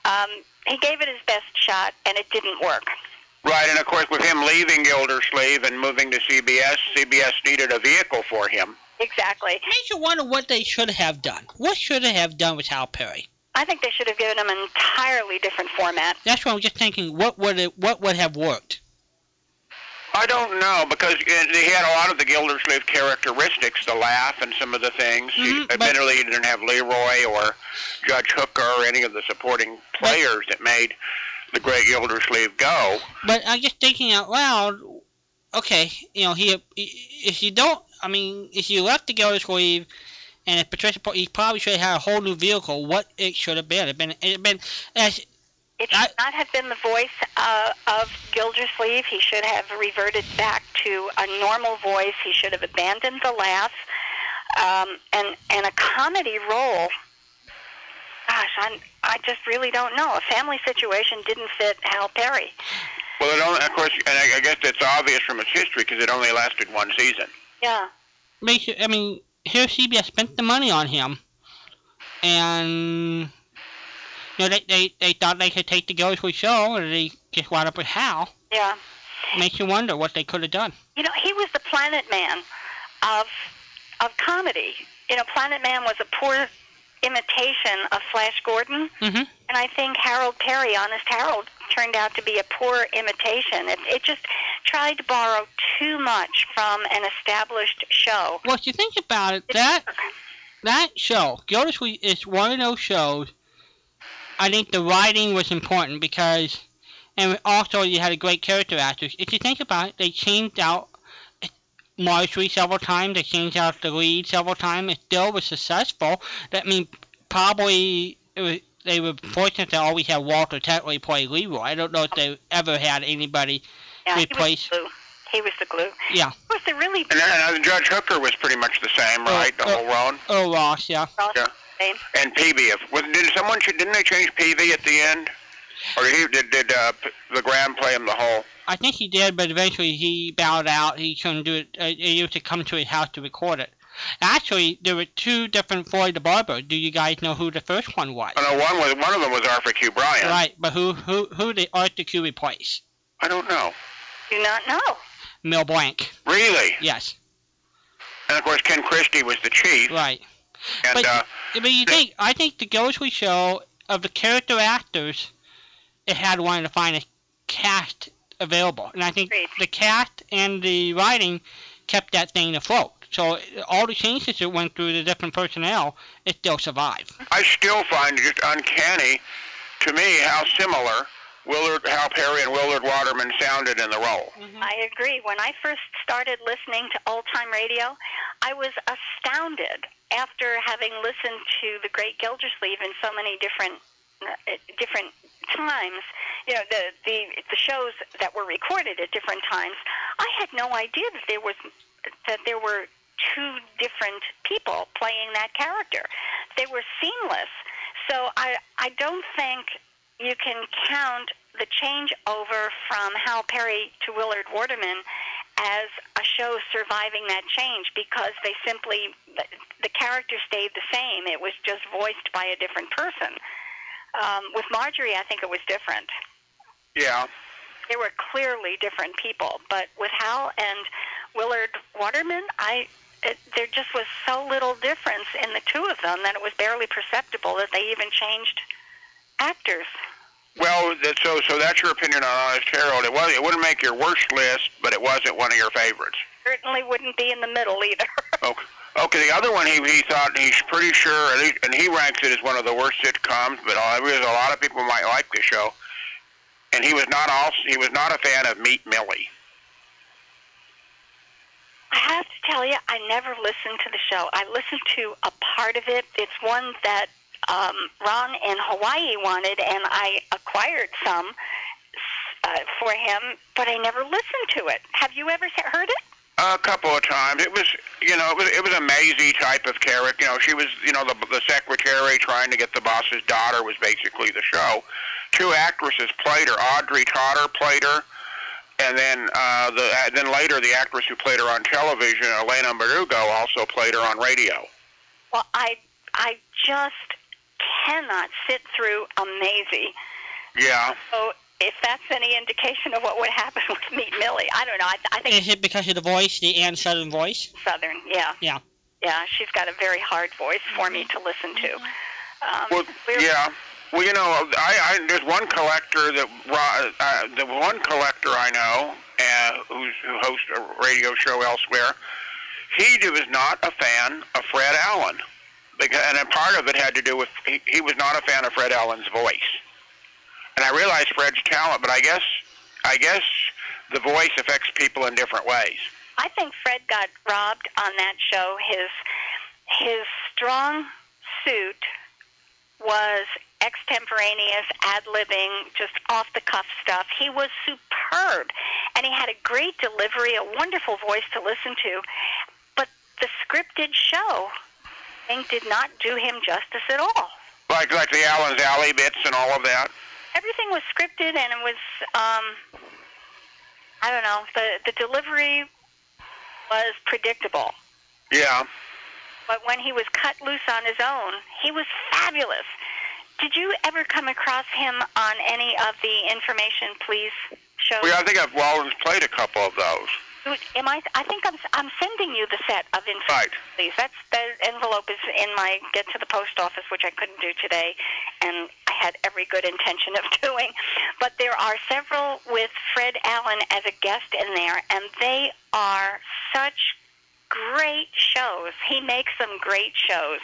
H: Um, he gave it his best shot, and it didn't work.
O: Right, and of course, with him leaving Gildersleeve and moving to CBS, CBS needed a vehicle for him.
H: Exactly.
G: Makes you wonder what they should have done. What should they have done with Hal Perry?
H: I think they should have given him an entirely different format.
G: That's why I'm just thinking, what would it, what would have worked?
O: I don't know because uh, he had a lot of the Gildersleeve characteristics, the laugh and some of the things.
G: Mhm,
O: he,
H: Mm-hmm,
G: but-
O: admittedly, he didn't have Leroy or Judge Hooker or any of the supporting players that made the great Gildersleeve go.
G: But I'm just thinking out loud. Okay, you know, he if you don't, I mean, if you left the Gildersleeve and if Patricia, Po- he probably should have had a whole new vehicle. What it should have been, it been, it been, as
H: It
G: I-
H: should not have been the voice uh, of Gildersleeve. He should have reverted back to a normal voice. He should have abandoned the laugh um, and and a comedy role. Gosh, I I just really don't know. A family situation didn't fit Hal Perry.
O: Well, it only, of course, and I, I guess that's obvious from its history because it only lasted one season.
H: Yeah.
G: makes you, I mean, here CBS spent the money on him, and you know they they, they thought they could take the Gildersleeve show, and they just wound up with Hal.
H: Yeah.
G: Makes you wonder what they could have done.
H: you know, he was the Planet Man of of comedy. You know, Planet Man was a poor imitation of Flash Gordon.
G: Mhm.
H: And I think Harold Perry, Honest Harold, turned out to be a poor imitation. It, it just tried to borrow too much from an established show.
G: Well, if you think about it, that that show, Gildas, we is one of those shows. I think the writing was important because, and also you had a great character actors. If you think about it, they changed out Marjorie several times. They changed out the lead several times. It still was successful. That means probably it was, they were fortunate to always have Walter Tetley play Leroy. I don't know if they ever had anybody
H: Yeah, he was
G: replace.
H: the glue. He was the glue.
G: Yeah.
H: Of course, they're really
O: And then uh, Judge Hooker was pretty much the same, right? the whole round.
G: Oh, Ross, yeah.
O: Yeah. And Peavy, if was, did someone ch- didn't they change Peavy at the end, or he, did did uh, P- LeGrand play him the whole?
G: I think he did, but eventually he bowed out. He couldn't do it. Uh, he used to come to his house to record it. Actually, there were two different Floyd the Barber. Do you guys know who the first one was?
O: Oh, no, one was one of them was Arthur Q. Bryan.
G: Right, but who who who did Arthur Q replace?
O: I don't know.
H: do not know.
G: Mel Blanc.
O: Really?
G: Yes.
O: And of course, Ken Christie was the chief.
G: Right.
O: And
G: But-
O: uh,
G: But you think I think the Ghostly Show of the character actors, it had one of the finest cast available, and I think the cast and the writing kept that thing afloat. So all the changes that went through the different personnel, it still survived.
O: I still find it just uncanny to me how similar Willard, how Perry and Willard Waterman sounded in the role.
H: I agree. When I first started listening to old time radio, I was astounded after having listened to the Great Gildersleeve in so many different uh, different times. You know, the the the shows that were recorded at different times. I had no idea that there was that there were two different people playing that character. They were seamless. So I I don't think you can count the change over from Hal Perry to Willard Waterman as a show surviving that change because they simply the character stayed the same. It was just voiced by a different person. Um, with Marjorie, I think it was different.
O: Yeah.
H: They were clearly different people, but with Hal and Willard Waterman, I it, there just was so little difference in the two of them that it was barely perceptible that they even changed actors.
O: Well, that, so so that's your opinion on Honest Harold. It was it wouldn't make your worst list, but it wasn't one of your favorites.
H: certainly wouldn't be in the middle either. [LAUGHS]
O: Okay. Okay, the other one he, he thought he's pretty sure, at least, and he ranks it as one of the worst sitcoms. But I realize a lot of people might like the show. And he was not also he was not a fan of Meet Millie.
H: I have to tell you, I never listened to the show. I listened to a part of it. It's one that um, Ron in Hawaii wanted, and I acquired some uh, for him, but I never listened to it. Have you ever he- heard it?
O: A couple of times. It was, you know, it was it was a Maisie type of character. You know, she was, you know, the the secretary trying to get the boss's daughter was basically the show. Two actresses played her. Audrey Totter played her, and then uh, the uh, then later the actress who played her on television, Elena Marugo, also played her on radio.
H: Well, I I just cannot sit through a Maisie.
O: Yeah.
H: So if that's any indication of what would happen [LAUGHS] with Meet Millie, I don't know. I, I think
G: Is it because of the voice, the Ann Southern voice?
H: Southern, yeah.
G: Yeah.
H: Yeah, she's got a very hard voice for me to listen to. Um,
O: Well, yeah. Well, you know, I, I there's one collector that Ro- uh, the one collector I know uh, who's, who hosts a radio show elsewhere. He d- was not a fan of Fred Allen, because, and a part of it had to do with he, he was not a fan of Fred Allen's voice. And I realize Fred's talent, but I guess I guess the voice affects people in different ways.
H: I think Fred got robbed on that show. His his strong suit was extemporaneous, ad libbing, just off the cuff stuff. He was superb, and he had a great delivery, a wonderful voice to listen to. But the scripted show I think did not do him justice at all.
O: Like like the Allen's Alley bits and all of that.
H: everything was scripted and it was um I don't know, the the delivery was predictable.
O: Yeah.
H: But when he was cut loose on his own, he was fabulous. Did you ever come across him on any of the information please shows?
O: Well, I think I've Walden's played a couple of those.
H: Am I? I think I'm. I'm sending you the set of information.
O: Right.
H: Please, that's the envelope is in my get to the post office, which I couldn't do today, and I had every good intention of [LAUGHS] doing. But there are several with Fred Allen as a guest in there, and they are such great shows. He makes some great shows,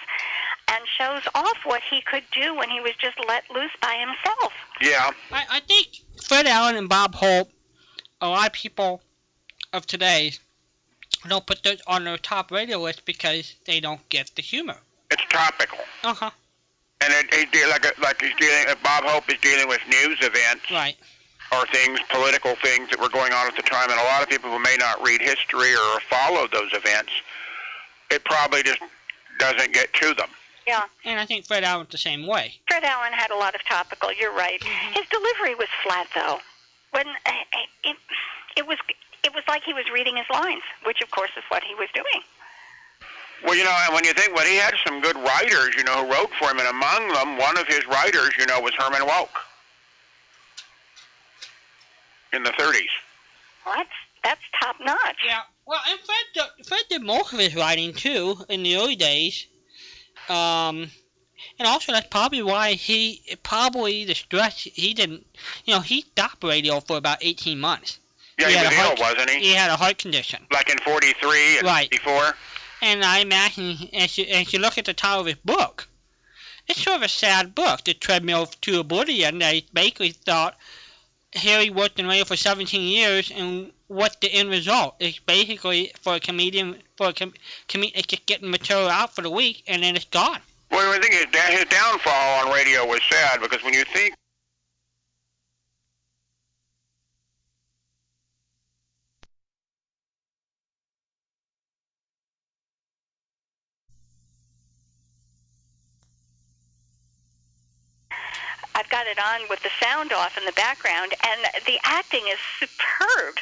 H: and shows off what he could do when he was just let loose by himself.
O: Yeah.
G: I, I think Fred Allen and Bob Hope, a lot of people of today don't put those on their top radio list because they don't get the humor.
O: It's topical.
G: Uh huh.
O: And it, it, de- like a, like he's dealing. If Bob Hope is dealing with news events
G: Right.
O: or things, political things that were going on at the time, and a lot of people who may not read history or follow those events, it probably just doesn't get to them.
H: Yeah.
G: And I think Fred Allen's the same way.
H: Fred Allen had a lot of topical. You're right. His delivery was flat, though. When uh, it it was it was like he was reading his lines, which of course is what he was doing.
O: Well, you know, and when you think, well, he had some good writers, you know, who wrote for him, and among them, one of his writers, you know, was Herman Woke in the 30s.
H: Well, that's that's top notch.
G: Yeah. Well, and Fred, d- Fred did most of his writing too in the early days. Um, and also that's probably why he probably the stress he didn't. You know, he stopped radio for about 18 months.
O: Yeah,
G: He
O: he,
G: had
O: was
G: a
O: ill,
G: heart-
O: wasn't he?
G: He had a heart condition.
O: Like in 43 and
G: Right.
O: 54.
G: And I imagine as you as you look at the title of his book, it's sort of a sad book, The Treadmill to Oblivion. They basically thought Harry worked in radio for 17 years, and what the end result is basically for a comedian for a com- com- it's just getting material out for the week, and then it's gone.
O: Well, I think his, da- his downfall on radio was sad because when you think
H: I've got it on with the sound off in the background, and the acting is superb.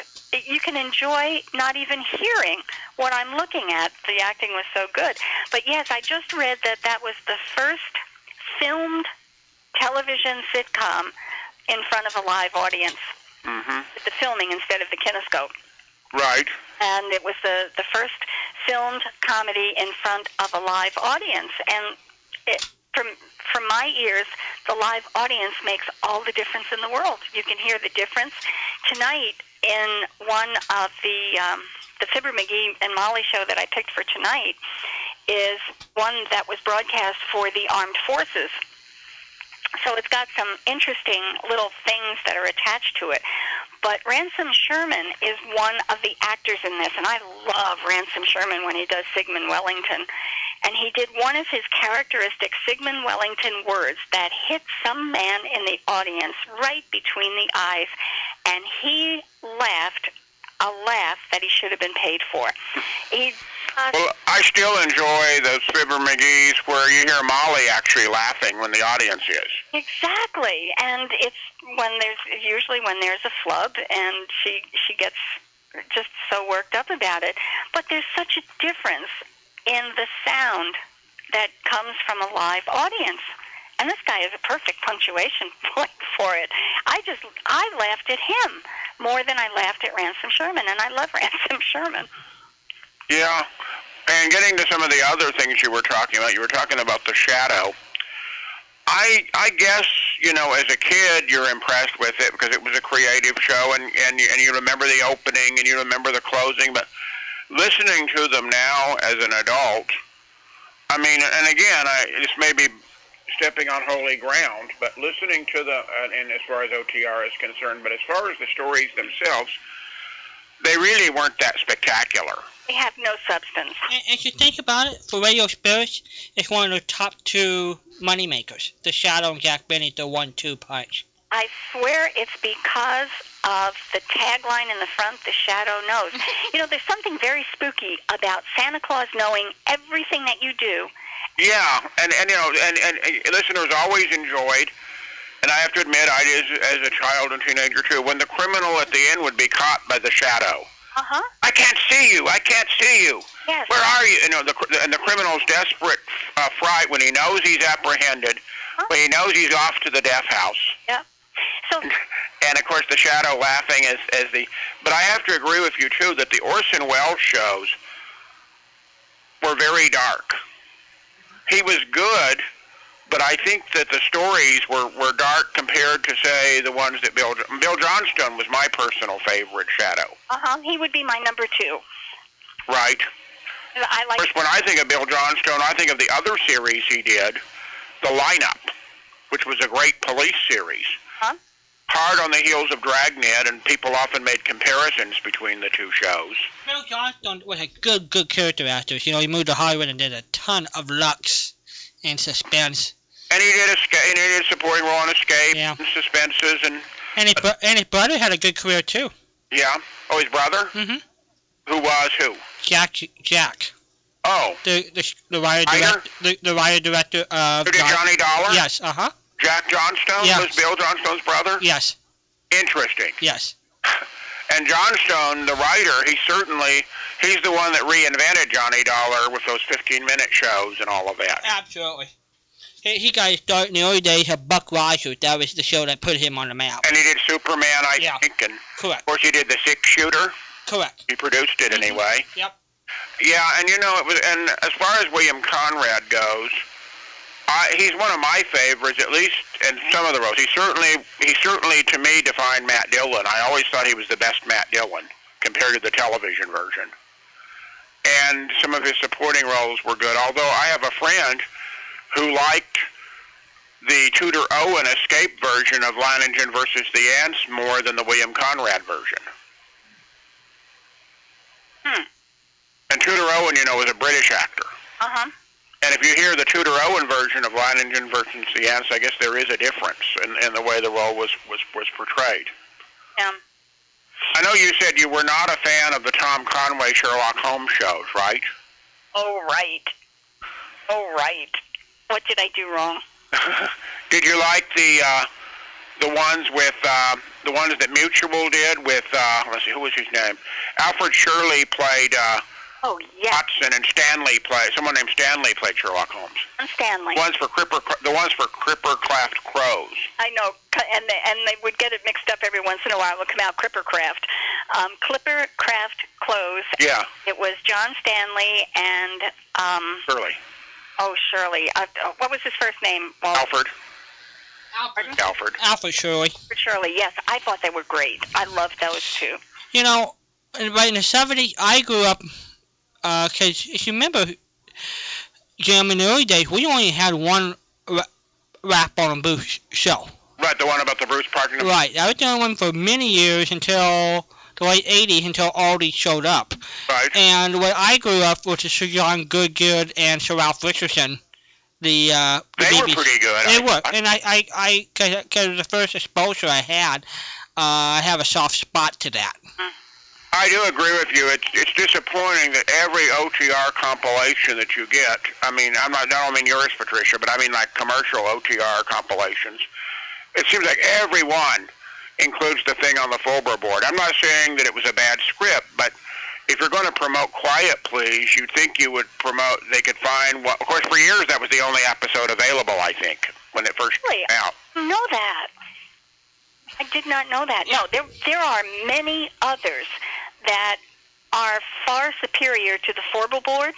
H: You can enjoy not even hearing what I'm looking at. The acting was so good. But yes, I just read that that was the first filmed television sitcom in front of a live audience
O: hmm
H: with the filming instead of the kinescope.
O: Right.
H: And it was the, the first filmed comedy in front of a live audience. And it, from, from my ears, the live audience makes all the difference in the world. You can hear the difference. Tonight, in one of the, um, the Fibber McGee and Molly show that I picked for tonight, is one that was broadcast for the armed forces. So it's got some interesting little things that are attached to it. But Ransom Sherman is one of the actors in this, and I love Ransom Sherman when he does Sigmund Wellington. And he did one of his characteristic Sigmund Wellington words that hit some man in the audience right between the eyes, and he laughed a laugh that he should have been paid for. He,
O: Well, I still enjoy those Fibber McGee's where you hear Molly actually laughing when the audience is.
H: Exactly, and it's when there's usually when there's a flub, and she she gets just so worked up about it. But there's such a difference in the sound that comes from a live audience, and this guy is a perfect punctuation [LAUGHS] point for it. I just I laughed at him more than I laughed at Ransom Sherman, and I love [LAUGHS] Ransom Sherman.
O: Yeah. And getting to some of the other things you were talking about, you were talking about the shadow. I I guess, you know, as a kid you're impressed with it because it was a creative show and and you, and you remember the opening and you remember the closing, but listening to them now as an adult, I mean, and again, I this may be stepping on holy ground, but listening to the and, and as far as OTR is concerned, but as far as the stories themselves, they really weren't that spectacular.
H: They have no substance.
G: And if you think about it, for Radio Spirits, it's one of the top two moneymakers. The Shadow and Jack Benny, the one-two punch.
H: I swear it's because of the tagline in the front, the shadow [LAUGHS] knows. you know, there's something very spooky about Santa Claus knowing everything that you do.
O: Yeah, and and you know, and, and and listeners always enjoyed, and I have to admit, I did as a child and teenager too. When the criminal at the end would be caught by the shadow,
H: Uh huh.
O: I can't see you, I can't see you.
H: Yes.
O: Where are you? You know, the cr- and the criminal's desperate uh, fright when he knows he's apprehended, when he knows he's off to the death house.
H: Yep. So
O: and of course the shadow laughing as as the but I have to agree with you too that the Orson Welles shows were very dark. He was good, but I think that the stories were were dark compared to say the ones that Bill Bill Johnston was my personal favorite shadow,
H: uh huh, he would be my number two.
O: right?
H: I like.
O: Of course, when I think of Bill Johnstone, I think of the other series he did, The Lineup, which was a great police series.
H: Huh?
O: Hard on the heels of Dragnet, and people often made comparisons between the two shows.
G: Bill Johnston was a good, good character actor. You know, he moved to Hollywood and did a ton of lux and suspense.
O: And he did escape, and he did supporting role on Escape,
G: Yeah.
O: and Suspenses, and
G: And his, bro- and his brother had a good career too.
O: yeah. Oh, his brother,
G: hmm
O: who was who?
G: Jack, Jack,
O: Oh,
G: the the, the writer,
O: Iger?
G: direct, the, the writer director of.
O: who did Johnny Dollar?
G: Yes. Uh huh.
O: Jack Johnstone
G: Yeah.
O: was Bill Johnstone's brother.
G: Yes.
O: Interesting.
G: Yes.
O: And Johnstone, the writer, he certainly he's the one that reinvented Johnny Dollar with those 15-minute shows and all of that.
G: Absolutely. He, he got his start in the early days of Buck Rogers. That was the show that put him on the map.
O: And he did Superman, I
G: Yeah.
O: think, and of
G: Correct.
O: course he did the Six Shooter.
G: Correct. Mm-hmm.
O: He produced it anyway.
G: Yep.
O: Yeah, and you know it was. And as far as William Conrad goes, I, he's one of my favorites, at least in some of the roles. He certainly, he certainly to me defined Matt Dillon. I always thought he was the best Matt Dillon compared to the television version. And some of his supporting roles were good. Although I have a friend who liked the Tudor Owen escape version of Leiningen versus the Ants more than the William Conrad version.
H: Hmm.
O: And Tudor Owen, you know, was a British actor.
H: Uh huh.
O: And if you hear the Tudor Owen version of Leiningen versus the Ants, I guess there is a difference in, in the way the role was, was, was portrayed.
H: Yeah.
O: I know you said you were not a fan of the Tom Conway Sherlock Holmes shows, right?
H: Oh right. Oh right. What did I do wrong?
O: [LAUGHS] did you like the uh, the ones with uh, the ones that Mutual did with uh, let's see who was his name? Alfred Shirley played uh,
H: Oh yes,
O: Watson, and Stanley played someone named Stanley played Sherlock Holmes.
H: John Stanley.
O: Ones for Cripper, the ones for Cripper Craft Crows.
H: I know, c- and they, and they would get it mixed up every once in a while. It would come out Clipper Craft, um, Clipper Craft clothes.
O: Yeah,
H: It was John Stanley and um,
O: Shirley,
H: oh Shirley. Uh, uh, what was his first name? Well,
O: Alfred,
H: Alfred.
O: Alfred.
G: Alfred Shirley.
H: Shirley. Yes, I thought they were great. I loved those two.
G: You know, right in the 70s, I grew up, uh 'cause if you remember, Jim, in the early days, we only had one ra- rap on a booth show.
O: Right, the one about the Bruce Partington.
G: Right. That was the only one for many years until the late 80s, until Aldi showed up.
O: Right.
G: And what I grew up with is Sir John Goodgid and Sir Ralph Richardson. The, uh, the
O: They were
G: BBC.
O: pretty good.
G: They
O: I
G: were,
O: thought.
G: and I, I, I, cause, 'cause the first exposure I had, uh, I have a soft spot to that.
O: I do agree with you. It's it's disappointing that every OTR compilation that you get. I mean, I'm not. I don't mean yours, Patricia, but I mean like commercial OTR compilations. It seems like everyone includes the thing on the Fulber board. I'm not saying that it was a bad script, but if you're going to promote Quiet Please, you'd think you would promote. They could find. What, of course, for years that was the only episode available. I think when it first
H: Really,
O: came out.
H: I didn't know that. I did not know that. No, there there are many others that are far superior to the Forble board,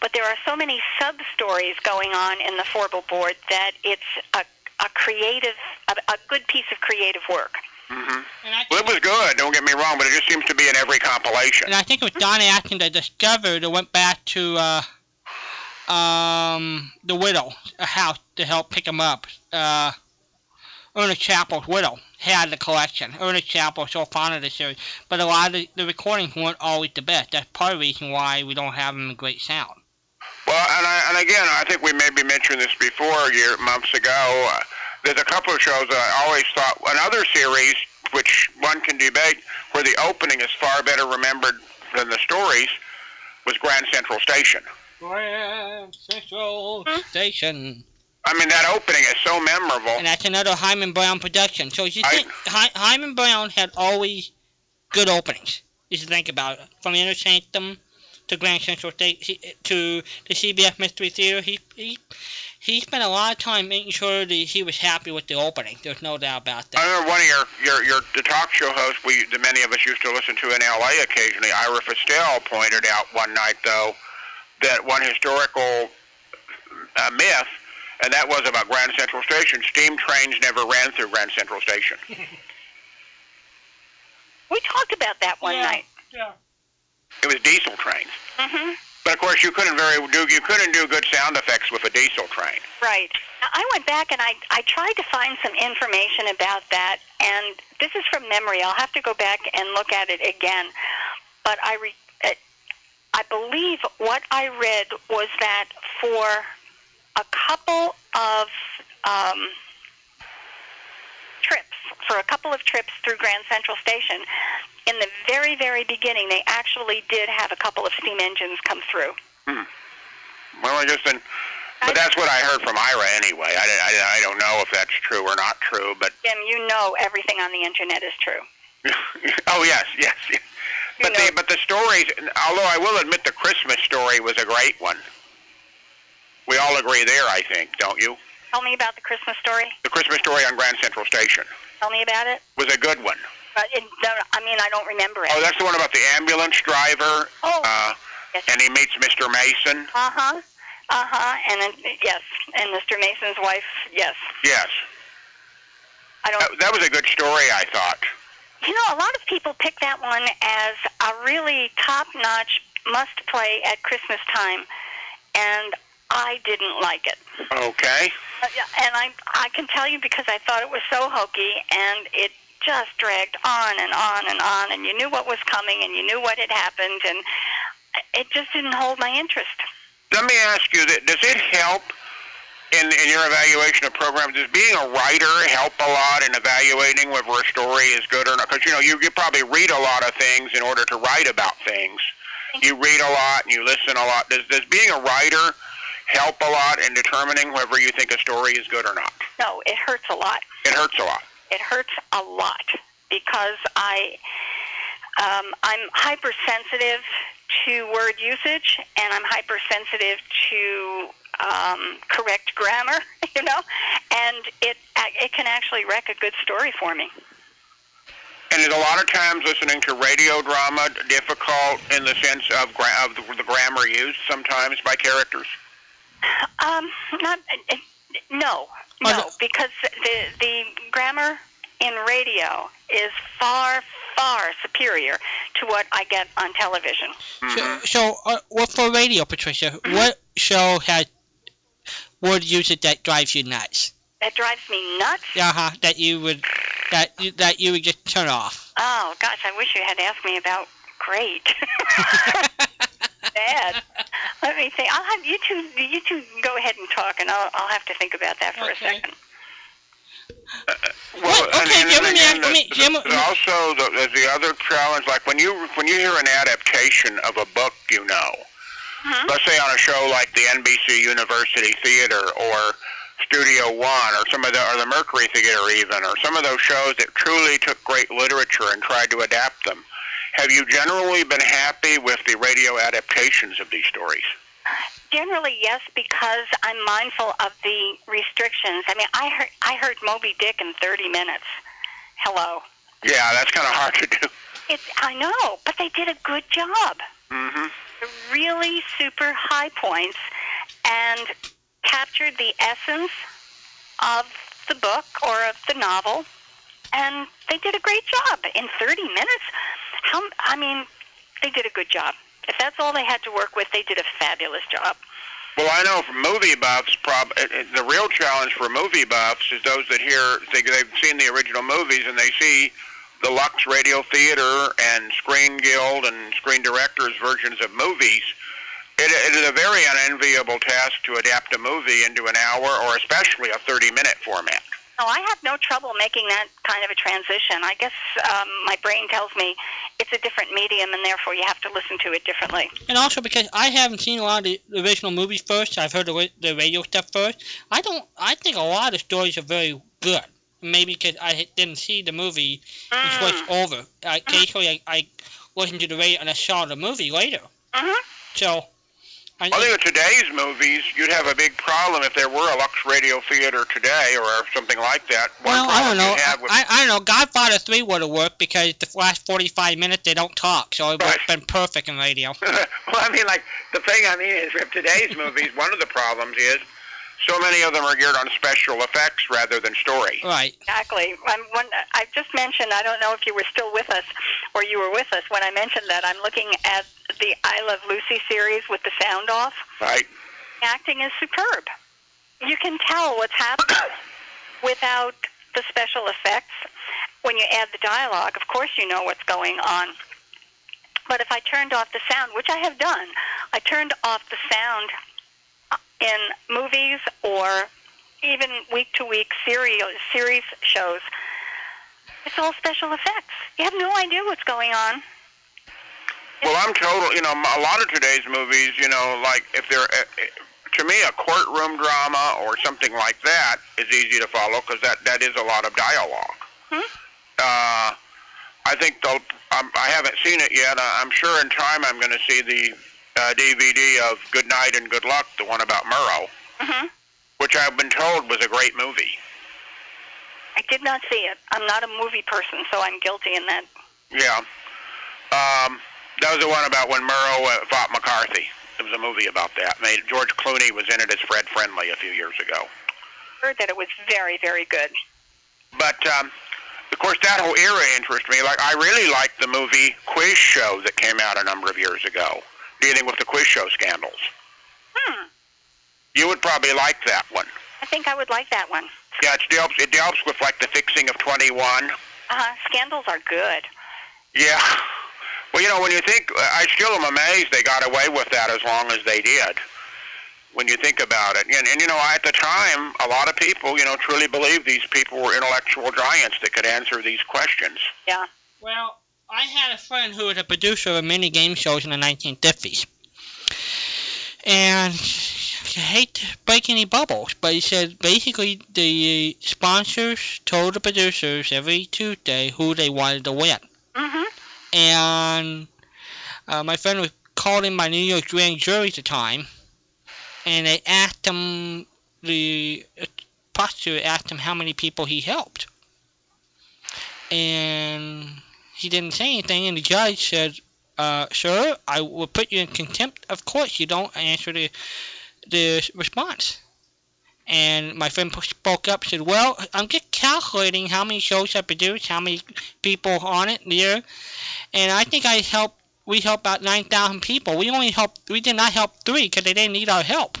H: but there are so many sub stories going on in the Forble board that it's a a creative a, a good piece of creative
O: [LAUGHS]
H: work.
O: Mm-hmm.
G: And I,
O: Well, it was good. Don't get me wrong, but it just seems to be in every compilation.
G: and I think it was Don Atkin that discovered that went back to uh, um, the widow, a house to help pick him up. Uh, Ernest Chappell's widow had the collection. Ernest Chappell was so fond of the series, but a lot of the, the recordings weren't always the best. That's part of the reason why we don't have them in great sound.
O: Well, and, I, and again, I think we maybe mentioned this before year, months ago. Uh, there's a couple of shows that I always thought another series, which one can debate, where the opening is far better remembered than the stories, was Grand Central Station.
G: Grand Central Station.
O: I mean, that opening is so memorable.
G: And that's another Hyman Brown production. So you
O: I-
G: think Hy- Hyman Brown had always good openings. You should think about it. From Inner Sanctum to Grand Central State he- to the CBS Mystery Theater, he he he spent a lot of time making sure that he was happy with the opening. There's no doubt about that.
O: I remember one of your, your, your the talk show hosts we that many of us used to listen to in LA occasionally, Ira Festel pointed out one night though that one historical uh, myth, and that was about Grand Central Station. Steam trains never ran through Grand Central Station.
H: We talked about that one night.
G: Yeah.
O: It was diesel trains.
H: Mhm.
O: But of course, you couldn't very do you couldn't do good sound effects with a diesel train.
H: Right. Now, I went back and I, I tried to find some information about that, and this is from memory. I'll have to go back and look at it again. But I re, it, I believe what I read was that for a couple of um, trips, for a couple of trips through Grand Central Station, in the very, very beginning, they actually did have a couple of steam engines come through.
O: Hmm. Well, I just been, but that's what I heard from Ira anyway. I, I, I don't know if that's true or not true, but [LAUGHS]
H: Jim, you know everything on the internet is true.
O: oh yes, yes. yes. But the but the stories, although I will admit the Christmas story was a great one. We all agree there, I think, don't you?
H: Tell me about the Christmas story.
O: The Christmas story on Grand Central Station
H: Tell me about it.
O: was a good one.
H: But it, no, I mean, I don't remember it.
O: Oh, that's the one about the ambulance driver.
H: Oh.
O: Uh, and he meets Mr. Mason.
H: Uh huh. Uh huh. And then yes, and Mr. Mason's wife. Yes.
O: Yes.
H: I don't.
O: That, that was a good story, I thought.
H: You know, a lot of people pick that one as a really top-notch must-play at Christmas time, and I didn't like it.
O: Okay.
H: Uh, yeah, And I I can tell you because I thought it was so hokey and it just dragged on and on and on and you knew what was coming and you knew what had happened and it just didn't hold my interest.
O: Let me ask you: th- Does it help in in your evaluation of programs? Does being a writer help a lot in evaluating whether a story is good or not? Because you know you, you probably read a lot of things in order to write about things. You read a lot and you listen a lot. Does does being a writer help a lot in determining whether you think a story is good or not?
H: No, it hurts a lot.
O: It hurts a lot.
H: It hurts a lot because I um, I'm hypersensitive to word usage and I'm hypersensitive to um, correct grammar, [LAUGHS] you know, and it it can actually wreck a good story for me.
O: And is a lot of times listening to radio drama difficult in the sense of, gra- of the, the grammar used sometimes by characters?
H: Um, not uh, no, no, because the the grammar in radio is far far superior to what I get on television.
G: So, uh, what for radio, Patricia? What show has word usage that drives you nuts?
H: That drives me nuts.
G: Uh huh. That you would that you, that you would just turn off.
H: Oh gosh, I wish you had asked me about great. Bad. Let me think. I'll have you two. You two go ahead and talk, and I'll I'll have to think about that for a second.
O: Well, okay, and, and,
G: me
O: and,
G: ask- let me-
O: the- the- also the, there's the other challenge, like when you when you hear an adaptation of a book, you know, let's say on a show like the NBC University Theater or Studio One or some of the or the Mercury Theater even or some of those shows that truly took great literature and tried to adapt them. Have you generally been happy with the radio adaptations of these stories?
H: Generally, yes, because I'm mindful of the restrictions. I mean, I heard I heard Moby Dick in 30 minutes. Hello.
O: Yeah, that's kind of hard to do.
H: It's I know, but they did a good job.
O: Mm-hmm.
H: Really super high points and captured the essence of the book or of the novel, and they did a great job in 30 minutes. How I mean, they did a good job. If that's all they had to work with, they did a fabulous job.
O: Well, I know for movie buffs, prob- it- it- the real challenge for movie buffs is those that hear they, they've seen the original movies and they see the Lux Radio Theater and Screen Guild and Screen Directors versions of movies. It, it is a very unenviable task to adapt a movie into an hour or especially a 30-minute format.
H: No, I have no trouble making that kind of a transition. I guess um, my brain tells me it's a different medium, and therefore you have to listen to it differently.
G: And also because I haven't seen a lot of the original movies first, I've heard the, ra- the radio stuff first. I don't. I think a lot of the stories are very good. Maybe because I didn't see the movie and switched over. Uh, I, occasionally, I, I listened to the radio and I saw the movie later.
H: Mhm.
G: So I
O: I think of today's movies, you'd have a big problem if there were a Lux Radio Theater today or something like that. One
G: Well, I
O: problem
G: don't know.
O: you'd have with
G: I, I don't know. Godfather 3 would have worked because the last 45 minutes they don't talk, so it would have been perfect in radio.
O: [LAUGHS] well, I mean, like the thing I mean is with today's movies, one of the problems is so many of them are geared on special effects rather than story.
G: Right.
H: Exactly. I'm one, I just mentioned, I don't know if you were still with us or you were with us when I mentioned that I'm looking at the I Love Lucy series with the sound off.
O: Right.
H: The Acting is superb. You can tell what's happening without the special effects. When you add the dialogue, of course you know what's going on. But if I turned off the sound, which I have done, I turned off the sound in movies or even week to week serial series shows. It's all special effects. You have no idea what's going on.
O: Well, I'm total. You know, a lot of today's movies, you know, like if they're uh, to me a courtroom drama or something like that is easy to follow because that that is a lot of dialogue.
H: Hmm?
O: Uh, I think the um, I haven't seen it yet. I, I'm sure in time I'm going to see the uh, DVD of Good Night and Good Luck, the one about Murrow,
H: Mm-hmm.
O: which I've been told was a great movie.
H: I did not see it. I'm not a movie person, so I'm guilty in that.
O: Yeah. Um, that was the one about when Murrow uh, fought McCarthy. It was a movie about that. Made George Clooney was in it as Fred Friendly a few years ago.
H: Heard that it was very, very good.
O: But um, of course, that whole era interests me. Like I really liked the movie Quiz Show that came out a number of years ago, dealing with the quiz show scandals.
H: Hmm.
O: You would probably like that one.
H: I think I would like that one.
O: Yeah, it deals it deals with like the fixing of 21.
H: Uh, scandals are good.
O: Yeah. Well, you know, when you think, I still am amazed they got away with that as long as they did. When you think about it, and, and you know, at the time, a lot of people, you know, truly believed these people were intellectual giants that could answer these questions.
H: Yeah.
G: Well, I had a friend who was a producer of many game shows in the 1950s. And I hate to break any bubbles, but he said basically the sponsors told the producers every Tuesday who they wanted to win.
H: Mm-hmm.
G: And uh, my friend was called in by New York grand jury at the time, and they asked him, the uh, prosecutor asked him how many people he helped. And he didn't say anything, and the judge said, uh, Sir, I will put you in contempt. Of course, you don't answer the, the response. And my friend spoke up and said, Well, I'm just calculating how many shows I produced, how many people on it there. And I think I helped, we helped about 9,000 people. We only helped, we did not help three because they didn't need our help.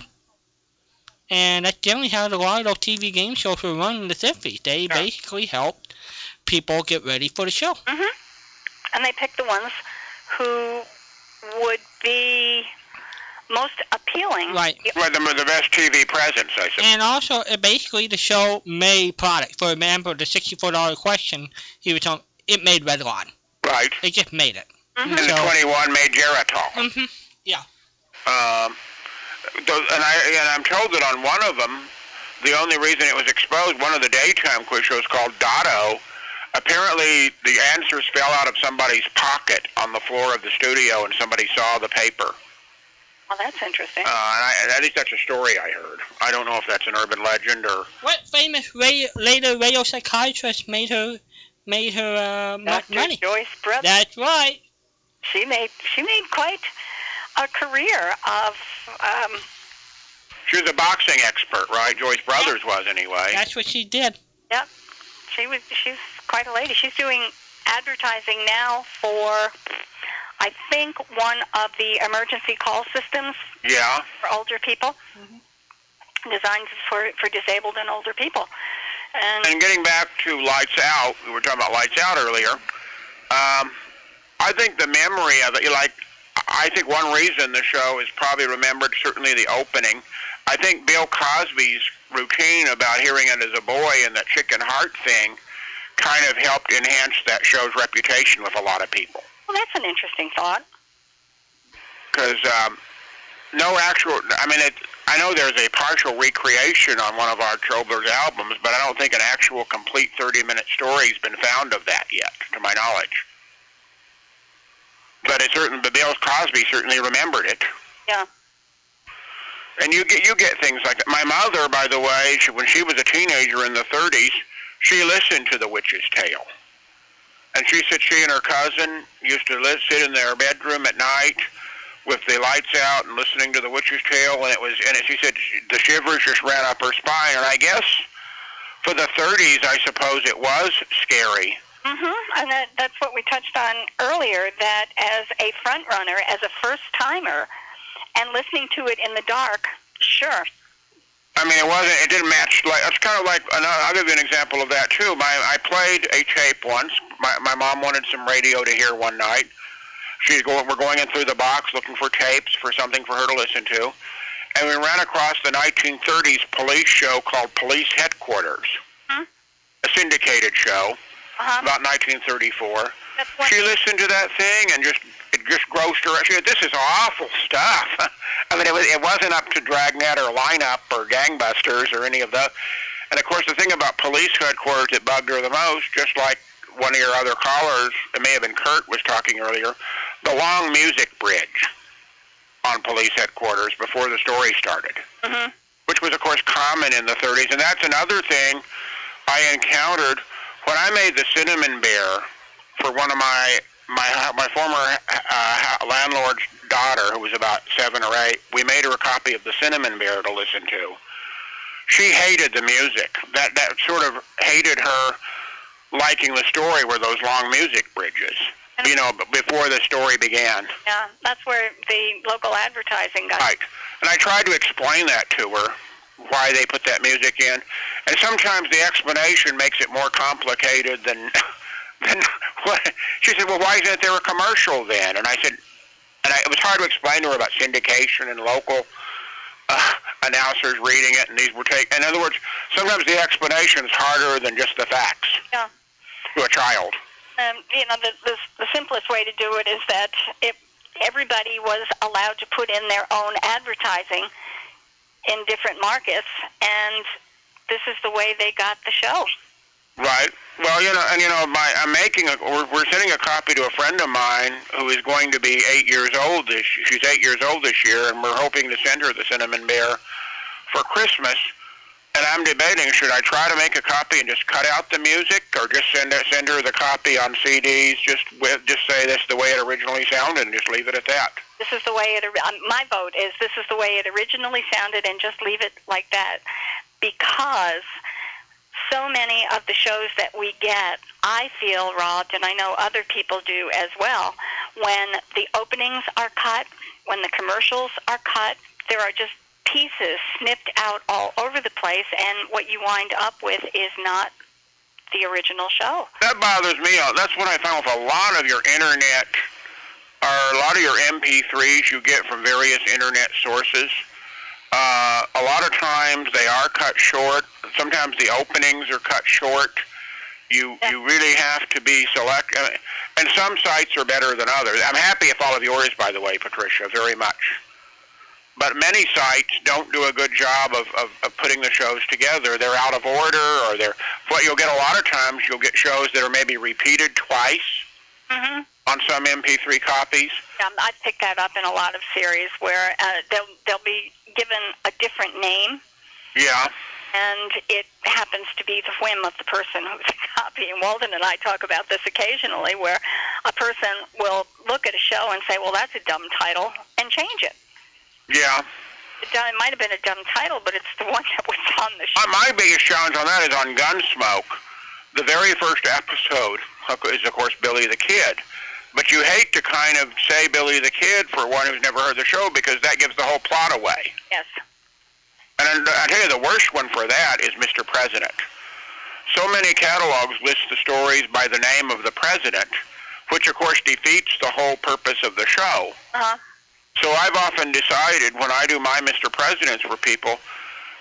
G: And that's generally how a lot of those TV game shows were run in the 50s. They basically helped people get ready for the show.
H: hmm And they picked the ones who would be most appealing.
G: Right.
O: Right, them are the best TV presence, I suppose.
G: And also, it basically, the show made product. For example, the $64 question, he was telling, it made Redline.
O: Right.
G: They just made it.
O: And the 21 made Geritol.
G: Mm-hmm. Yeah.
O: Um, those, and I and I'm told that on one of them, the only reason it was exposed, one of the daytime quiz shows called Dotto, apparently the answers fell out of somebody's pocket on the floor of the studio, and somebody saw the paper.
H: Well, Oh, that's interesting.
O: Uh, and I, and at least that's a story I heard. I don't know if that's an urban legend or
G: What famous radio, later radio psychiatrist made her made her uh, mu-
H: Dr.
G: money?
H: Joyce Brett.
G: That's right.
H: She made she made quite a career of um,
O: she was a boxing expert, right? Joyce Brothers was anyway.
G: That's what she did.
H: Yep. She was she's quite a lady. She's doing advertising now for I think one of the emergency call systems
O: Yeah.
H: for older people. Designed for for disabled and older people. And
O: And getting back to Lights Out, we were talking about Lights Out earlier. Um, I think the memory of it, like, I think one reason the show is probably remembered, certainly the opening. I think Bill Cosby's routine about hearing it as a boy and that chicken heart thing kind of helped enhance that show's reputation with a lot of people.
H: well that's an interesting thought.
O: Because um, no actual, I mean, it, I know there's a partial recreation on one of our Trobler's albums, but I don't think an actual complete 30 minute story's been found of that yet, to my knowledge. But it certainly, but Bill Cosby certainly remembered it.
H: Yeah.
O: And you get you get things like that. My mother, by the way, she, when she was a teenager in the 30s, she listened to the witch's tale. And she said she and her cousin used to li- sit in their bedroom at night with the lights out and listening to the witch's tale. And it was and she said sh- the shivers just ran up her spine. And I guess for the 30s, I suppose it was scary.
H: Mm-hmm. And that, that's what we touched on earlier that as a front runner, as a first timer, and listening to it in the dark, sure.
O: I mean, it wasn't. It didn't match. Like it's kind of like. and I'll I'll give you an example of that too. My I played a tape once. My my mom wanted some radio to hear one night. She's going. We're going in through the box looking for tapes for something for her to listen to, and we ran across the 1930s police show called Police Headquarters, a syndicated show
H: Uh-huh.
O: about 1934. She listened to that thing and just it just grossed her. out. She said, "This is awful stuff." [LAUGHS] I mean, it, was, it wasn't up to Dragnet or Lineup or Gangbusters or any of those. And of course, the thing about police headquarters that bugged her the most, just like one of your other callers, it may have been Kurt was talking earlier, the long music bridge on police headquarters before the story started,
H: mm-hmm.
O: which was of course common in the 30s. And that's another thing I encountered when I made the cinnamon bear for one of my my my former uh, landlord's daughter, who was about seven or eight, we made her a copy of the Cinnamon Bear to listen to. She hated the music. That that sort of hated her liking the story were those long music bridges. You know, b- before the story began.
H: Yeah, that's where the local advertising got.
O: Right. And I tried to explain that to her, why they put that music in. And sometimes the explanation makes it more complicated than [LAUGHS] than what she said, Well why isn't there a commercial then? And I said and I, it was hard to explain to her about syndication and local uh, announcers reading it and these were taken. In other words, sometimes the explanation is harder than just the facts
H: Yeah.
O: to a child.
H: Um, you know, the, the the simplest way to do it is that if everybody was allowed to put in their own advertising in different markets, and this is the way they got the show.
O: Right. Well, you know, and you know, my I'm making a we're, we're sending a copy to a friend of mine who is going to be eight years old this. She's eight years old this year, and we're hoping to send her the cinnamon bear for Christmas. And I'm debating should I try to make a copy and just cut out the music, or just send her send her the copy on CDs, just with just say that's the way it originally sounded, and just leave it at that.
H: This is the way it. ori- Um, my vote is this is the way it originally sounded, and just leave it like that, because so many of the shows that we get, I feel robbed, and I know other people do as well. When the openings are cut, when the commercials are cut, there are just pieces snipped out all over the place, and what you wind up with is not the original show.
O: That bothers me. Uh, That's what I found with a lot of your internet or a lot of your MP3s you get from various internet sources. Uh, a lot of times they are cut short. Sometimes the openings are cut short. You you really have to be select. I mean, And some sites are better than others. I'm happy if all of yours, by the way, Patricia, very much. But many sites don't do a good job of, of, of putting the shows together. They're out of order, or they're what you'll get a lot of times. You'll get shows that are maybe repeated twice
H: Mm-hmm.
O: on some MP3 copies.
H: Um, I picked that up in a lot of series where uh, they'll they'll be given a different name,
O: Yeah.
H: and it happens to be the whim of the person who's [LAUGHS] copying. Walden and I talk about this occasionally, where a person will look at a show and say, "Well, that's a dumb title," and change it.
O: Yeah.
H: It do- It might have been a dumb title, but it's the [LAUGHS] one that was on the
O: Uh, my biggest challenge on that is on Gunsmoke. The very first episode is, of course, Billy the Kid. But you hate to kind of say Billy the Kid for one who's never heard the show because that gives the whole plot away.
H: Yes.
O: And I I tell you, the worst one for that is Mr. President. So many catalogs list the stories by the name of the president, which of course defeats the whole purpose of the show.
H: Uh-huh.
O: So I've often decided when I do my Mr. Presidents for people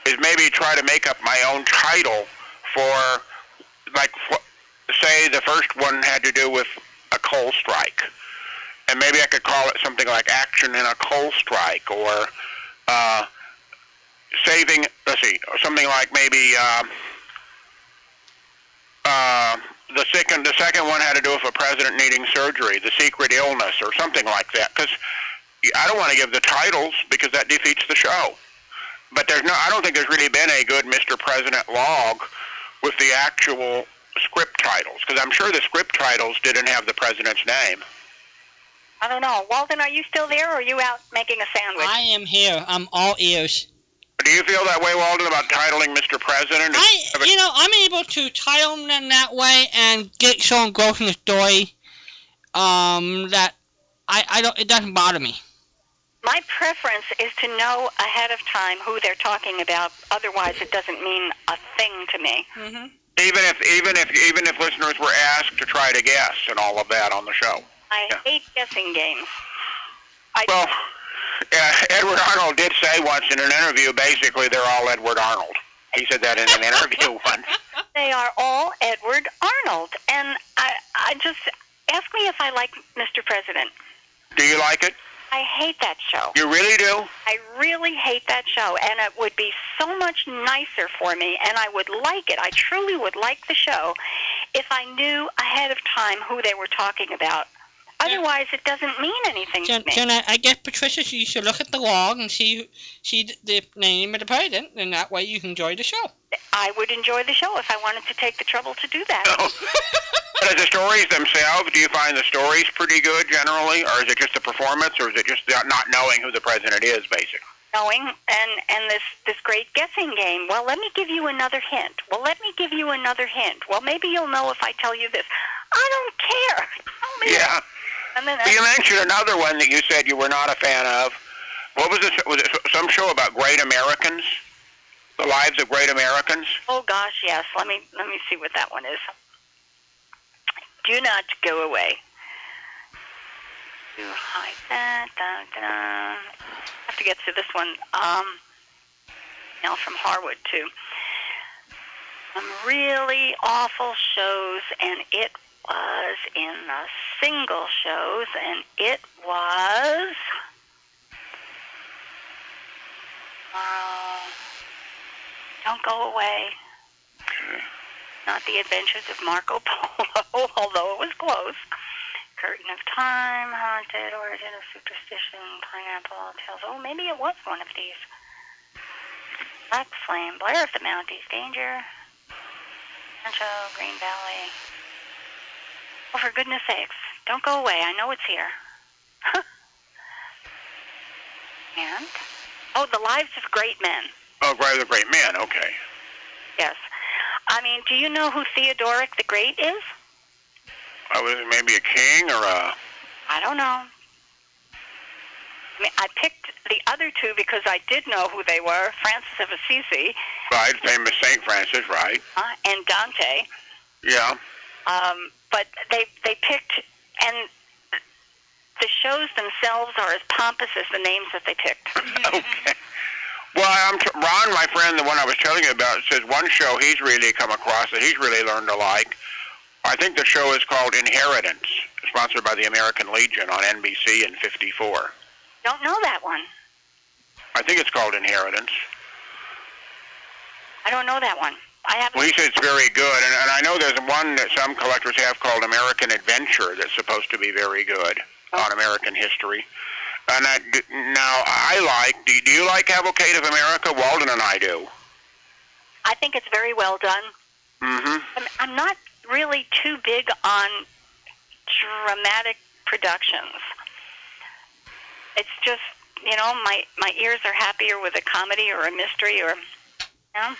O: is maybe try to make up my own title for, like, wh- say the first one had to do with a coal strike. And maybe I could call it something like Action in a Coal Strike or uh, Saving, let's see, something like maybe. Uh, uh, the second, the second one had to do with a president needing surgery, the secret illness, or something like that. Because I don't want to give the titles because that defeats the show. but there's no. I don't think there's really been a good Mr. President log with the actual script titles because I'm sure the script titles didn't have the president's name.
H: I don't know. Walden, are you still there or are you out making a sandwich?
G: I am here. I'm all ears.
O: Do you feel that way, Walden, about titling Mr. President?
G: I, you know, I'm able to title them that way and get someone growth in the story. Um, that I, I don't. It doesn't bother me.
H: My preference is to know ahead of time who they're talking about. Otherwise, it doesn't mean a thing to me.
G: Mm-hmm.
O: Even if even if even if listeners were asked to try to guess and all of that on the show.
H: I hate guessing games.
O: Well, uh, Edward Arnold did say once in an interview, basically they're all Edward Arnold. He said that in an interview once.
H: They are all Edward Arnold, and I, I just ask me if I like Mr. President.
O: Do you like it?
H: I hate that show.
O: You really
H: [LAUGHS]
O: do?
H: I really hate that show, and it would be so much nicer for me, and I would like it. I truly would like the show if I knew ahead of time who they were talking about. Otherwise, it doesn't mean anything
G: Then,
H: to me.
G: then I, I guess Patricia, you should look at the log and see see the name of the president, and that way you can enjoy the show.
H: I would enjoy the show if I wanted to take the trouble to do that.
O: Oh. But as the stories themselves, do you find the stories pretty good generally, or is it just the performance, or is it just the- not knowing who the president is, basically?
H: [LAUGHS] knowing and and this this great guessing game well let me give you another hint well let me give you another hint well maybe you'll know if i tell you this i don't care tell me
O: Yeah.
H: and then
O: You mentioned another one that you said you were not a fan of. What was this? Was it some show about great Americans? The lives of great Americans?
H: oh gosh yes let me let me see what that one is do not go away do hide that da, da, da. have to get to this one um now from harwood too some really awful shows, and it was in the single shows, and it was. Uh, don't go away. Not the Adventures of Marco Polo, [LAUGHS] although it was close. Curtain of Time, Haunted, Origin of Superstition, Pineapple Tales. Oh, maybe it was one of these. Black Flame, Blair of the Mounties, Danger, Rancho, Green Valley. Oh, for goodness sakes, don't go away. I know it's here. [LAUGHS] and? Oh, The Lives of Great Men.
O: Oh, great, the great men. Okay.
H: Yes. I mean, do you know who Theodoric the Great is?
O: Oh, was it maybe a king or a?
H: I don't know. I mean, I picked the other two because I did know who they were Francis of Assisi
O: Right, famous Saint Francis, right?
H: uh, and Dante.
O: Yeah.
H: Um, but they they picked, and the shows themselves are as pompous as the names that they picked.
O: [LAUGHS] okay. Well, I'm t- Ron, my friend, the one I was telling you about, says one show he's really come across that he's really learned to like. I think the show is called Inheritance, sponsored by the American Legion on NBC in '54.
H: Don't know that one.
O: I think it's called Inheritance.
H: I don't know that one. I haven't.
O: Well, he said it's very good, and, and I know there's one that some collectors have called American Adventure that's supposed to be very good on American history. And I, d- now I like. Do, do you like Cavalcade of America? Walden and I do.
H: I think it's very well done.
O: Mm-hmm.
H: I'm, I'm not really too big on dramatic productions. It's just you know my my ears are happier with a comedy or a mystery or you know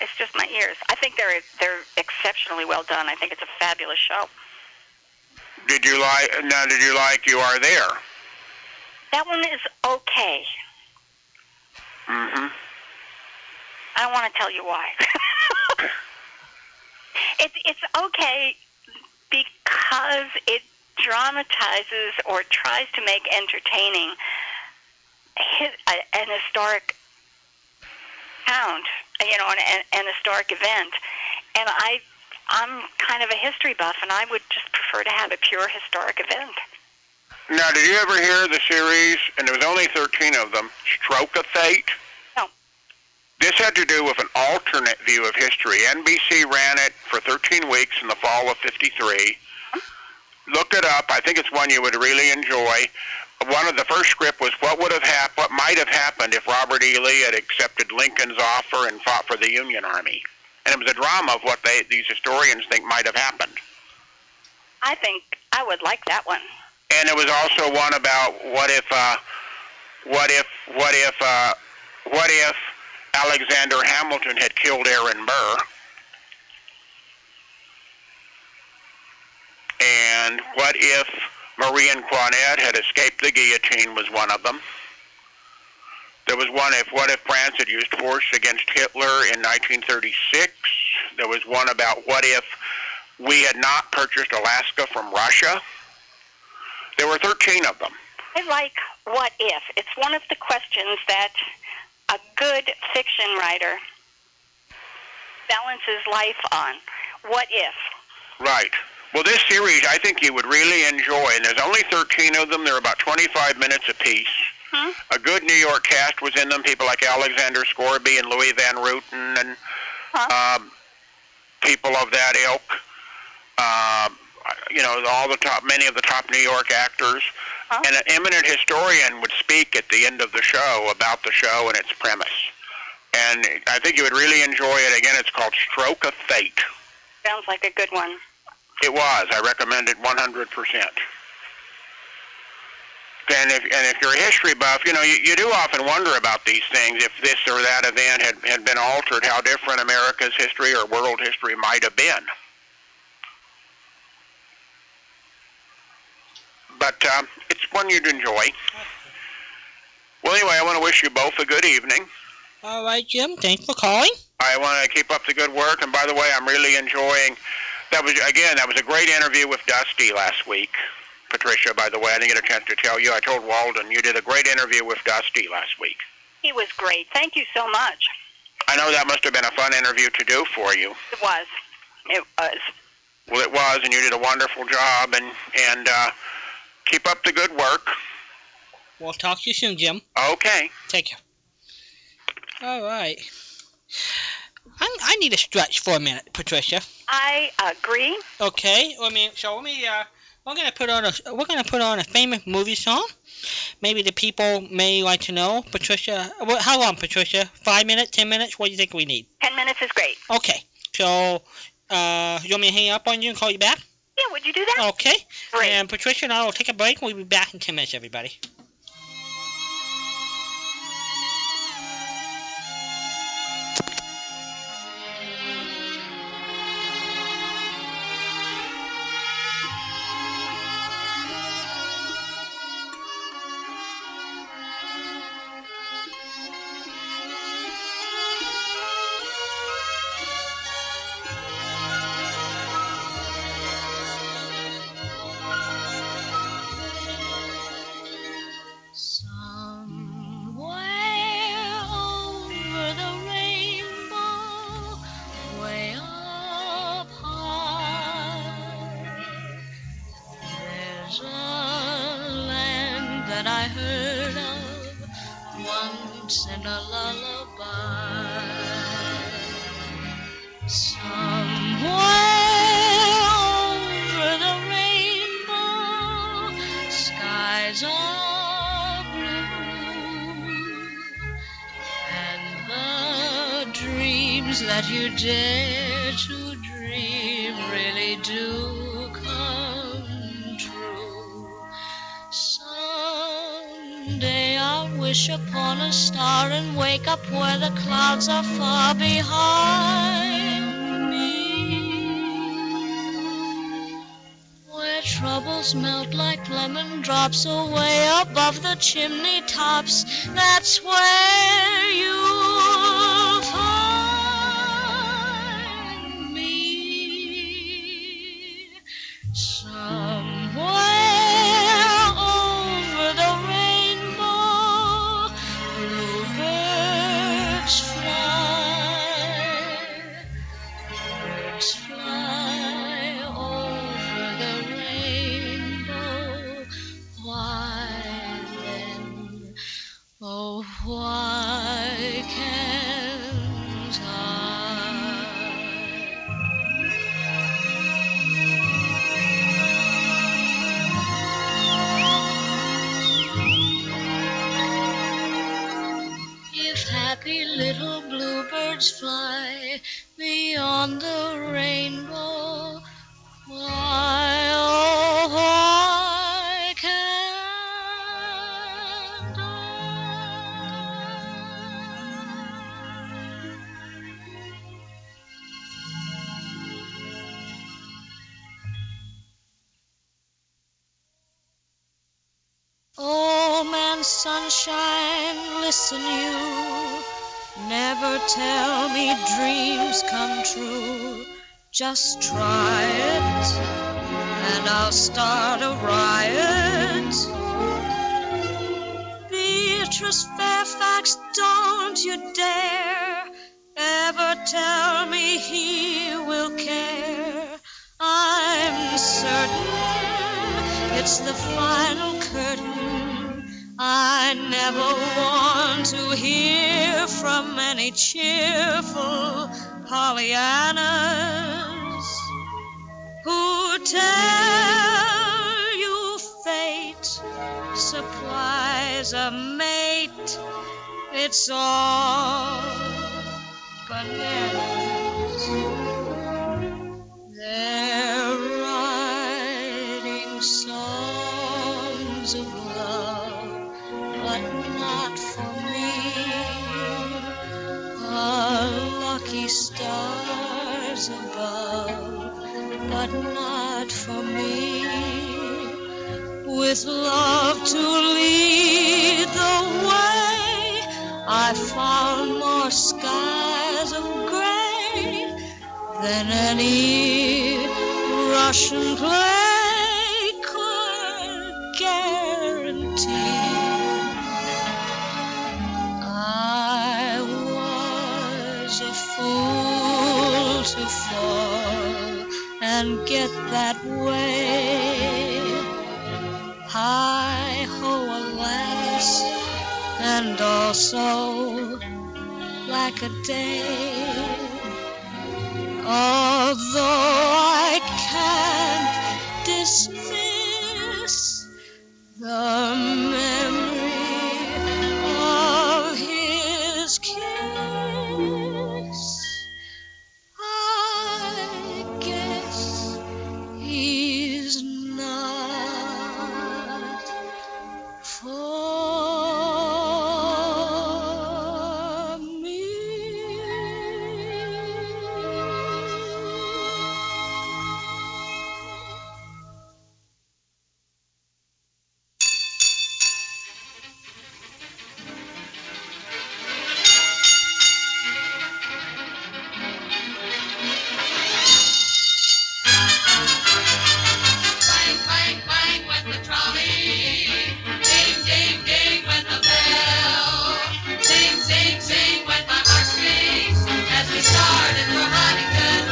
H: it's just my ears. I think they're they're exceptionally well done. I think it's a fabulous show.
O: Did you like? Now, did you like? You are there.
H: That one is okay.
O: Mm-hmm.
H: I don't want to tell you why. [LAUGHS] it's it's okay because it dramatizes or tries to make entertaining hi- a- an historic count, you know, an, an- an historic event. And I I'm kind of a history buff, and I would just prefer to have a pure historic event.
O: Now, did you ever hear the series? And there was only 13 of them. Stroke of Fate.
H: No.
O: This had to do with an alternate view of history. NBC ran it for 13 weeks in the fall of '53. Look it up. I think it's one you would really enjoy. one of the first script was what would have hap- what might have happened if Robert E. Lee had accepted Lincoln's offer and fought for the Union Army, and it was a drama of what they these historians think might have happened.
H: I think I would like that one.
O: And it was also one about what if, uh, what if, what if, uh, what if Alexander Hamilton had killed Aaron Burr? And what if Marie Antoinette had escaped the guillotine was one of them. There was one if what if France had used force against Hitler in 1936. There was one about what if we had not purchased Alaska from Russia. There were 13 of them.
H: I like what if. It's one of the questions that a good fiction writer balances life on. What if?
O: Right. Well, this series I think you would really enjoy, and there's only 13 of them. They're about 25 minutes apiece.
H: Hmm?
O: A good New York cast was in them. People like Alexander Scorby and Louis Van Ruten and um, people of that ilk. Um, you know, all the top, many of the top New York actors. And an eminent historian would speak at the end of the show about the show and its premise. And I think you would really enjoy it. Again, it's called Stroke of Fate.
H: Sounds like a good one.
O: It was. I recommend it 100 percent. And if and if you're a history buff, you know you, you do often wonder about these things. If this or that event had had been altered, how different America's history or world history might have been. But um, it's one you'd enjoy. Well, anyway, I want to wish you both a good evening.
G: All right, Jim. Thanks for calling.
O: I want to keep up the good work. And by the way, I'm really enjoying. That was again. That was a great interview with Dusty last week. Patricia, by the way, I didn't get a chance to tell you. I told Walden you did a great interview with Dusty last week.
H: He was great. Thank you so much.
O: I know that must have been a fun interview to do for you.
H: It was. It was.
O: Well, it was, and you did a wonderful job. And and uh, keep up the good work.
G: We'll talk to you soon, Jim.
O: Okay.
G: Take care. All right. I, I need a stretch for a minute, Patricia.
H: I agree.
G: Okay. I mean, so let me. Uh, we're gonna put on a we're gonna put on a famous movie song. Maybe the people may like to know, Patricia. wha- How long, Patricia? Five minutes? Ten minutes? What do you think we need?
H: Ten minutes is great.
G: Okay. So, uh, you want me to hang up on you and call you back?
H: Yeah, would you do that?
G: Okay. And Patricia and I will take a break. We'll be back in ten minutes, everybody.
E: Over the rainbow, way up high, there's a land that I heard of once in a lullaby. Somewhere over the rainbow, skies are blue, and the dreams that you dare to dream really do come true. Someday I'll wish upon a star and wake up where the clouds are far behind me. Where troubles melt like lemon drops away above the chimney tops. That's where you'll find me. Somewhere over the rainbow, bluebirds fly. Birds fly over the rainbow. Why then, oh, why can't I? birds fly beyond the rainbow. Why, oh, why can't Oh man, sunshine, listen you. Never tell me dreams come true. Just try it, and I'll start a riot. Beatrice Fairfax, don't you dare ever tell me he will care. I'm certain it's the final curtain. I never want to hear from any cheerful Pollyannas who tell you fate supplies a mate. It's all bananas. They're writing songs of love, but not for me. Are lucky stars above, but not for me. With love to lead the way, I found more skies of gray than any Russian play could guarantee. I was a fool to fall and get that way. Hi ho, alas, and also like a day. Although I can't dismiss the memory of his kiss, I guess he's not for
D: Bang, bang, bang went the trolley. Ding, ding, ding went the bell. Zing, zing, zing went my heartstrings as we started for Huntington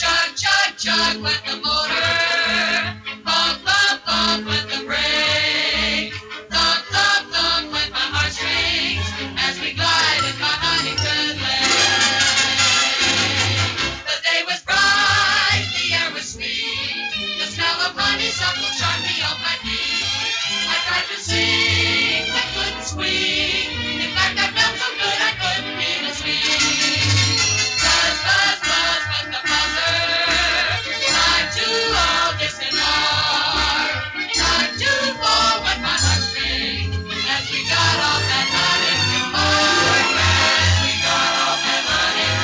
D: Chug, chug, chug went the motor. Bump, bump, bump went the brake. Thump, thump, thump went my heartstrings as we glided by Huntington Lane. The day was bright, the air was sweet. The smell of honeysuckle charmed me off my feet. I tried to sing, I couldn't squeak. In fact, I felt so good I couldn't even speak. Buzz, buzz, buzz, but the buzzer. Time to all this and more. Time to fall with my heartstrings as we got off that honey. Oh, as we got off that honey.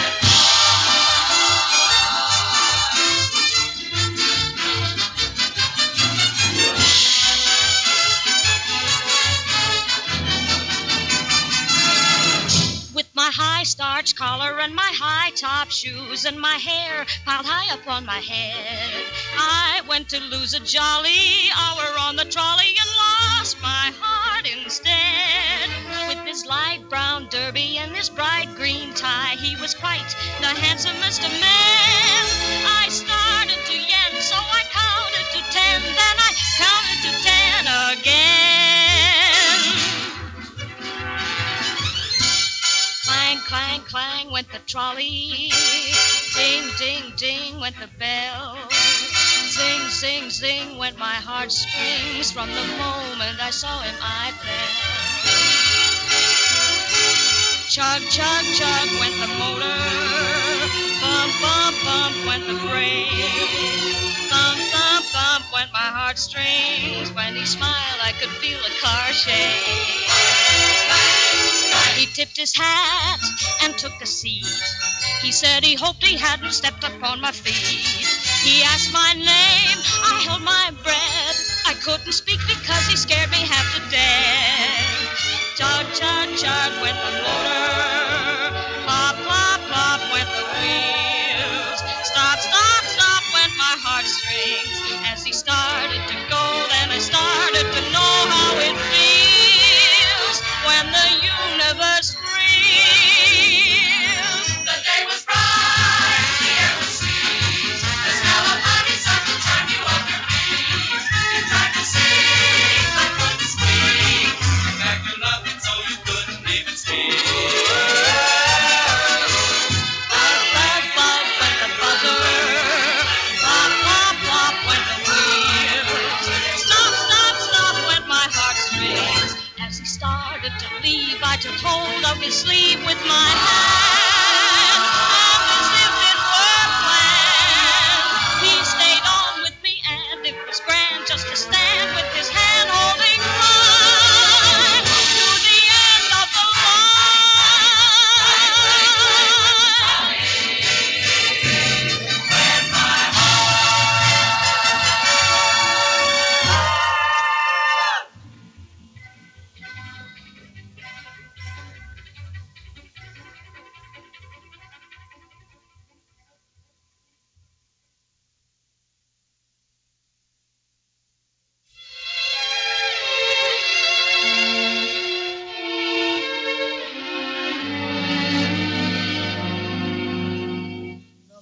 E: With my high starch collar and my high top shoes and my hair piled high up on my head, I went to lose a jolly hour on the trolley and lost my heart instead. With his light brown derby and his bright green tie, he was quite the handsomest of men. I started to yen, so I counted to ten, then I counted to ten again. Clang, clang, clang went the trolley. Ding, ding, ding went the bell. Zing, zing, zing went my heartstrings. From the moment I saw him, I fell. Chug, chug, chug went the motor. Bump, bump, bump went the brake. Thump, thump, thump went my heartstrings. When he smiled, I could feel the car shake. He tipped his hat and took a seat. He said he hoped he hadn't stepped upon my feet. He asked my name, I held my breath. I couldn't speak because he scared me half to death. Chug, chug, chug went the motor. Plop, plop, plop went the wheels. Stop, stop, stop went my heartstrings. As he started to go, then I started to know how it feels when the universe reels.
D: The day was bright, the air was sweet. The smell of honeysuckle turned you off your feet. You tried to sing, but couldn't speak. You packed your love in so you couldn't even speak.
E: Bug, bug, bug went the buzzer. Plop, plop, plop went the wheels. Stop, stop, stop went my heartstrings. As he started to leave, I took hold of his sleeve with my hand. And as if it were planned, he stayed on with me, and it was grand just to stand with his hand holding mine to the end of the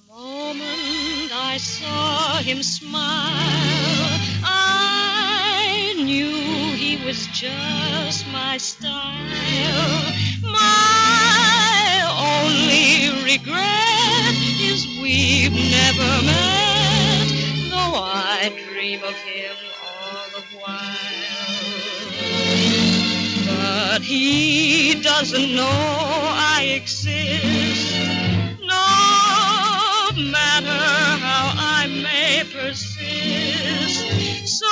E: moment I saw him smile, I knew he was just my style. My only regret is we've never met, though I dream of him all the while. But he doesn't know I exist. No matter how I may persist. So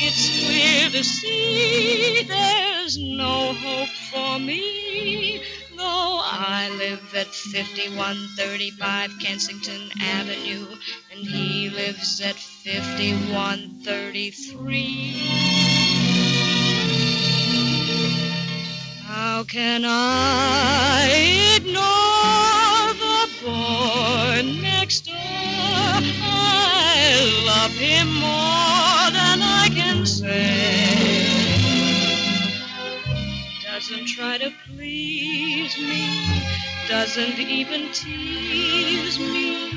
E: it's clear to see there's no hope for me. Though I live at 5135 Kensington Avenue, and he lives at 5133. How can I ignore the boy next door? I love him more than I can say. Doesn't try to please me, doesn't even tease me,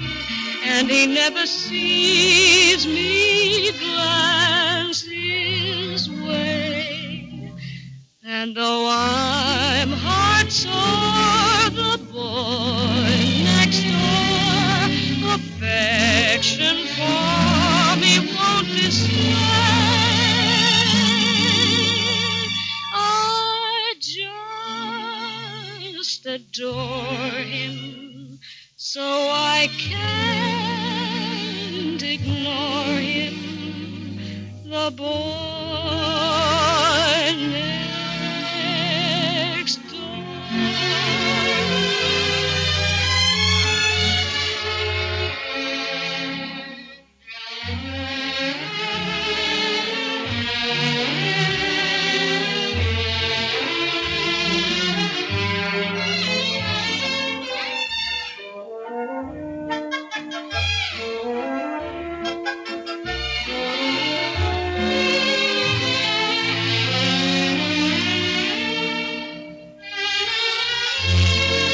E: and he never sees me glance his way. And though I'm heart sore, the boy next door affection for me won't display. I just adore him, so I can't ignore him. The boy next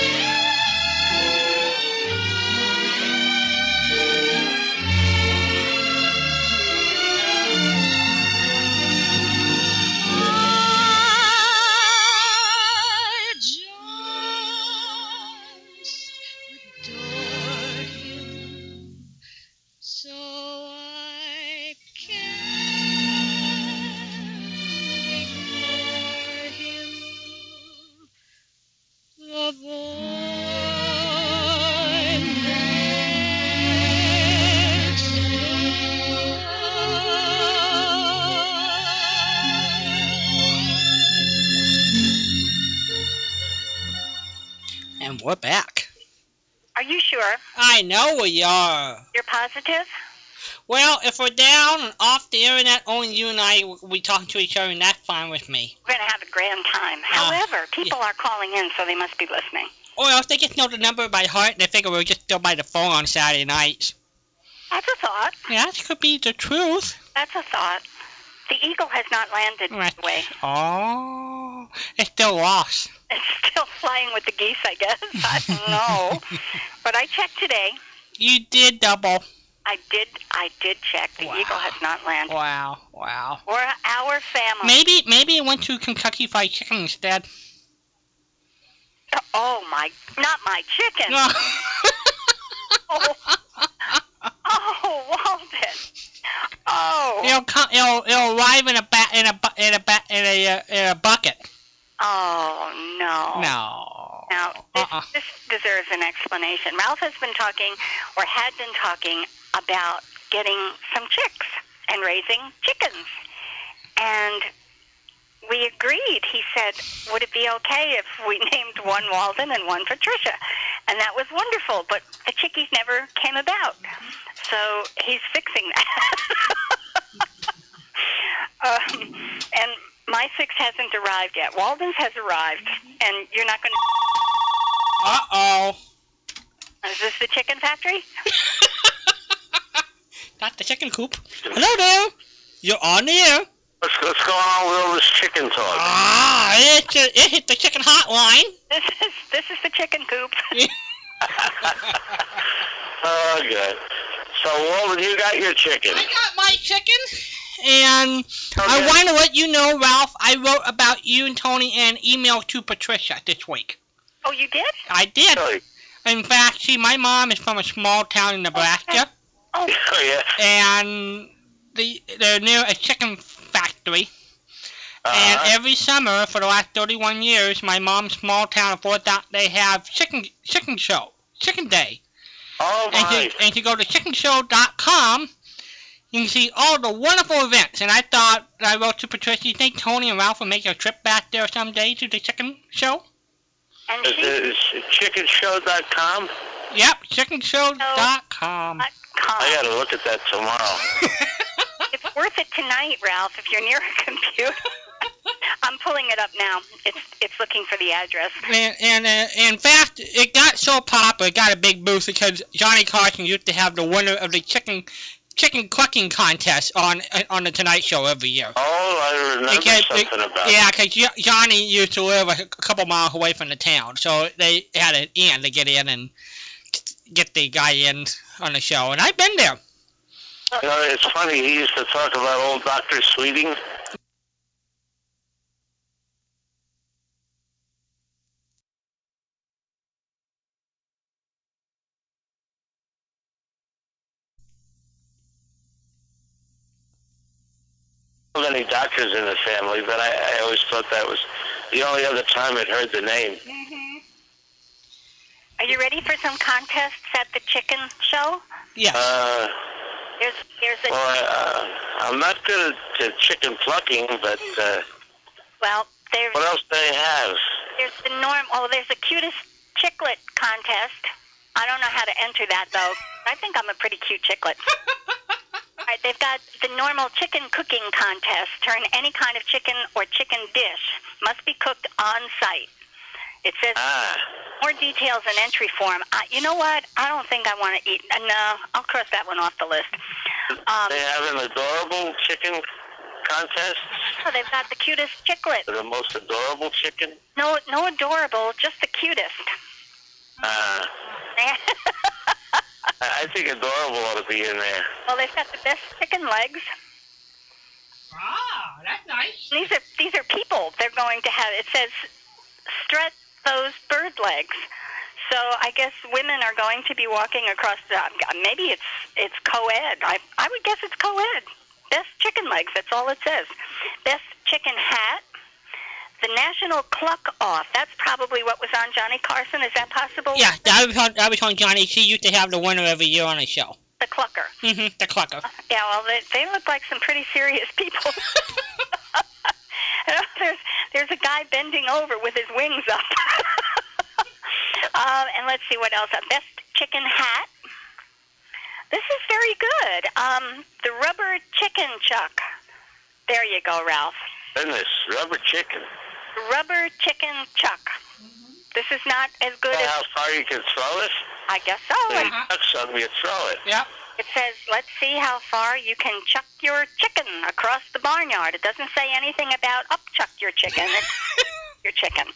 E: door.
G: we're back.
H: Are you sure?
G: I know we are.
H: You're positive?
G: Well, if we're down and off the internet, only you and I w- we talk to each other, and that's fine with me.
H: We're going to have a grand time. However, people are calling in, so they must be listening.
G: Or else they just know the number by heart, and they figure we'll just go by the phone on Saturday nights.
H: That's a thought.
G: Yeah, that could be the truth.
H: That's a thought. The eagle has not landed, by the way.
G: Oh, it's still lost.
H: [LAUGHS] It's still flying with the geese, I guess. [LAUGHS] I don't know.
G: [LAUGHS]
H: But I checked today.
G: You did double.
H: I did. I did check. The eagle has not landed.
G: Wow, wow.
H: Or our family.
G: Maybe maybe it went to Kentucky Fried Chicken instead.
H: Oh my! Not my
G: [LAUGHS]
H: chicken. oh. oh, Walden. Oh.
G: It'll come. It'll it'll arrive in a bat in a bu- in a bat in a uh, in a bucket.
H: Oh no.
G: No.
H: Now this, this deserves an explanation. Ralph has been talking, or had been talking, about getting some chicks and raising chickens, and we agreed. He said, "Would it be okay if we [LAUGHS] named one Walden and one Patricia?" And that was wonderful. But the chickies never came about, so he's fixing that. [LAUGHS] um, and my six hasn't arrived yet. Walden's has arrived, and you're not going
G: Uh oh.
H: to. Is this the chicken
G: [LAUGHS]
H: factory?
G: Got the chicken coop. Hello there. You're on the air.
M: What's, what's going on with all this chicken talk?
G: Ah, it's, a, it's the chicken hotline.
H: [LAUGHS] This is this is the chicken coop.
G: [LAUGHS]
H: [LAUGHS]
M: Oh, good. So, Walden, you got your chicken.
G: I got my chicken, and I want to let you know, Ralph. I wrote about you and Tony in an email to Patricia this week.
H: Oh, you did?
G: I did. In fact, see, my mom is from a small town in Nebraska,
H: Oh,
M: yeah.
G: and the, they're near a chicken factory.
M: Uh-huh.
G: And every summer for the last 31 years, my mom's small town of Fort Dot, they have chicken chicken show, chicken day.
M: Oh
G: and
M: my.
G: If you, and if you go to chickenshow.com, you can see all the wonderful events. And I thought I wrote to Patricia, you think Tony and Ralph will make a trip back there someday to the chicken show?
M: Is it is it chickenshow.com?
G: Yep, [LAUGHS] chickenshow.com.
M: I gotta look at that tomorrow.
H: it's worth it tonight, Ralph. If you're near
G: [LAUGHS]
H: a computer, I'm pulling it up now. It's it's looking for the address.
G: And, and uh, in fact, it got so popular, it got a big boost because Johnny Carson used to have the winner of the chicken chicken clucking contest on on the Tonight Show every year.
M: Oh, I remember
G: Because-
M: something about
G: Yeah, 'cause Jo- Johnny used to live a c- couple miles away from the town, so they had an in to get in and get the guy in on the show. And I've been there.
M: You know, it's funny. He used to talk about old Doctor Sweeting. Not many doctors in the family, but I, I always thought that was the only other time I'd heard the name.
H: Are you ready for some contests at the chicken show?
G: Yeah.
M: Uh,
H: There's there's a
M: well, I, uh, I'm not good at at chicken plucking, but uh,
H: well there's
M: what else do they have?
H: there's the norm. Oh, there's the cutest chicklet contest. I don't know how to enter that though. I think I'm a pretty cute chicklet. All right, they've got the normal chicken cooking contest. Turn any kind of chicken or chicken dish. Must be cooked on site. It says more details and entry form. I, you know what? I don't think I want to eat. uh, No, I'll cross that one off the list. Um,
M: They have an adorable chicken contest
H: so Oh, they've got the cutest chicklet.
M: for the most adorable chicken.
H: [LAUGHS] No, no adorable, just the cutest.
M: Uh, I I think adorable ought to be in there.
H: Well, they've got the best chicken legs.
G: Ah, that's nice.
H: These are these are people. They're going to have. It says, strut those bird legs. So I guess women are going to be walking across the. Maybe it's it's co-ed. I I would guess it's co-ed. Best chicken legs. That's all it says. Best chicken hat. The National Cluck Off. That's probably what was on Johnny Carson. Is that possible?
G: Yeah, I was on, I was on Johnny. She used to have the winner every year on the show.
H: The clucker.
G: hmm the clucker.
H: Yeah, well, they, they look like some pretty serious people. [LAUGHS] there's there's a guy bending over with his wings up. [LAUGHS] Um, and let's see what else. Uh, best chicken hat. This is very good. Um, the rubber chicken chuck. There you go, Ralph.
M: Goodness, rubber chicken.
H: Rubber chicken chuck. This is not as good
M: How
H: as
M: far you can throw it?
H: I guess so.
M: It sucks on you, throw it.
G: Yep.
H: It says, let's see how far you can chuck your chicken across the barnyard. It doesn't say anything about upchuck your chicken. It's your chicken.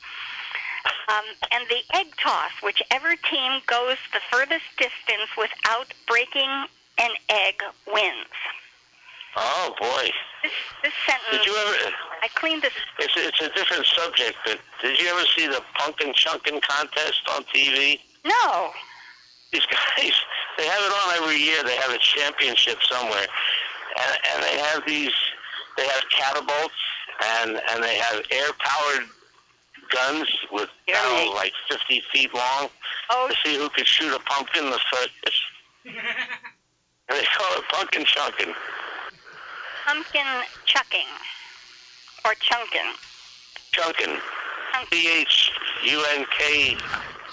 H: Um, and the egg toss, whichever team goes the furthest distance without breaking an egg wins.
M: Oh boy.
H: This sentence,
M: Did you ever?
H: I cleaned this.
M: It's it's a different subject, but did you ever see the pumpkin chunkin contest on TV?
H: No.
M: These [LAUGHS] guys, they have it on every year. They have a championship somewhere, and and they have these. They have catapults and and they have air powered guns with barrels like 50 feet long
H: oh.
M: to see who could shoot a pumpkin the furthest. And [LAUGHS] they call it pumpkin chunkin.
H: Pumpkin chucking or chunkin.
M: Chunkin. C H U N K I N,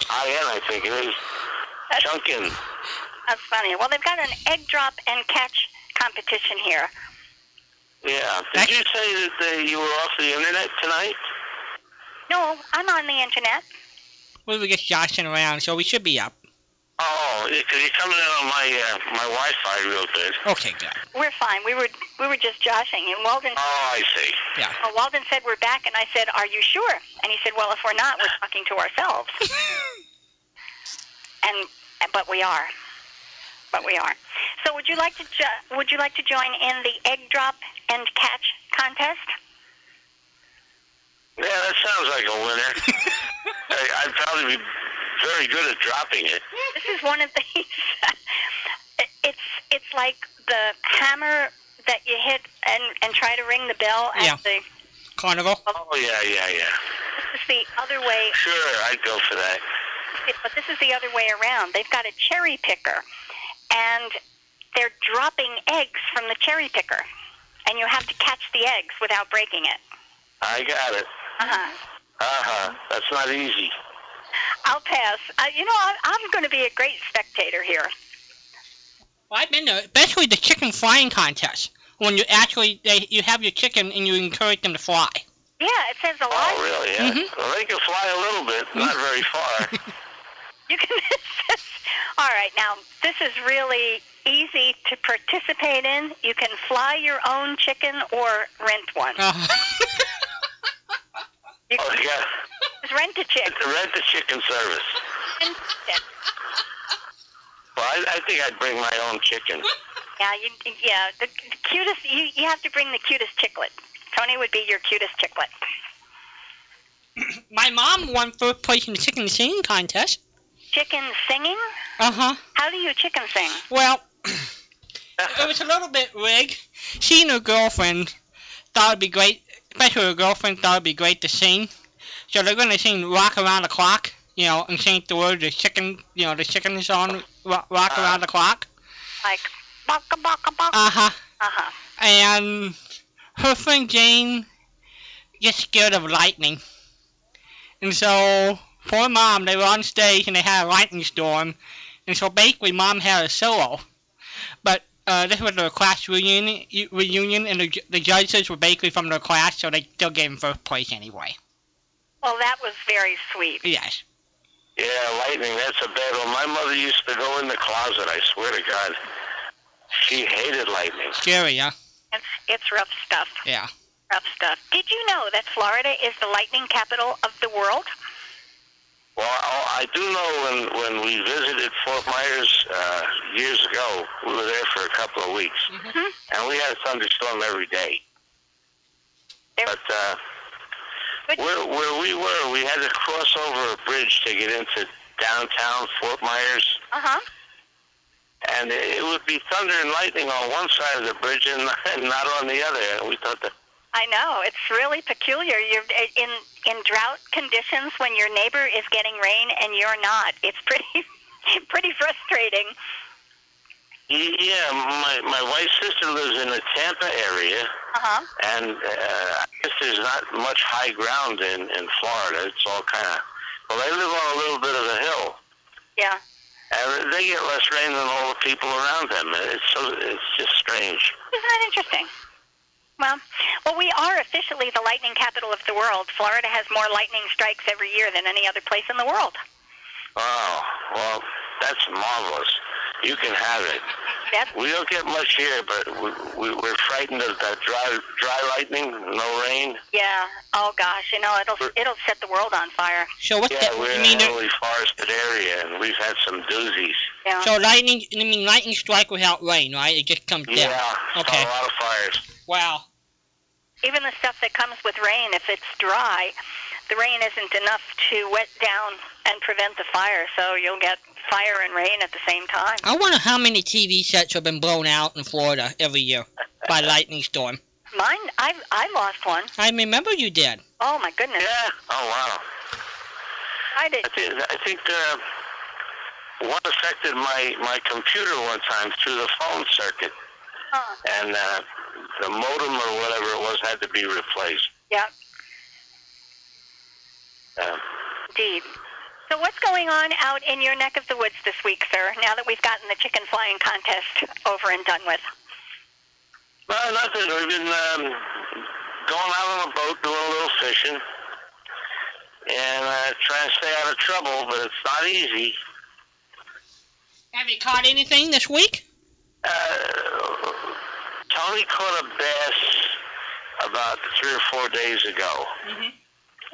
M: I think it is. Chunkin.
H: That's funny. Well, they've got an egg drop and catch competition here.
M: Yeah. Did you say that uh, you were off the internet tonight?
H: No, I'm on the internet.
G: We were just joshing around, so we should be up.
M: Oh, because you're coming in on my uh, my Wi-Fi real good.
G: Okay, good.
H: We're fine. We were we were just joshing, and Walden.
M: Oh, I see.
G: Yeah.
H: Well, Walden said we're back, and I said, "Are you sure?" And he said, "Well, if we're not, we're talking to ourselves." and but we are. But we are. So would you like to jo- would you like to join in the egg drop and catch contest?
M: Yeah, that sounds like a winner.
G: [LAUGHS]
M: I, I'd probably be very good at dropping it.
H: This is one of these. [LAUGHS] it's it's like the hammer that you hit and and try to ring the bell at
G: Yeah.
H: the
G: Carnival.
M: Oh yeah, yeah, yeah.
H: this is the other way
M: Sure, I'd go for that.
H: but this is the other way around. They've got a cherry picker, and they're dropping eggs from the cherry picker, and you have to catch the eggs without breaking it.
M: I got it.
H: Uh-huh.
M: Uh huh. That's not easy.
H: I'll pass. Uh, you know, I, I'm going to be a great spectator here.
G: Well, I've been to basically the chicken flying contest when you actually they, you have your chicken and you encourage them to fly.
H: Yeah, Uh, it says a lot.
M: Oh really? Yeah. Well, they can fly a little bit, not very far.
H: You can. All right, now this is really easy to participate in. You can fly your own chicken or rent one. You
M: oh
H: can
M: yeah.
H: just rent a chick.
M: To rent the chicken service.
H: Rent a chick.
M: Well, I, I think I'd bring my own chicken.
H: Yeah, you, yeah. The, the cutest. You, you have to bring the cutest chicklet. Tony would be your cutest chicklet.
G: My mom won first place in the chicken singing contest.
H: Chicken singing?
G: Uh huh.
H: How do you chicken sing?
G: Well, Mm-hmm. it was a little bit rigged. She and her girlfriend thought it'd be great, especially her girlfriend thought it'd be great to sing. So they're gonna sing "Rock Around the Clock," you know, and sing the words of chicken, you know, the chicken song "Rock, rock Around the Clock."
H: Like baka baka baka.
G: Uh huh.
H: Uh huh.
G: and her friend Jane gets scared of lightning. And so, poor mom, they were on stage and they had a lightning storm. And so basically, mom had a solo. But uh, this was their class reunion, reunion and the, ju- the judges were basically from their class, so they still gave him first place anyway.
H: Well, that was very sweet.
G: Yes.
M: Yeah, lightning, that's a bad one. My mother used to go in the closet, I swear to God. She hated lightning.
G: Scary, huh?
H: It's it's rough stuff.
G: Yeah.
H: Rough stuff. Did you know that Florida is the lightning capital of the world?
M: Well, I I do know when, when we visited Fort Myers uh, years ago, we were there for a couple of weeks,
H: Mm-hmm.
M: and we had a thunderstorm every day. But uh, where, where we were, we had to cross over a bridge to get into downtown Fort Myers,
H: Uh huh.
M: and it would be thunder and lightning on one side of the bridge and [LAUGHS] and not on the other. And we thought that
H: I know. It's really peculiar. You're in in drought conditions when your neighbor is getting rain and you're not. It's pretty [LAUGHS] pretty frustrating.
M: Yeah, my my wife's sister lives in the Tampa area,
H: Uh huh.
M: and uh, I guess there's not much high ground in in Florida. It's all kind of Well, they live on a little bit of a hill,
H: Yeah.
M: and they get less rain than all the people around them. It's so it's just strange.
H: Isn't that interesting? Well, well, we are officially the lightning capital of the world. Florida has more lightning strikes every year than any other place in the world.
M: Wow. Well, that's marvelous. You can have it. We don't get much here, but we, we, we're frightened of that dry, dry lightning, no rain.
H: Yeah. Oh gosh, you know it'll it'll set the world on fire.
G: So what's
M: yeah,
G: that?
M: we're
G: You
M: in
G: mean
M: a
G: there-
M: heavily forested area, and we've had some doozies.
H: Yeah.
G: So lightning, I mean lightning strike without rain, right? It just comes
M: Yeah, Oh,
G: down.
M: saw a lot of fires.
G: Wow.
H: Even the stuff that comes with rain, if it's dry, the rain isn't enough to wet down and prevent the fire. So you'll get fire and rain at the same time.
G: I wonder how many TV sets have been blown out in Florida every year by lightning storm.
H: Mine, I I lost one.
G: I remember you did.
H: Oh my goodness.
M: Yeah. Oh wow.
H: I did.
M: I think I think uh, one affected my my computer one time through the phone circuit, and uh, the modem or whatever it was had to be replaced.
H: Yeah.
M: Uh,
H: Indeed. So what's going on out in your neck of the woods this week, sir? Now that we've gotten the chicken flying contest over and done with.
M: no, nothing. We've been um, going out on a boat doing a little fishing, and uh, trying to stay out of trouble, but it's not easy.
G: Have you caught anything this week?
M: Uh, Tony caught a bass about three or four days ago.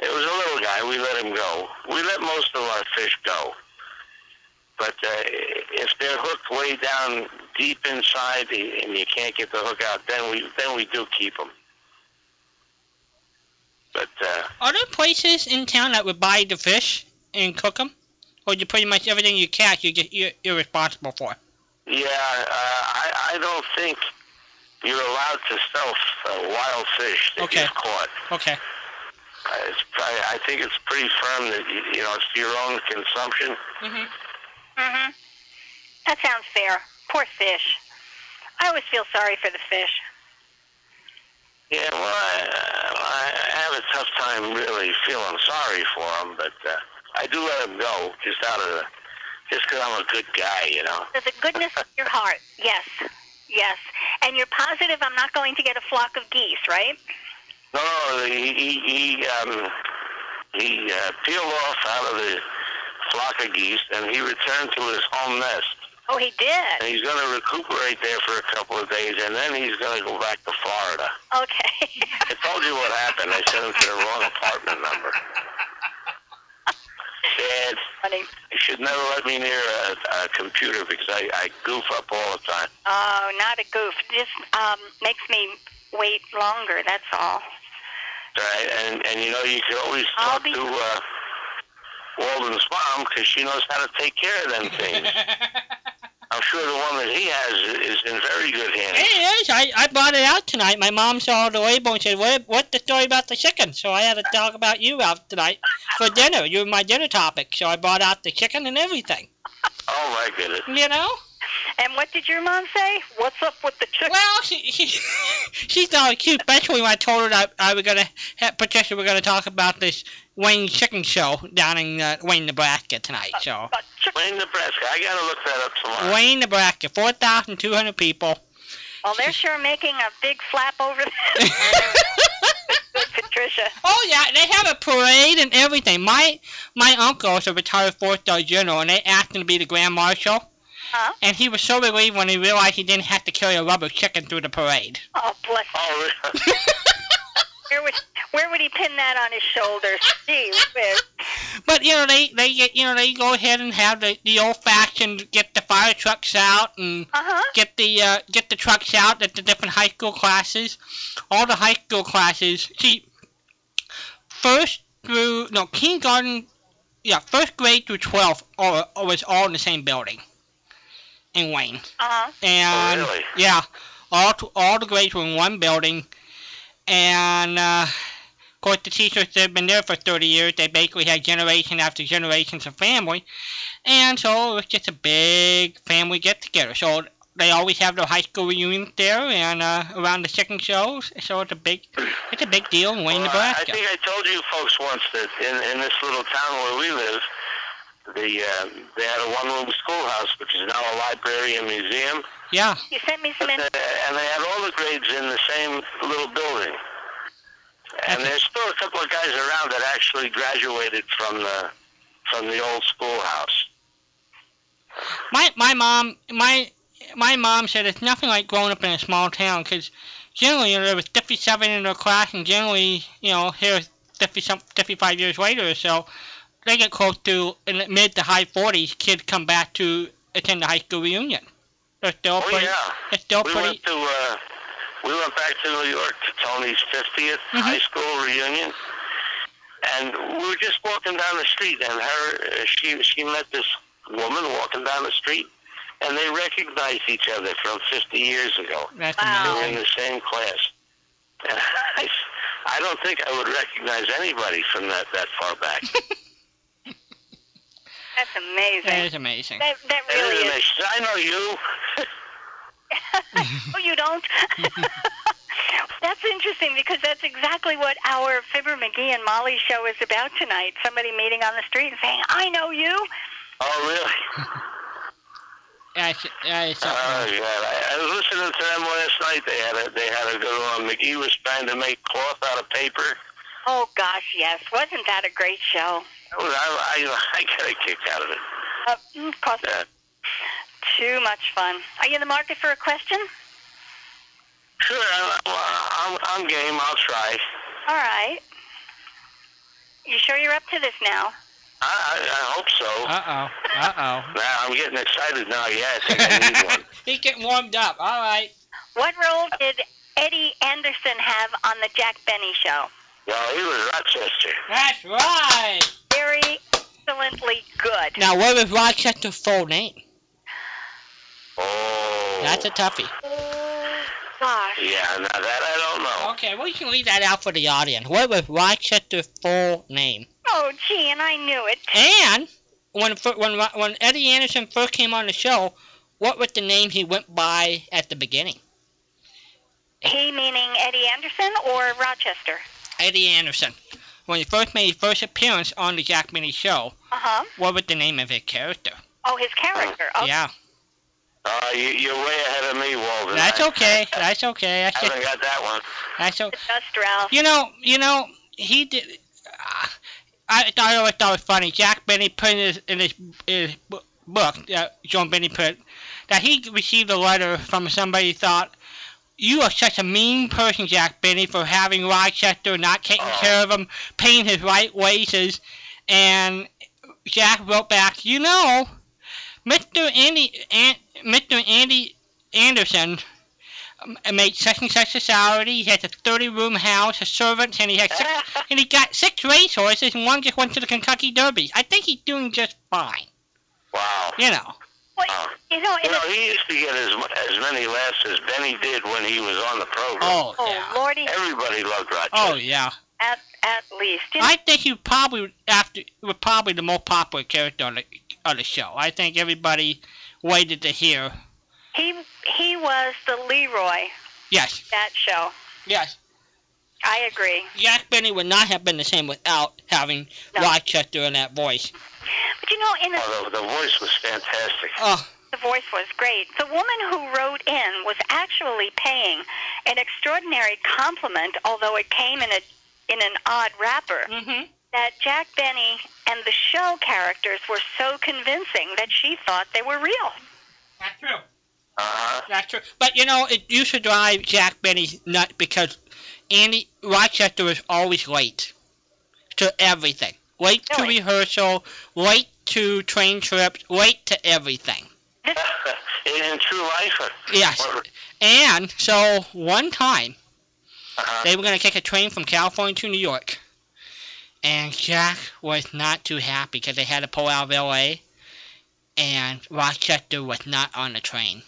M: It was a little guy. We let him go. We let most of our fish go. But uh, if they're hooked way down deep inside the- and you can't get the hook out, then we then we do keep them. But uh,
G: Are there places in town that would buy the fish and cook them? Or you pretty much everything you catch, you just you're irresponsible for.
M: yeah, uh, I I don't think you're allowed to sell uh, wild fish that
G: Okay.
M: you've caught.
G: Okay.
M: Uh, it's probably, I think it's pretty firm that you, you know it's for your own consumption.
H: Mhm. Mhm. That sounds fair. Poor fish. I always feel sorry for the fish.
M: Yeah, well, I, I I have a tough time really feeling sorry for him, but uh, I do let him go just out of the, just 'cause I'm a good guy, you know.
H: So the goodness of your heart. Yes. Yes. And you're positive I'm not going to get a flock of geese, right?
M: No, no, he he he, um, he uh, peeled off out of the flock of geese and he returned to his home nest.
H: Oh, he did.
M: And he's going to recuperate there for a couple of days, and then he's going to go back to Florida.
H: Okay. [LAUGHS]
M: I told you what happened. I sent him to the wrong apartment number. Dad,
H: Funny.
M: you should never let me near a, a computer because I, I goof up all the time.
H: Oh, not a goof. Just um, makes me wait longer. That's all.
M: Right? And and you know you can always talk to uh, Walden's mom because she knows how to take care of them things. I'm sure the one that he has is in very good hands.
G: It is. I, I brought it out tonight. My mom saw the label and said, what, what the story about the chicken? So I had to talk about you out tonight for dinner. You were my dinner topic. So I brought out the chicken and everything.
M: Oh my goodness.
G: You know?
H: And what did your mom say? What's up with the chicken?
G: Well, she, she she's not cute, especially when I told her that I was gonna have Patricia. We're gonna talk about this Wayne Chicken Show down in uh, Wayne, Nebraska tonight. So
M: Wayne, Nebraska. I gotta look that up tomorrow.
G: Wayne, Nebraska, four thousand two hundred people.
H: Well, they're sure making a big flap over
G: [LAUGHS]
H: there. Good, Patricia.
G: Oh yeah, they have a parade and everything. My my uncle is a retired four star general, and they asked him to be the grand marshal.
H: Huh?
G: And he was so relieved when he realized he didn't have to carry a rubber chicken through the parade.
H: Oh, bless.
M: Oh, really?
G: [LAUGHS]
H: Where would where would he pin that on his shoulder? Gee whiz.
G: But you know they they get you know they go ahead and have the the old fashioned get the fire trucks out and get the uh, get the trucks out at the different high school classes. All the high school classes. See, first through no kindergarten, yeah, first grade through twelfth are, are was all in the same building in Wayne.
H: Uh-huh.
G: And
M: Oh, really?
G: yeah, all t- all the grades were in one building, and. Uh, of course, the teachers that have been there for 30 years, they basically had generation after generations of family, and so it was just a big family get together. So they always have their high school reunions there and uh, around the second shows, so it's a big it's a big deal in Wayne,
M: I
G: Nebraska.
M: think I told you folks once that in, in this little town where we live, the uh, they had a one-room schoolhouse, which is now a library and museum,
G: Yeah.
H: You sent me some. In-
M: and they had all the grades in the same little building. And there's still a couple of guys around that actually graduated from the from the old schoolhouse.
G: My my mom my my mom said it's nothing like growing up in a small town 'cause generally there was 57 in their class and generally you know here's 50 some 55 years later or so they get close to in the mid to high 40s kids come back to attend the high school reunion. They're still
M: Oh
G: pretty
M: yeah,
G: they're still
M: we
G: pretty
M: went to uh, we went back to New York to Tony's 50th high school reunion, and we were just walking down the street, and her uh, she she met this woman walking down the street, and they recognized each other from 50 years ago.
G: That's
M: They were in
G: amazing.
M: the same class, [LAUGHS] and I, I don't think I would recognize anybody from that that far back.
H: That's amazing.
G: That is amazing.
H: That, that really
M: And
H: is.
M: they said, I know you.
H: [LAUGHS] oh, you don't? [LAUGHS] That's interesting because that's exactly what our Fibber McGee and Molly show is about tonight. Somebody meeting on the street and saying, I know you.
M: Oh really?
G: Yeah, it's, yeah, it's uh, something
M: Oh
G: else.
M: yeah, I, I was listening to them last night. They had a they had a good one. McGee was trying to make cloth out of paper.
H: Oh, gosh, yes. Wasn't that a great show?
M: I was- I, [LAUGHS] I, I got a kick out of it.
H: Uh, mm, cost
M: Yeah.
H: too much fun. Are you in the market for a question?
M: Sure, I, I'm I'm game. I'll try.
H: All right. You sure you're up to this now?
M: I I, I hope so.
G: Uh oh.
M: [LAUGHS]
G: Uh oh.
M: Now I'm getting excited now. Yeah, I think I
G: [LAUGHS]
M: need one.
G: He's getting warmed up. All right.
H: What role did Eddie Anderson have on the Jack Benny show?
M: Well, he was Rochester.
G: That's right.
H: Very excellently good.
G: Now what was Rochester's full name?
M: Oh.
G: That's a toughie.
H: Gosh.
M: Yeah, now that I don't know.
G: Okay, well, you can leave that out for the audience. What was Rochester's full name?
H: Oh, gee, and I knew it.
G: And when fir- when Ro- when Eddie Anderson first came on the show, what was the name he went by at the beginning?
H: He meaning Eddie Anderson or Rochester?
G: Eddie Anderson. When he first made his first appearance on the Jack Benny show,
H: Uh huh.
G: what was the name of his character?
H: Oh, his character. Oh,
G: Yeah,
M: Uh, you, you're way ahead of me, Walden.
G: that's
M: I
G: okay. That's okay. That's
M: haven't
G: just,
M: got that one.
G: that's o-
H: Just Ralph.
G: You know, you know, he did. Uh, I, I always thought it was funny. Jack Benny put in his in his, his bu- book, uh, John Benny put, that he received a letter from somebody who thought, "You are such a mean person, Jack Benny, for having Rochester, not taking care of him, paying his right wages." And Jack wrote back, "You know, Mr. Andy, An- Mr. Andy Anderson." um, made such and such a salary. He has a 30-room house, a servant, and he has six, and he got six racehorses, and one just went to the Kentucky Derby. I think he's doing just fine.
M: Wow.
G: You know.
H: Well, you know, in
M: You know,
H: a,
M: he used to get as mu- as many laughs as Benny did when he was on the program.
G: Oh
H: oh
G: yeah.
H: lordy,
M: Everybody loved Rochester.
G: Oh yeah.
H: at at least. You know,
G: I think he probably after was probably the most popular character on the on the show. I think everybody waited to hear.
H: he he was the Leroy
G: Yes.
H: that show.
G: Yes.
H: I agree.
G: Jack Benny would not have been the same without having
H: No.
G: Rochester in that voice.
H: But you know, in a,
M: Oh, the, the voice was fantastic.
G: Oh,
H: the voice was great. The woman who wrote in was actually paying an extraordinary compliment, although it came in a in an odd wrapper.
G: mm-hmm.
H: That Jack Benny and the show characters were so convincing that she thought they were real.
G: That's true.
M: Uh-huh.
G: That's true. But you know, it used to drive Jack Benny nuts because Andy Rochester was always late to everything. Late to
H: Really?
G: rehearsal, late to train trips, late to everything.
M: [LAUGHS] In True Life.
G: Yes. And so one time
M: Uh-huh.
G: they were gonna take a train from California to New York, and Jack was not too happy because they had to pull out of L.A. and Rochester was not on the train.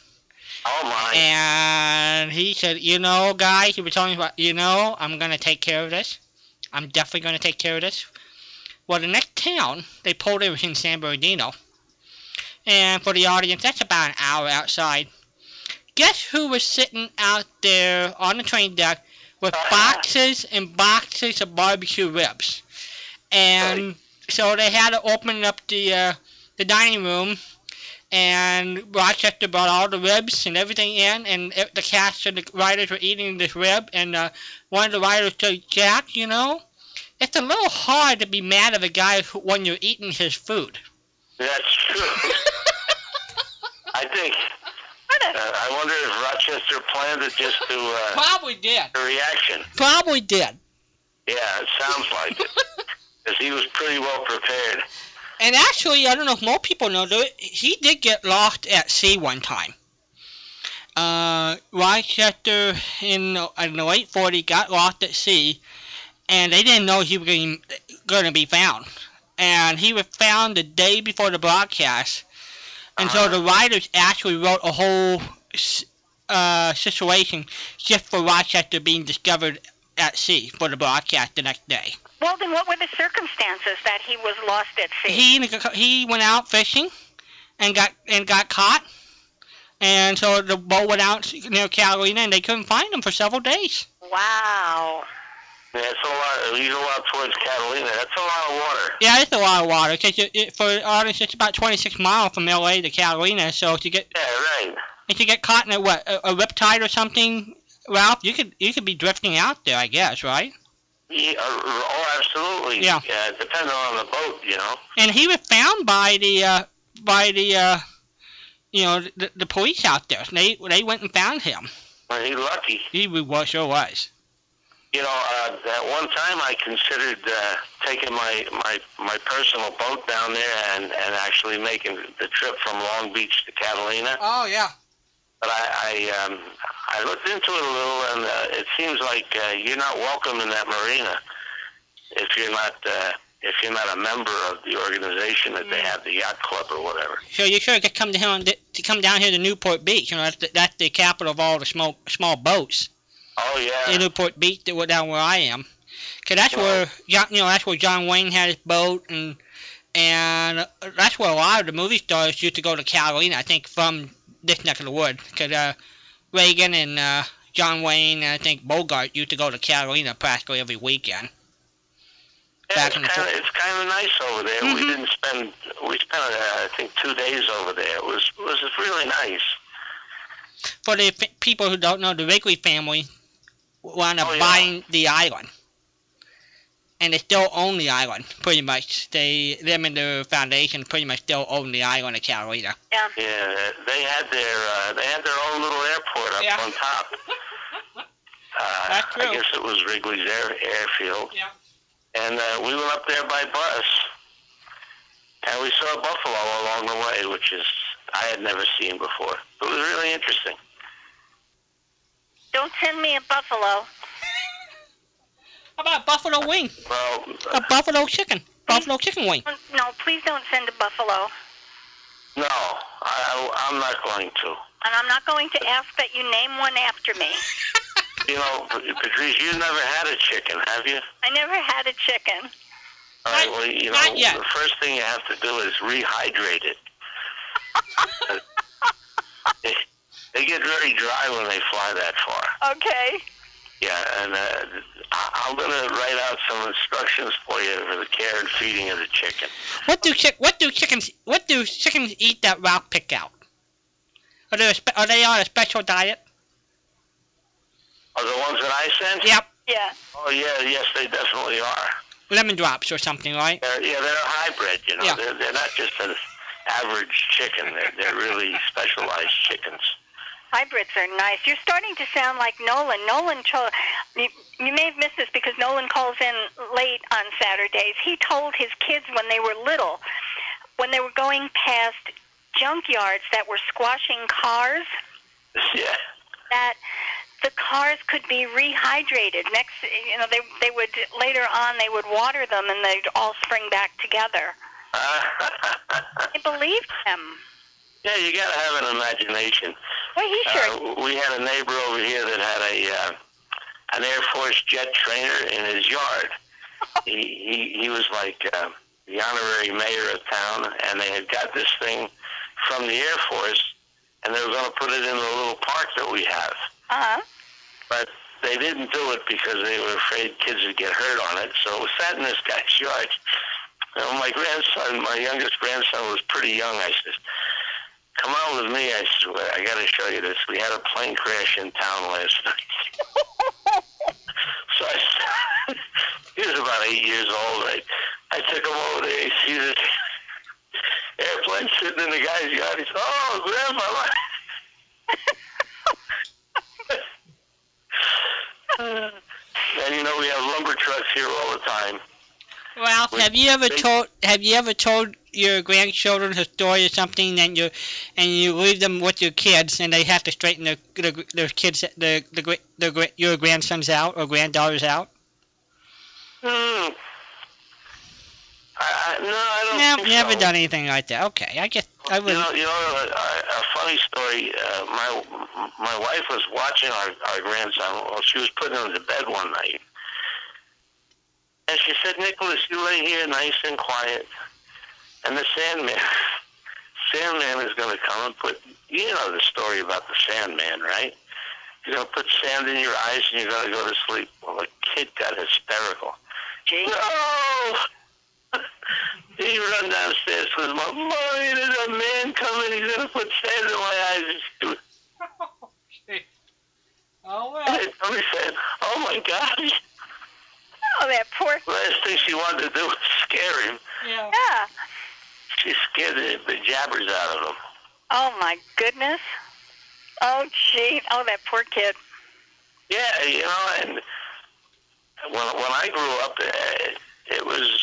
M: oh my.
G: And he said, you know, guys, he was telling me about, you know, I'm going to take care of this. I'm definitely going to take care of this. Well, the next town they pulled in was in San Bernardino. And for the audience, that's about an hour outside. Guess who was sitting out there on the train deck with boxes and boxes of barbecue ribs? And so they had to open up the uh, the dining room, and Rochester brought all the ribs and everything in, and it- the cast and the writers were eating this rib, and uh, one of the writers said, "Jack, you know, it's a little hard to be mad at a guy who, when you're eating his food."
M: That's
G: [LAUGHS]
M: true. I think. Uh, I wonder if Rochester planned it just to. Uh,
G: Probably did.
M: The reaction.
G: Probably did.
M: Yeah, it sounds
G: [LAUGHS]
M: like it. Because he was pretty well prepared.
G: And actually, I don't know if more people know, though, he did get lost at sea one time. Uh, Rochester in, the- in the late 40s got lost at sea, and they didn't know he was going to be found. And he was found the day before the broadcast, and so the writers actually wrote a whole s- uh, situation just for Rochester being discovered at sea for the broadcast the next day.
H: Well, then, what were the circumstances that he was lost at sea?
G: He he went out fishing and got and got caught, and so the boat went out near Catalina, and they couldn't find him for several days.
H: Wow.
M: Yeah, it's a lot. He's a lot towards Catalina. That's a lot of water.
G: Yeah, it's a lot of water because it, it, for artists, it's about 26 miles from LA to Catalina. So if you get
M: yeah, right.
G: if you get caught in a what a, a riptide or something, Ralph, you could you could be drifting out there, I guess, right?
M: Yeah, uh, oh, absolutely.
G: Yeah.
M: yeah. it Depending on the boat, you know.
G: And he was found by the uh, by the uh, you know the, the police out there. They they went and found him.
M: Well, he lucky.
G: He was sure was.
M: You know, uh, at one time I considered uh, taking my, my my personal boat down there and, and actually making the trip from Long Beach to Catalina.
G: Oh yeah.
M: But I I, um, I looked into it a little, and uh, it seems like uh, you're not welcome in that marina if you're not uh, if you're not a member of the organization that they have, the yacht club or whatever.
G: So you should have come down to come down here to Newport Beach. You know that's the, that's the capital of all the small small boats.
M: Oh yeah.
G: In Newport Beach, that were down where I am. 'Cause that's where John, you know that's where John Wayne had his boat, and and uh, that's where a lot of the movie stars used to go to Catalina. I think from this neck of the wood. 'Cause uh, Reagan and uh, John Wayne and I think Bogart used to go to Catalina practically every weekend.
M: Yeah, it's kind of it's kind of nice over there. We didn't spend we spent uh, I think two days over there. It was it was really nice.
G: For the f- people who don't know, the Wrigley family wound up
M: Oh, yeah.
G: buying the island, and they still own the island pretty much. They, them and their foundation, pretty much still own the island of Catalina.
H: Yeah.
M: they had their uh, they had their own little airport up on top. Uh, I guess it was Wrigley's Air, Airfield.
G: Yeah.
M: And uh, we went up there by bus, and we saw buffalo along the way, which is I had never seen before. It was really interesting.
H: Don't send me a buffalo.
G: How about buffalo wing?
M: Well,
G: A buffalo chicken. Buffalo chicken wing.
H: No, please don't send a buffalo.
M: no, I, I I'm not going to.
H: And I'm not going to ask that you name one after me.
M: You know, Patrice, you never had a chicken, have you?
H: I never had a chicken.
M: All right, well, you know,
H: not yet.
M: the first thing you have to do is rehydrate
H: [LAUGHS]
M: it. they, they get very dry when they fly that far.
H: Okay.
M: Yeah, and uh, I- I'm going to write out some instructions for you for the care and feeding of the chicken.
G: What do chick? What do chickens? What do chickens eat that Ralph pick out? Are they, a spe- are they on a special diet?
M: Are the ones that I sent?
G: Yep.
H: Yeah.
M: Oh, yeah, yes, they definitely are.
G: Lemon drops or something, right?
M: They're, yeah, they're hybrid, you know. They're, they're not just an average chicken. They're,
H: [LAUGHS]
M: they're really specialized chickens.
H: Hybrids are nice. You're starting to sound like Nolan. Nolan, cho- you, you may have missed this because Nolan calls in late on Saturdays. He told his kids when they were little, when they were going past junkyards that were squashing cars,
M: Yeah.
H: that the cars could be rehydrated. Next, you know, they they would later on they would water them and they'd all spring back together. I believed him.
M: Yeah, you got to have an imagination.
H: Well, he
M: sure. Uh, we had a neighbor over here that had a uh, an Air Force jet trainer in his yard. he, he he was like uh, the honorary mayor of town, and they had got this thing from the Air Force, and they were going to put it in a little park that we have.
H: Uh huh.
M: But they didn't do it because they were afraid kids would get hurt on it. So it was sat in this guy's yard. And my grandson, my youngest grandson, was pretty young. I said, "Come on with me." I said, well, "I got to show you this. We had a plane crash in town last night." [LAUGHS] so I, said- [LAUGHS] he was about eight years old. I, I took him over there. He sees this [LAUGHS] airplane sitting in the guy's yard. He said, "Oh, grandma." [LAUGHS] And you know we have lumber trucks here all the time.
G: Ralph, have you ever
M: They-
G: told have you ever told your grandchildren a story or something, and you and you leave them with your kids, and they have to straighten their their, their kids their, their, gra- their gra- your grandsons out or granddaughters out?
M: Hmm. I, I, no, I don't
G: No,
M: think
G: never
M: so.
G: done anything like that. Okay, I guess I
M: You
G: was.
M: know, you know, a, a funny story. Uh, my my wife was watching our our grandson. Well, she was putting him to bed one night, and she said, "Nicholas, you lay here nice and quiet, and the Sandman, [LAUGHS] Sandman is going to come and put. You know the story about the Sandman, right? You're going to put sand in your eyes, and you're going to go to sleep." Well, the kid got hysterical. No. He run downstairs with my mommy. There's a man coming. He's gonna put sand in my eyes. And
G: [LAUGHS] Oh well.
M: And Tommy said, "Oh my God!"
H: Oh, that poor.
M: Last thing she wanted to do was scare him.
G: Yeah.
M: She scared the, the jabbers out of him.
H: Oh my goodness. Oh gee. Oh, that poor kid.
M: Yeah, you know, and when when I grew up, eh, it was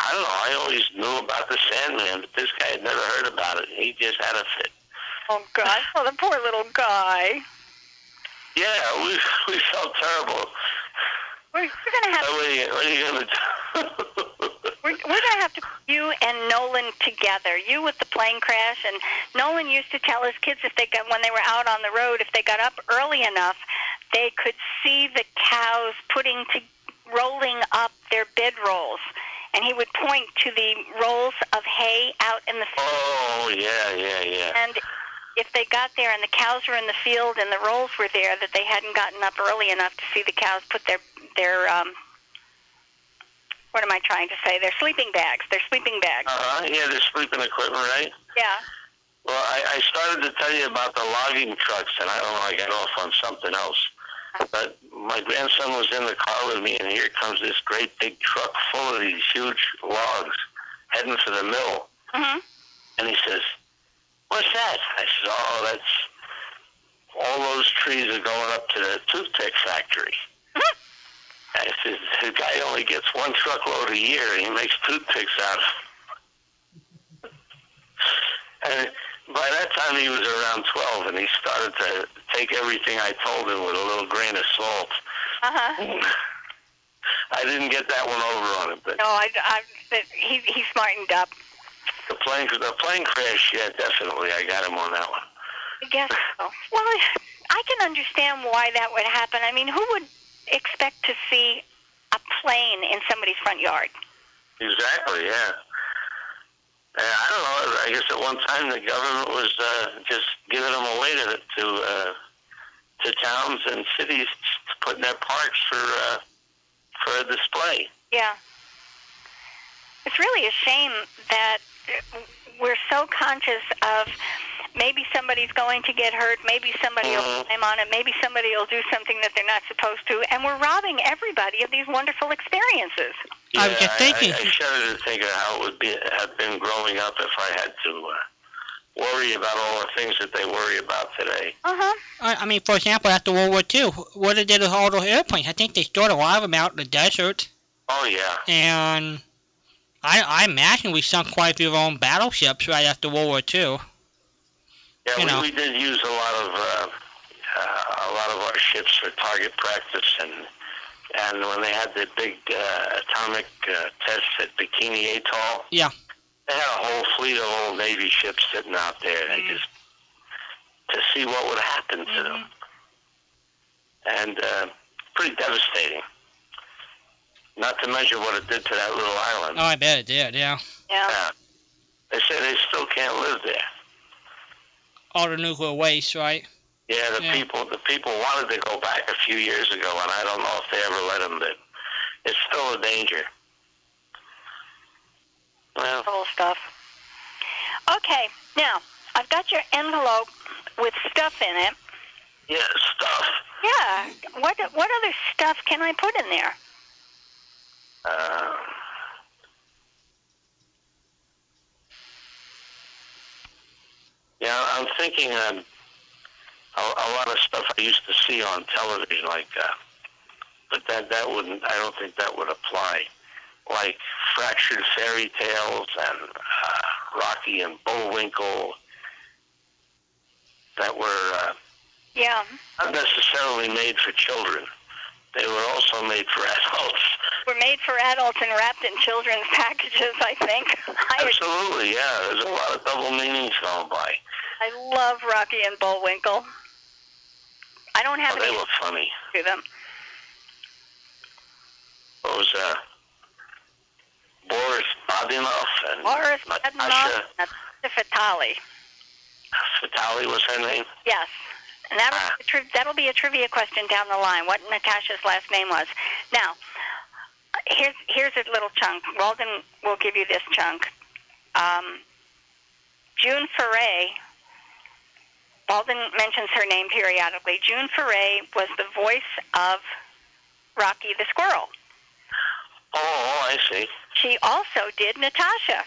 M: I don't know. I always knew about the Sandman, but this guy had never heard about it. He just had a fit.
H: Oh God. Oh, the poor little guy.
M: Yeah, we [LAUGHS] we felt terrible.
H: We're, we're gonna have
M: What are you, what are you gonna do?
H: We're, we're going to have to put you and Nolan together. You with the plane crash, and Nolan used to tell his kids if they got when they were out on the road, if they got up early enough, they could see the cows putting to rolling up their bedrolls, and he would point to the rolls of hay out in the field.
M: Oh yeah, yeah, yeah.
H: And if they got there and the cows were in the field and the rolls were there, that they hadn't gotten up early enough to see the cows put their their um, what am I trying to say? Their sleeping bags. Their sleeping bags.
M: Uh-huh. Yeah, the sleeping equipment, right?
H: Yeah.
M: Well, I, I started to tell you about the logging trucks, and I don't know, I got off on something else. But my grandson was in the car with me, and here comes this great big truck full of these huge logs heading for the mill.
H: Mm-hmm.
M: And he says, What's that? I said, Oh, that's all those trees are going up to the toothpick factory. I said, The guy only gets one truckload a year and he makes toothpicks out of [LAUGHS] And by that time he was around 12 and he started to take everything I told him with a little grain of salt.
H: Uh-huh.
M: I didn't get that one over on him, but
H: No, I, I, he, he smartened up.
M: the plane, the plane crash, yeah, definitely, I got him on that one.
H: I guess so. Well, I can understand why that would happen. I mean, who would expect to see a plane in somebody's front yard?
M: Exactly, yeah. Uh, I don't know. I guess at one time the government was uh, just giving them away to to uh, to towns and cities to put in their parks for uh, for a display.
H: Yeah. It's really a shame that uh, we're so conscious of maybe somebody's going to get hurt, maybe somebody will climb on it, maybe somebody will do something that they're not supposed to, and we're robbing everybody of these wonderful experiences.
M: Yeah, I was just thinking. I, I, shudder to think of how it would be have been growing up if I had to uh, worry about all the things that they worry about today.
H: Uh-huh.
G: I I mean, for example, after World War II, what did they do to all those airplanes? I think they stored a lot of them out in the desert,
M: Oh yeah.
G: and I, I imagine we sunk quite a few of our own battleships right after World War II.
M: Yeah,
G: You
M: we,
G: know.
M: we did use a lot of uh, uh, a lot of our ships for target practice, and and when they had the big uh, atomic uh, tests at Bikini Atoll,
G: Yeah.
M: they had a whole fleet of old Navy ships sitting out there, and
G: Mm-hmm.
M: they just to see what would happen to them,
G: Mm-hmm.
M: and uh, pretty devastating. Not to mention what it did to that little island.
G: Oh, I bet it did, yeah.
H: Yeah.
M: They say they still can't live there.
G: all the nuclear waste, right?
M: Yeah, the people the people wanted to go back a few years ago, and I don't know if they ever let them. But it's still a danger. Well,
H: Little stuff. Okay, now I've got your envelope with stuff in it.
M: yeah, stuff.
H: Yeah. What what other stuff can I put in there?
M: Uh, yeah, I'm thinking um, a, a lot of stuff I used to see on television, like, uh, but that that wouldn't. I don't think that would apply. Like fractured fairy tales and uh, Rocky and Bullwinkle that were uh,
H: Yeah.
M: not necessarily made for children. They were also made for [LAUGHS] adults.
H: Were made for adults and wrapped in children's [LAUGHS] packages, I think. [LAUGHS] I
M: Absolutely, yeah. There's a lot of double meanings going by.
H: I love Rocky and Bullwinkle. I don't have
M: Oh, they were funny.
H: any to them.
M: What was uh, Boris Badenoff and
H: Boris Badenoff
M: Natasha
H: and Natasha Fatali.
M: Fatali was her name.
H: Yes. And that was a tri- that'll be a trivia question down the line. What Natasha's last name was. Now, here's here's a little chunk. Walden will give you this chunk. Um, June Foray. Walden mentions her name periodically. June Foray was the voice of Rocky the Squirrel.
M: Oh, I see.
H: She also did Natasha.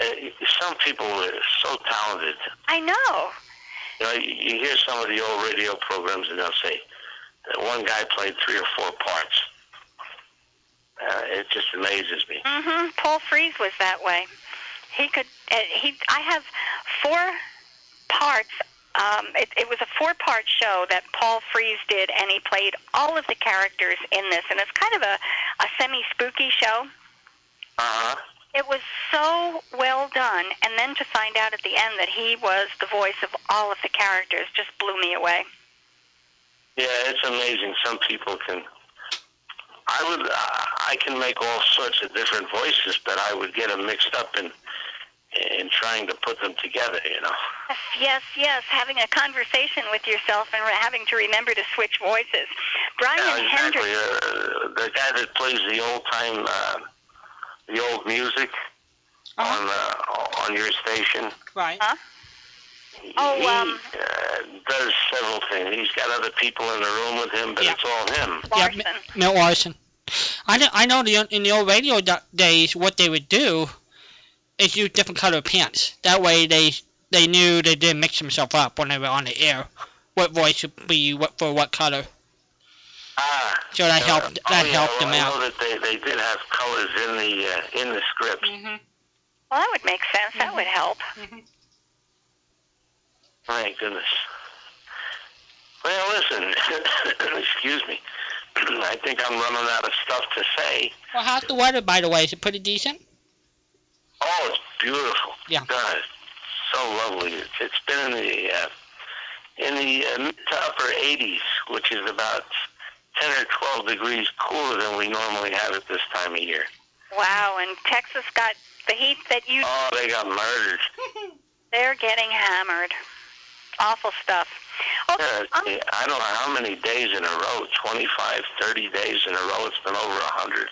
M: Uh, some people were so talented.
H: I know.
M: You know, you, you hear some of the old radio programs and they'll say that one guy played three or four parts. Uh, it just amazes me.
H: hmm Paul Frees was that way. He could. Uh, he. I have four parts. Um, it, it was a four-part show that Paul Frees did, and he played all of the characters in this, and it's kind of a, a semi-spooky show.
M: Uh-huh.
H: It was so well done, and then to find out at the end that he was the voice of all of the characters just blew me away.
M: Yeah, it's amazing. Some people can. I would. uh, I can make all sorts of different voices, but I would get them mixed up in in trying to put them together. You know.
H: Yes, yes, yes. Having a conversation with yourself and re- having to remember to switch voices. Brian
M: yeah,
H: Hendricks.
M: exactly. Uh, the guy that plays the old time, uh, the old music
G: Uh-huh.
M: on uh, on your station.
G: Right.
H: Huh? Oh,
M: he
H: um,
M: uh, does several things. He's got other people in the room with him, but it's all him.
G: Yeah, M- Mel Larson. I know, I know the, in the old radio da- days, what they would do is use different color pants. That way they they knew they didn't mix themselves up when they were on the air. What voice would be what for what color.
M: Ah.
G: So that helped that
M: oh,
G: helped
M: yeah,
G: them
M: well,
G: out.
M: I know that they, they did have colors in the uh, in the script.
G: Mm-hmm.
H: Well, that would make sense. That would help.
M: My goodness. Well, listen, [COUGHS] excuse me. [COUGHS] I think I'm running out of stuff to say.
G: Well, how's the weather, by the way? Is it pretty decent?
M: Oh, it's beautiful.
G: Yeah.
M: God, it's so lovely. It's, it's been in the uh, in the uh, mid to upper 80s, which is about 10 or 12 degrees cooler than we normally have at this time of year.
H: Wow, and Texas got the heat that you.
M: Oh, they got murdered.
H: They're getting hammered. Awful stuff. Um,
M: Yeah, Uh, I don't know how many days in a row, 25, 30 days in a row, it's been over 100.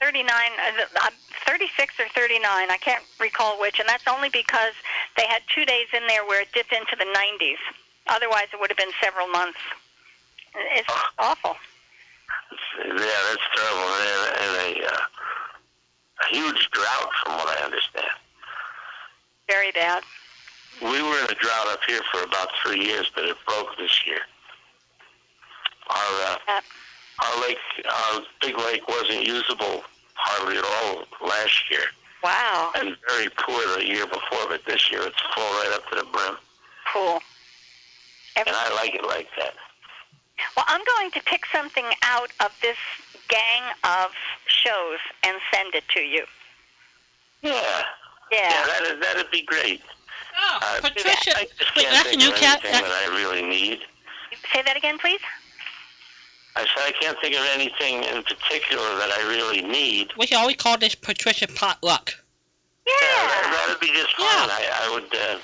H: 39, uh, th- uh, 36 or 39, I can't recall which, and that's only because they had two days in there where it dipped into the 90s. Otherwise, it would have been several months. It's
M: Oh.
H: awful.
M: Yeah, that's terrible. And, and a, uh, a huge drought, from what I understand.
H: Very bad.
M: We were in a drought up here for about three years, but it broke this year. Our
H: uh,
M: our lake, our big lake, wasn't usable hardly at all last year,
H: Wow.
M: and very poor the year before. But this year, it's full right up to the brim,
H: Cool.
M: and I like it like that.
H: Well, I'm going to pick something out of this gang of shows and send it to you.
M: Yeah.
H: Yeah.
M: Yeah, that'd, that'd be great.
G: Oh,
M: uh,
G: Patricia,
M: I just
G: wait,
M: can't
G: that's a
M: think
G: new
M: of
G: cat- uh,
M: anything that I really need.
H: Say that again, please.
M: I said I can't think of anything in particular that I really need.
G: We can always call this Patricia Potluck.
M: Yeah. That, that'd be just fine. I, I would. Uh,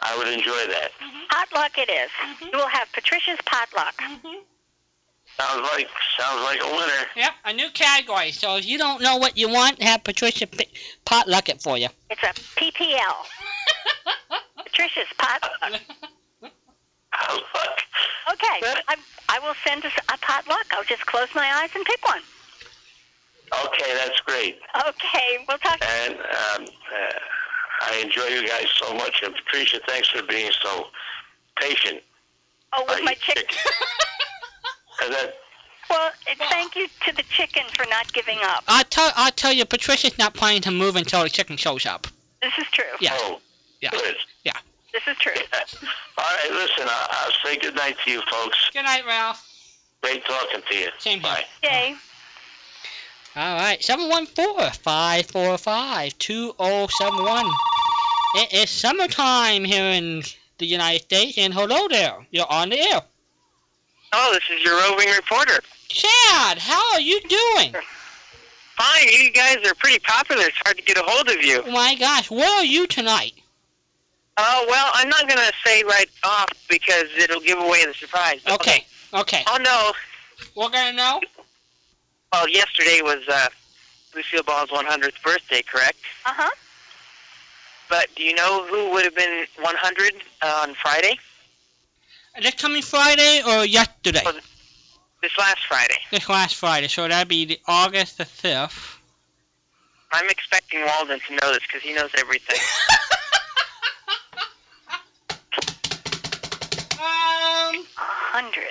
M: I would enjoy that.
G: Mm-hmm.
H: Potluck it is. You will have Patricia's potluck.
G: Mm-hmm.
M: Sounds like sounds like a winner.
G: Yep, a new category. So if you don't know what you want, have Patricia p- potluck it for you.
H: It's a PPL.
G: [LAUGHS]
H: Patricia's potluck. Okay, I, I will send us a potluck. I'll just close my eyes and pick one.
M: Okay, that's great.
H: Okay, we'll talk.
M: And um, uh, I enjoy you guys so much. And Patricia, thanks for being so patient.
H: Oh, with my chicken. [LAUGHS]
M: And that,
H: Well, thank you to the chicken for not giving up.
G: I tell I tell you, Patricia's not planning to move until the chicken shows up.
H: This is true.
G: Yeah. yeah. Yeah.
H: This is true.
M: all right, listen, I, I'll say good night to you folks.
G: Good night, Ralph.
M: Great talking to you.
G: Same here.
M: Bye.
H: Yay.
G: All right, 714-545-2071. It is summertime here in the United States, and hello there. You're on the air.
P: Oh, this is your roving reporter.
G: Chad, how are you doing?
P: Fine, you guys are pretty popular. It's hard to get a hold of you.
G: My gosh, where are you tonight?
P: Oh, well, I'm not going to say right off because it'll give away the surprise.
G: Okay, okay.
P: Oh, no.
G: We're going to know?
P: Well, yesterday was uh, Lucille Ball's 100th birthday, correct?
H: Uh huh.
P: But do you know who would have been 100 on Friday?
G: This coming Friday or yesterday?
P: This last Friday.
G: This last Friday, so that'd be the August the 5th.
P: I'm expecting Walden to know this because he knows everything.
G: [LAUGHS] Um,
H: 100.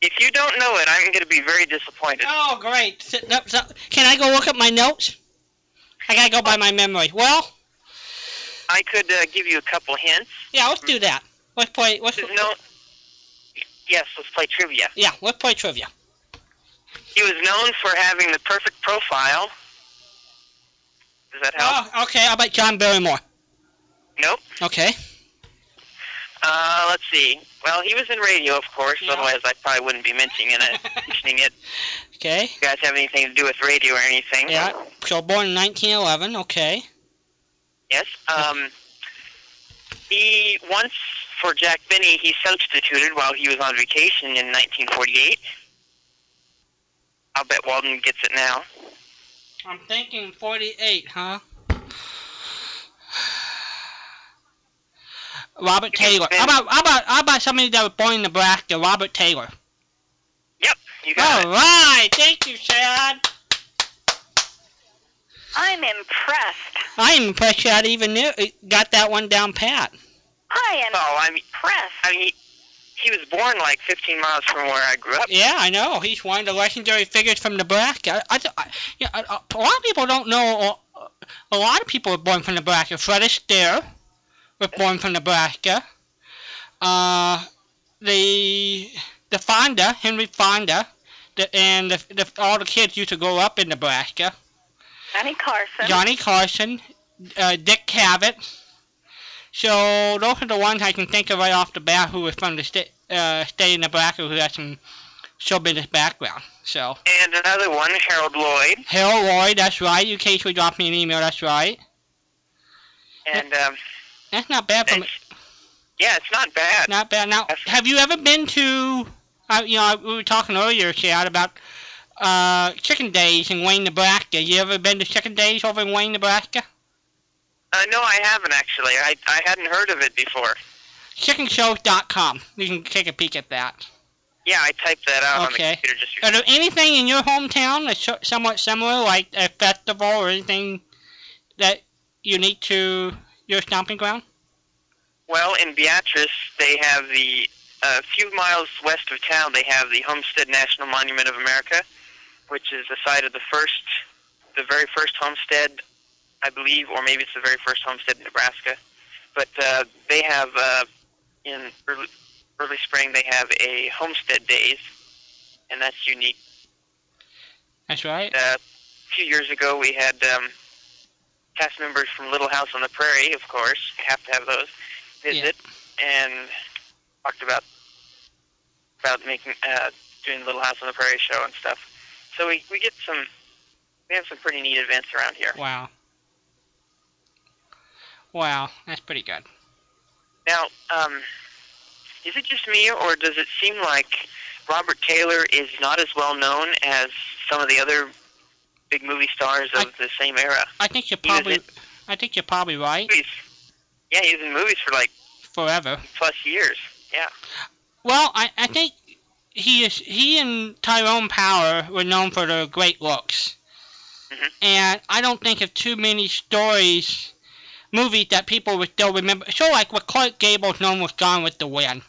P: If you don't know it, I'm going to be very disappointed.
G: Oh, great. So- no, so- Can I go look at my notes? I gotta go by my memory. Well,
P: I could uh, give you a couple hints.
G: yeah, let's do that. Let's play. Let's,
P: There's no. Yes, let's play trivia.
G: yeah, let's play trivia.
P: He was known for having the perfect profile. Does that help?
G: Oh, okay. How about John Barrymore?
P: Nope.
G: Okay.
P: Uh, let's see. Well, he was in radio, of course. Otherwise, I probably wouldn't be mentioning it. mentioning it.
G: Okay.
P: You guys have anything to do with radio or anything?
G: Yeah. So born in 1911. Okay.
P: Yes. Um, he once for Jack Benny he substituted while he was on vacation in 1948. I'll bet Walden gets it now.
G: I'm thinking 48, huh? [SIGHS] Robert Taylor. How about how about how about somebody that was born in Nebraska? Robert Taylor.
P: Yep. You
G: got All right. Thank you, Chad.
H: I'm impressed.
G: I am impressed Chad even knew got that one down pat.
H: I am.
P: Oh, I'm impressed. I mean, he was born like 15 miles from where I grew up.
G: Yeah, I know. He's one of the legendary figures from Nebraska. I, I, I, yeah, I- I- a lot of people don't know. uh, A lot of people were born from Nebraska. Fred Astaire was born from Nebraska. Uh, the the Fonda, Henry Fonda, the, and the, the, all the kids used to grow up in Nebraska.
H: Johnny Carson.
G: Johnny Carson, uh, Dick Cavett. So those are the ones I can think of right off the bat who was from the state, uh, state of Nebraska who had some show business background. So
P: And another one, Harold Lloyd.
G: Harold Roy, that's right. You occasionally drop me an email, that's right.
P: And um,
G: That's not bad for me.
P: yeah, it's not bad.
G: Not bad. Now, have you ever been to? Uh, you know, we were talking earlier, Chad, about uh, Chicken Days in Wayne, Nebraska. You ever been to Chicken Days over in Wayne, Nebraska?
P: Uh, no, I haven't actually. I I hadn't heard of it before.
G: chickenshows.com. You can take a peek at that.
P: Yeah, I typed that out on
G: Okay.
P: the computer just.
G: Are there anything in your hometown that's so- somewhat similar, like a festival or anything that unique to your stomping ground?
P: Well, in Beatrice, they have the a few miles west of town. They have the Homestead National Monument of America, which is the site of the first, the very first homestead, I believe, or maybe it's the very first homestead in Nebraska. But uh, they have uh, in early, early spring they have a Homestead Days, and that's unique.
G: That's right.
P: Uh, a few years ago, we had um, cast members from Little House on the Prairie, of course, have to have those visit, and talked about about making uh, doing Little House on the Prairie show and stuff. So we we get some we have some pretty neat events around here.
G: Wow. Wow, that's pretty good.
P: Now, um, is it just me, or does it seem like Robert Taylor is not as well known as some of the other big movie stars of the same era?
G: I think you're
P: He was
G: probably.
P: in
G: I think you're probably right.
P: movies. Yeah, he was in movies for like
G: Forever.
P: plus years. Yeah.
G: Well, I, I think he is he and Tyrone Power were known for their great looks, and I don't think of too many stories, movies that people would still remember. So like with Clark Gable's known was Gone with the Wind,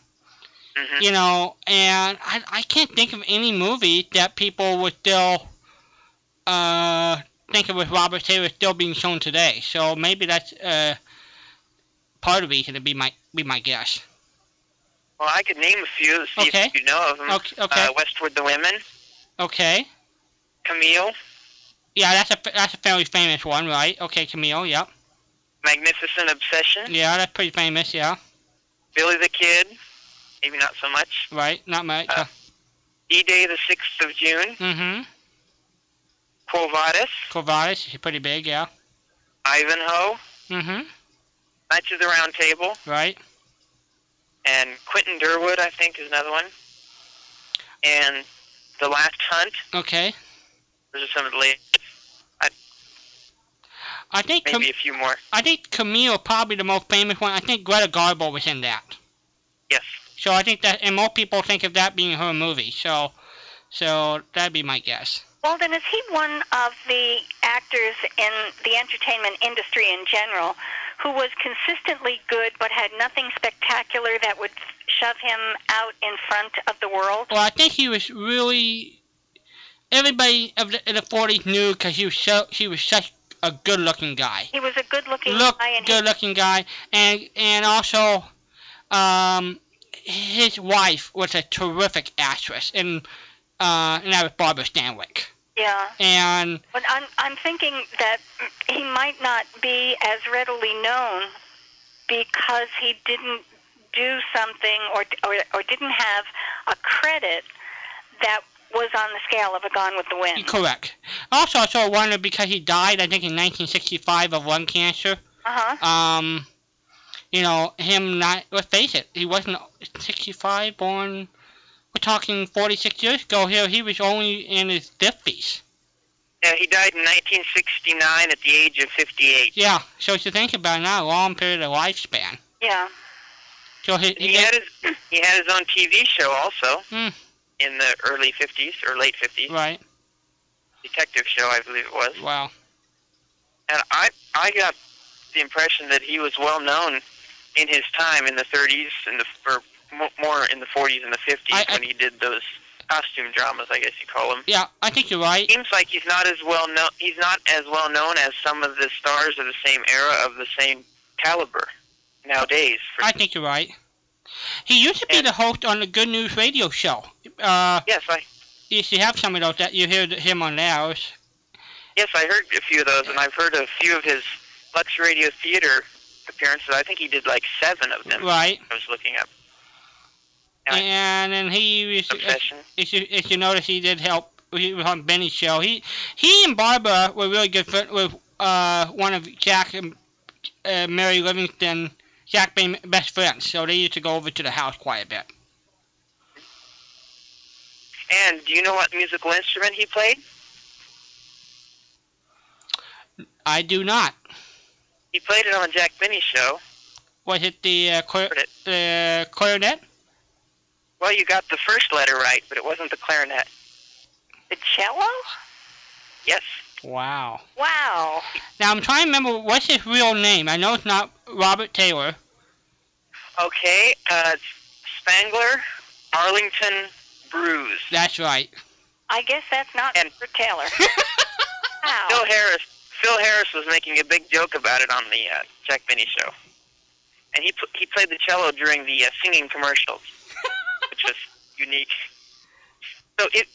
G: you know, and I I can't think of any movie that people would still uh think of with Robert Taylor still being shown today. So maybe that's uh part of it going to be my be my guess.
P: Well, I could name a few. See
G: Okay.
P: if you know of them.
G: Okay, okay.
P: Uh, Westward the Women,
G: Okay.
P: Camille,
G: Yeah, that's a that's a fairly famous one, right? Okay, Camille. Yep.
P: Magnificent Obsession,
G: Yeah, that's pretty famous. Yeah.
P: Billy the Kid, maybe not so much.
G: Right. Not much.
P: D-Day the 6th of June,
G: mm-hmm.
P: Quo Vadis,
G: Corvallis is pretty big. Yeah.
P: Ivanhoe,
G: Mm-hmm.
P: Knights of the Round Table,
G: Right.
P: and Quentin Durwood, I think, is another one. And The Last Hunt.
G: Okay.
P: Those are some of the latest.
G: I think
P: Maybe
G: Cam-
P: a few more.
G: I think Camille probably the most famous one. I think Greta Garbo was in that.
P: Yes.
G: So I think that, and more people think of that being her movie. So, so that'd be my guess.
H: Walden, is he one of the actors in the entertainment industry in general who was consistently good but had nothing spectacular that would shove him out in front of the world?
G: Well, I think he was really. Everybody of the, in the 40s knew because he was so he was such a good-looking guy.
H: He was a good-looking
G: Look,
H: guy, and
G: good-looking guy, and and also, um, his wife was a terrific actress, and uh, and that was Barbara Stanwyck.
H: yeah.
G: And
H: But I'm I'm thinking that he might not be as readily known because he didn't do something or or, or didn't have a credit that was on the scale of a Gone with the Wind.
G: correct. Also, I sort of wonder because he died, I think, in 1965 of lung cancer.
H: Uh huh.
G: Um, you know, him not, let's face it, he wasn't 65, born, we're talking 46 years ago here, he was only in his 50s.
P: Yeah, he died in 1969 at the age of 58.
G: Yeah, so if you think about it, not a long period of lifespan.
H: Yeah.
G: So he,
P: He had his [CLEARS THROAT] he had his own TV show also
G: Hmm.
P: in the early 50s or late 50s.
G: Right.
P: Detective show, I believe it was.
G: Wow.
P: And I I got the impression that he was well known in his time in the 30s and the or mo- more in the 40s and the 50s when he did those costume dramas, I guess you call them.
G: Yeah, I think you're right.
P: Seems like he's not as well known. He's not as well known as some of the stars of the same era of the same caliber nowadays.
G: I think you're right. He used to be the host on the Good News Radio show. Uh,
P: yes, I.
G: You used to have some of those that you hear him on ours.
P: Yes, I heard a few of those, and I've heard a few of his Lux Radio Theater appearances. I think he did like seven of them.
G: Right.
P: I was looking up.
G: And then he was,
P: Obsession.
G: if you, if you notice, he did help. He was on Benny's show. He he and Barbara were really good friends with uh, one of Jack and uh, Mary Livingston. Jack being best friends, so they used to go over to the house quite a bit.
P: And do you know what musical instrument he played?
G: I do not.
P: He played it on the Jack Benny show.
G: Was it the uh, clar- the clarinet?
P: Well, you got the first letter right, but it wasn't the clarinet.
H: The cello?
P: Yes.
G: Wow.
H: Wow.
G: Now I'm trying to remember what's his real name. I know it's not Robert Taylor.
P: Okay. Uh, Spangler, Arlington Bruise.
G: That's right.
H: I guess that's not for Taylor. wow.
P: Phil Harris. Phil Harris was making a big joke about it on the uh, Jack Benny show, and he pl- he played the cello during the uh, singing commercials, which was unique. So it,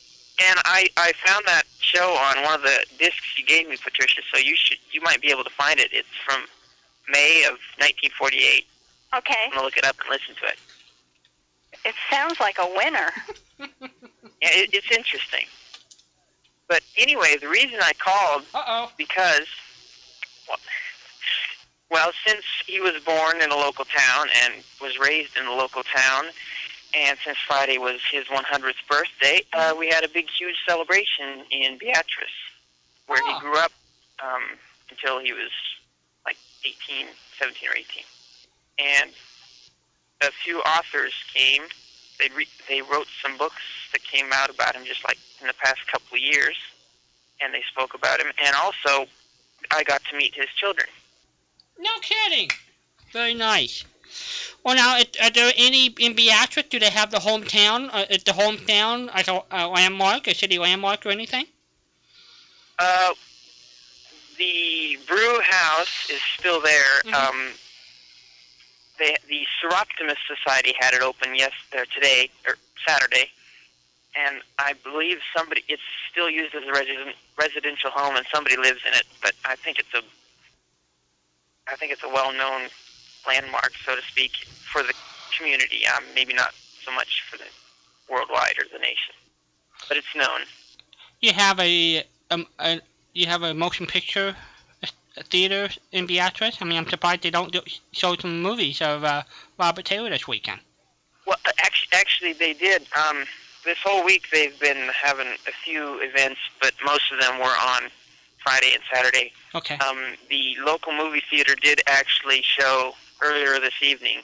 P: and I I found that show on one of the discs you gave me, Patricia. So you should you might be able to find it. It's from May of 1948.
H: Okay.
P: I'm gonna look it up and listen to it.
H: It sounds like a winner.
P: Yeah, it, it's interesting. But anyway, the reason I called
G: Uh-oh.
P: because well, Well, since he was born in a local town and was raised in a local town, and since Friday was his 100th birthday, uh, we had a big, huge celebration in Beatrice, where he grew up um, until he was like 18, 17 or 18. And a few authors came. They re- they wrote some books that came out about him just like in the past couple of years, and they spoke about him. And also, I got to meet his children.
G: No kidding. Very nice. Well, now, it- are there any in Beatrice? Do they have the hometown? Uh, is the hometown like a, a landmark, a city landmark, or anything?
P: Uh, the brew house is still there. Um, they, the Seroptimus Society had it open yes uh, today or Saturday, and I believe somebody it's still used as a resident, residential home, and somebody lives in it. But I think it's a I think it's a well-known landmark, so to speak, for the community. Um, maybe not so much for the worldwide or the nation, but it's known.
G: You have a um a, you have a motion picture a theater in Beatrice. I mean, I'm surprised they don't do, show some movies of uh, Robert Taylor this weekend.
P: Well, actually, actually, they did. Um, this whole week they've been having a few events, but most of them were on Friday and Saturday.
G: Okay.
P: Um, the local movie theater did actually show earlier this evening,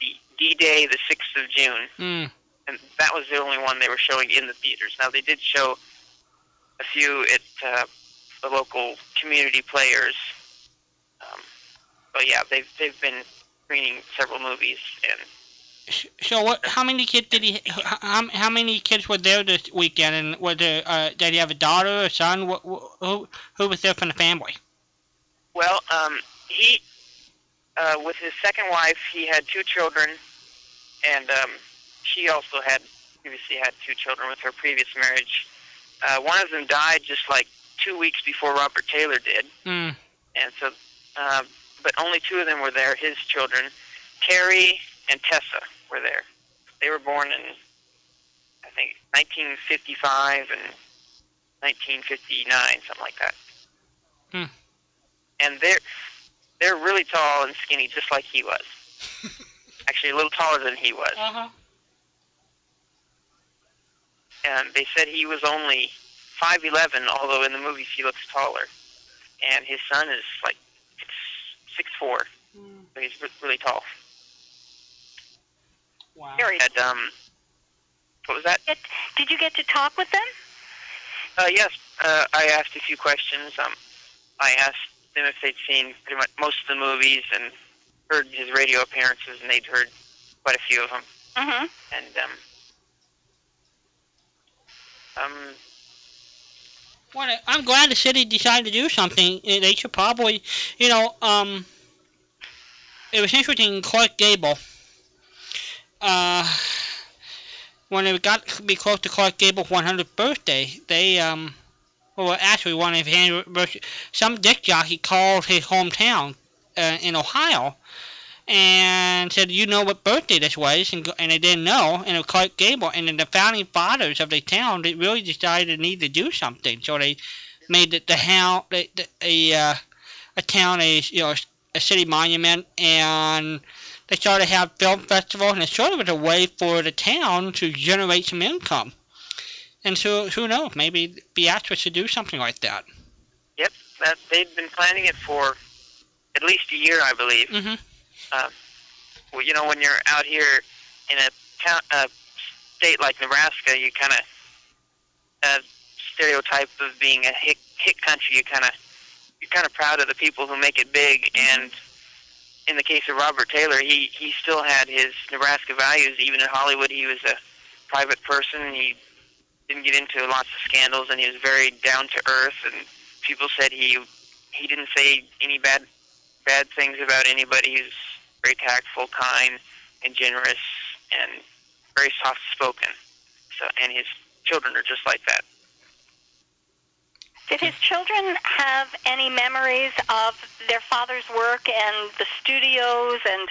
P: the D-Day, the 6th of June,
G: Hmm.
P: and that was the only one they were showing in the theaters. Now they did show a few at uh, the local community players. Um, but yeah, they've they've been screening several movies and
G: So what? How many kids did he? h- How, how many kids were there this weekend? And was there? Uh, did he have a daughter or son? What, who who was there from the family?
P: Well, um, he, uh, with his second wife, he had two children, and um, she also had previously had two children with her previous marriage. Uh, one of them died just like two weeks before Robert Taylor did,
G: Hmm.
P: and so, uh, but only two of them were there. His children, Terry and Tessa, were there. They were born in, I think, 1955 and 1959, something like that
G: Hmm.
P: and they're they're really tall and skinny, just like he was. Actually, a little taller than he was.
G: Uh-huh.
P: And they said he was only five eleven, although in the movies he looks taller. And his son is like six four,
H: Hmm.
P: so he's re- really tall.
G: Wow.
P: And um, what was that?
H: Did you get to talk with them?
P: Uh, yes, uh, I asked a few questions. Um, I asked them if they'd seen pretty much most of the movies and heard his radio appearances, and they'd heard quite a few of them.
H: Mm-hmm.
P: And um, um,
G: What a, I'm glad the city decided to do something. Eh, They should probably, you know, um, it was interesting. Clark Gable, uh, when it got to be close to Clark Gable's 100th birthday, they, um, well, actually one of his anniversary, some dick jockey called his hometown uh, in Ohio and said, "You know what birthday this was?" And, go- and they didn't know. And it was Clark Gable. And then the founding fathers of the town, they really decided they need to do something. So they made the, the how the, the, a uh, a town a you know a city monument, and they started to have film festivals, and it sort of was a way for the town to generate some income. And so who knows? Maybe Beatrice should do something like that.
P: yep, that they'd been planning it for at least a year, I believe.
G: Mhm.
P: Um, well, you know, when you're out here in a town, a state like Nebraska, you kind of uh, stereotype of being a hick, hick country. You kind of you're kind of proud of the people who make it big. And in the case of Robert Taylor, he he still had his Nebraska values. Even in Hollywood, he was a private person. He didn't get into lots of scandals, and he was very down to earth. And people said he he didn't say any bad bad things about anybody. He was very tactful, kind, and generous, and very soft spoken. So, and his children are just like that.
H: Did his children have any memories of their father's work and the studios and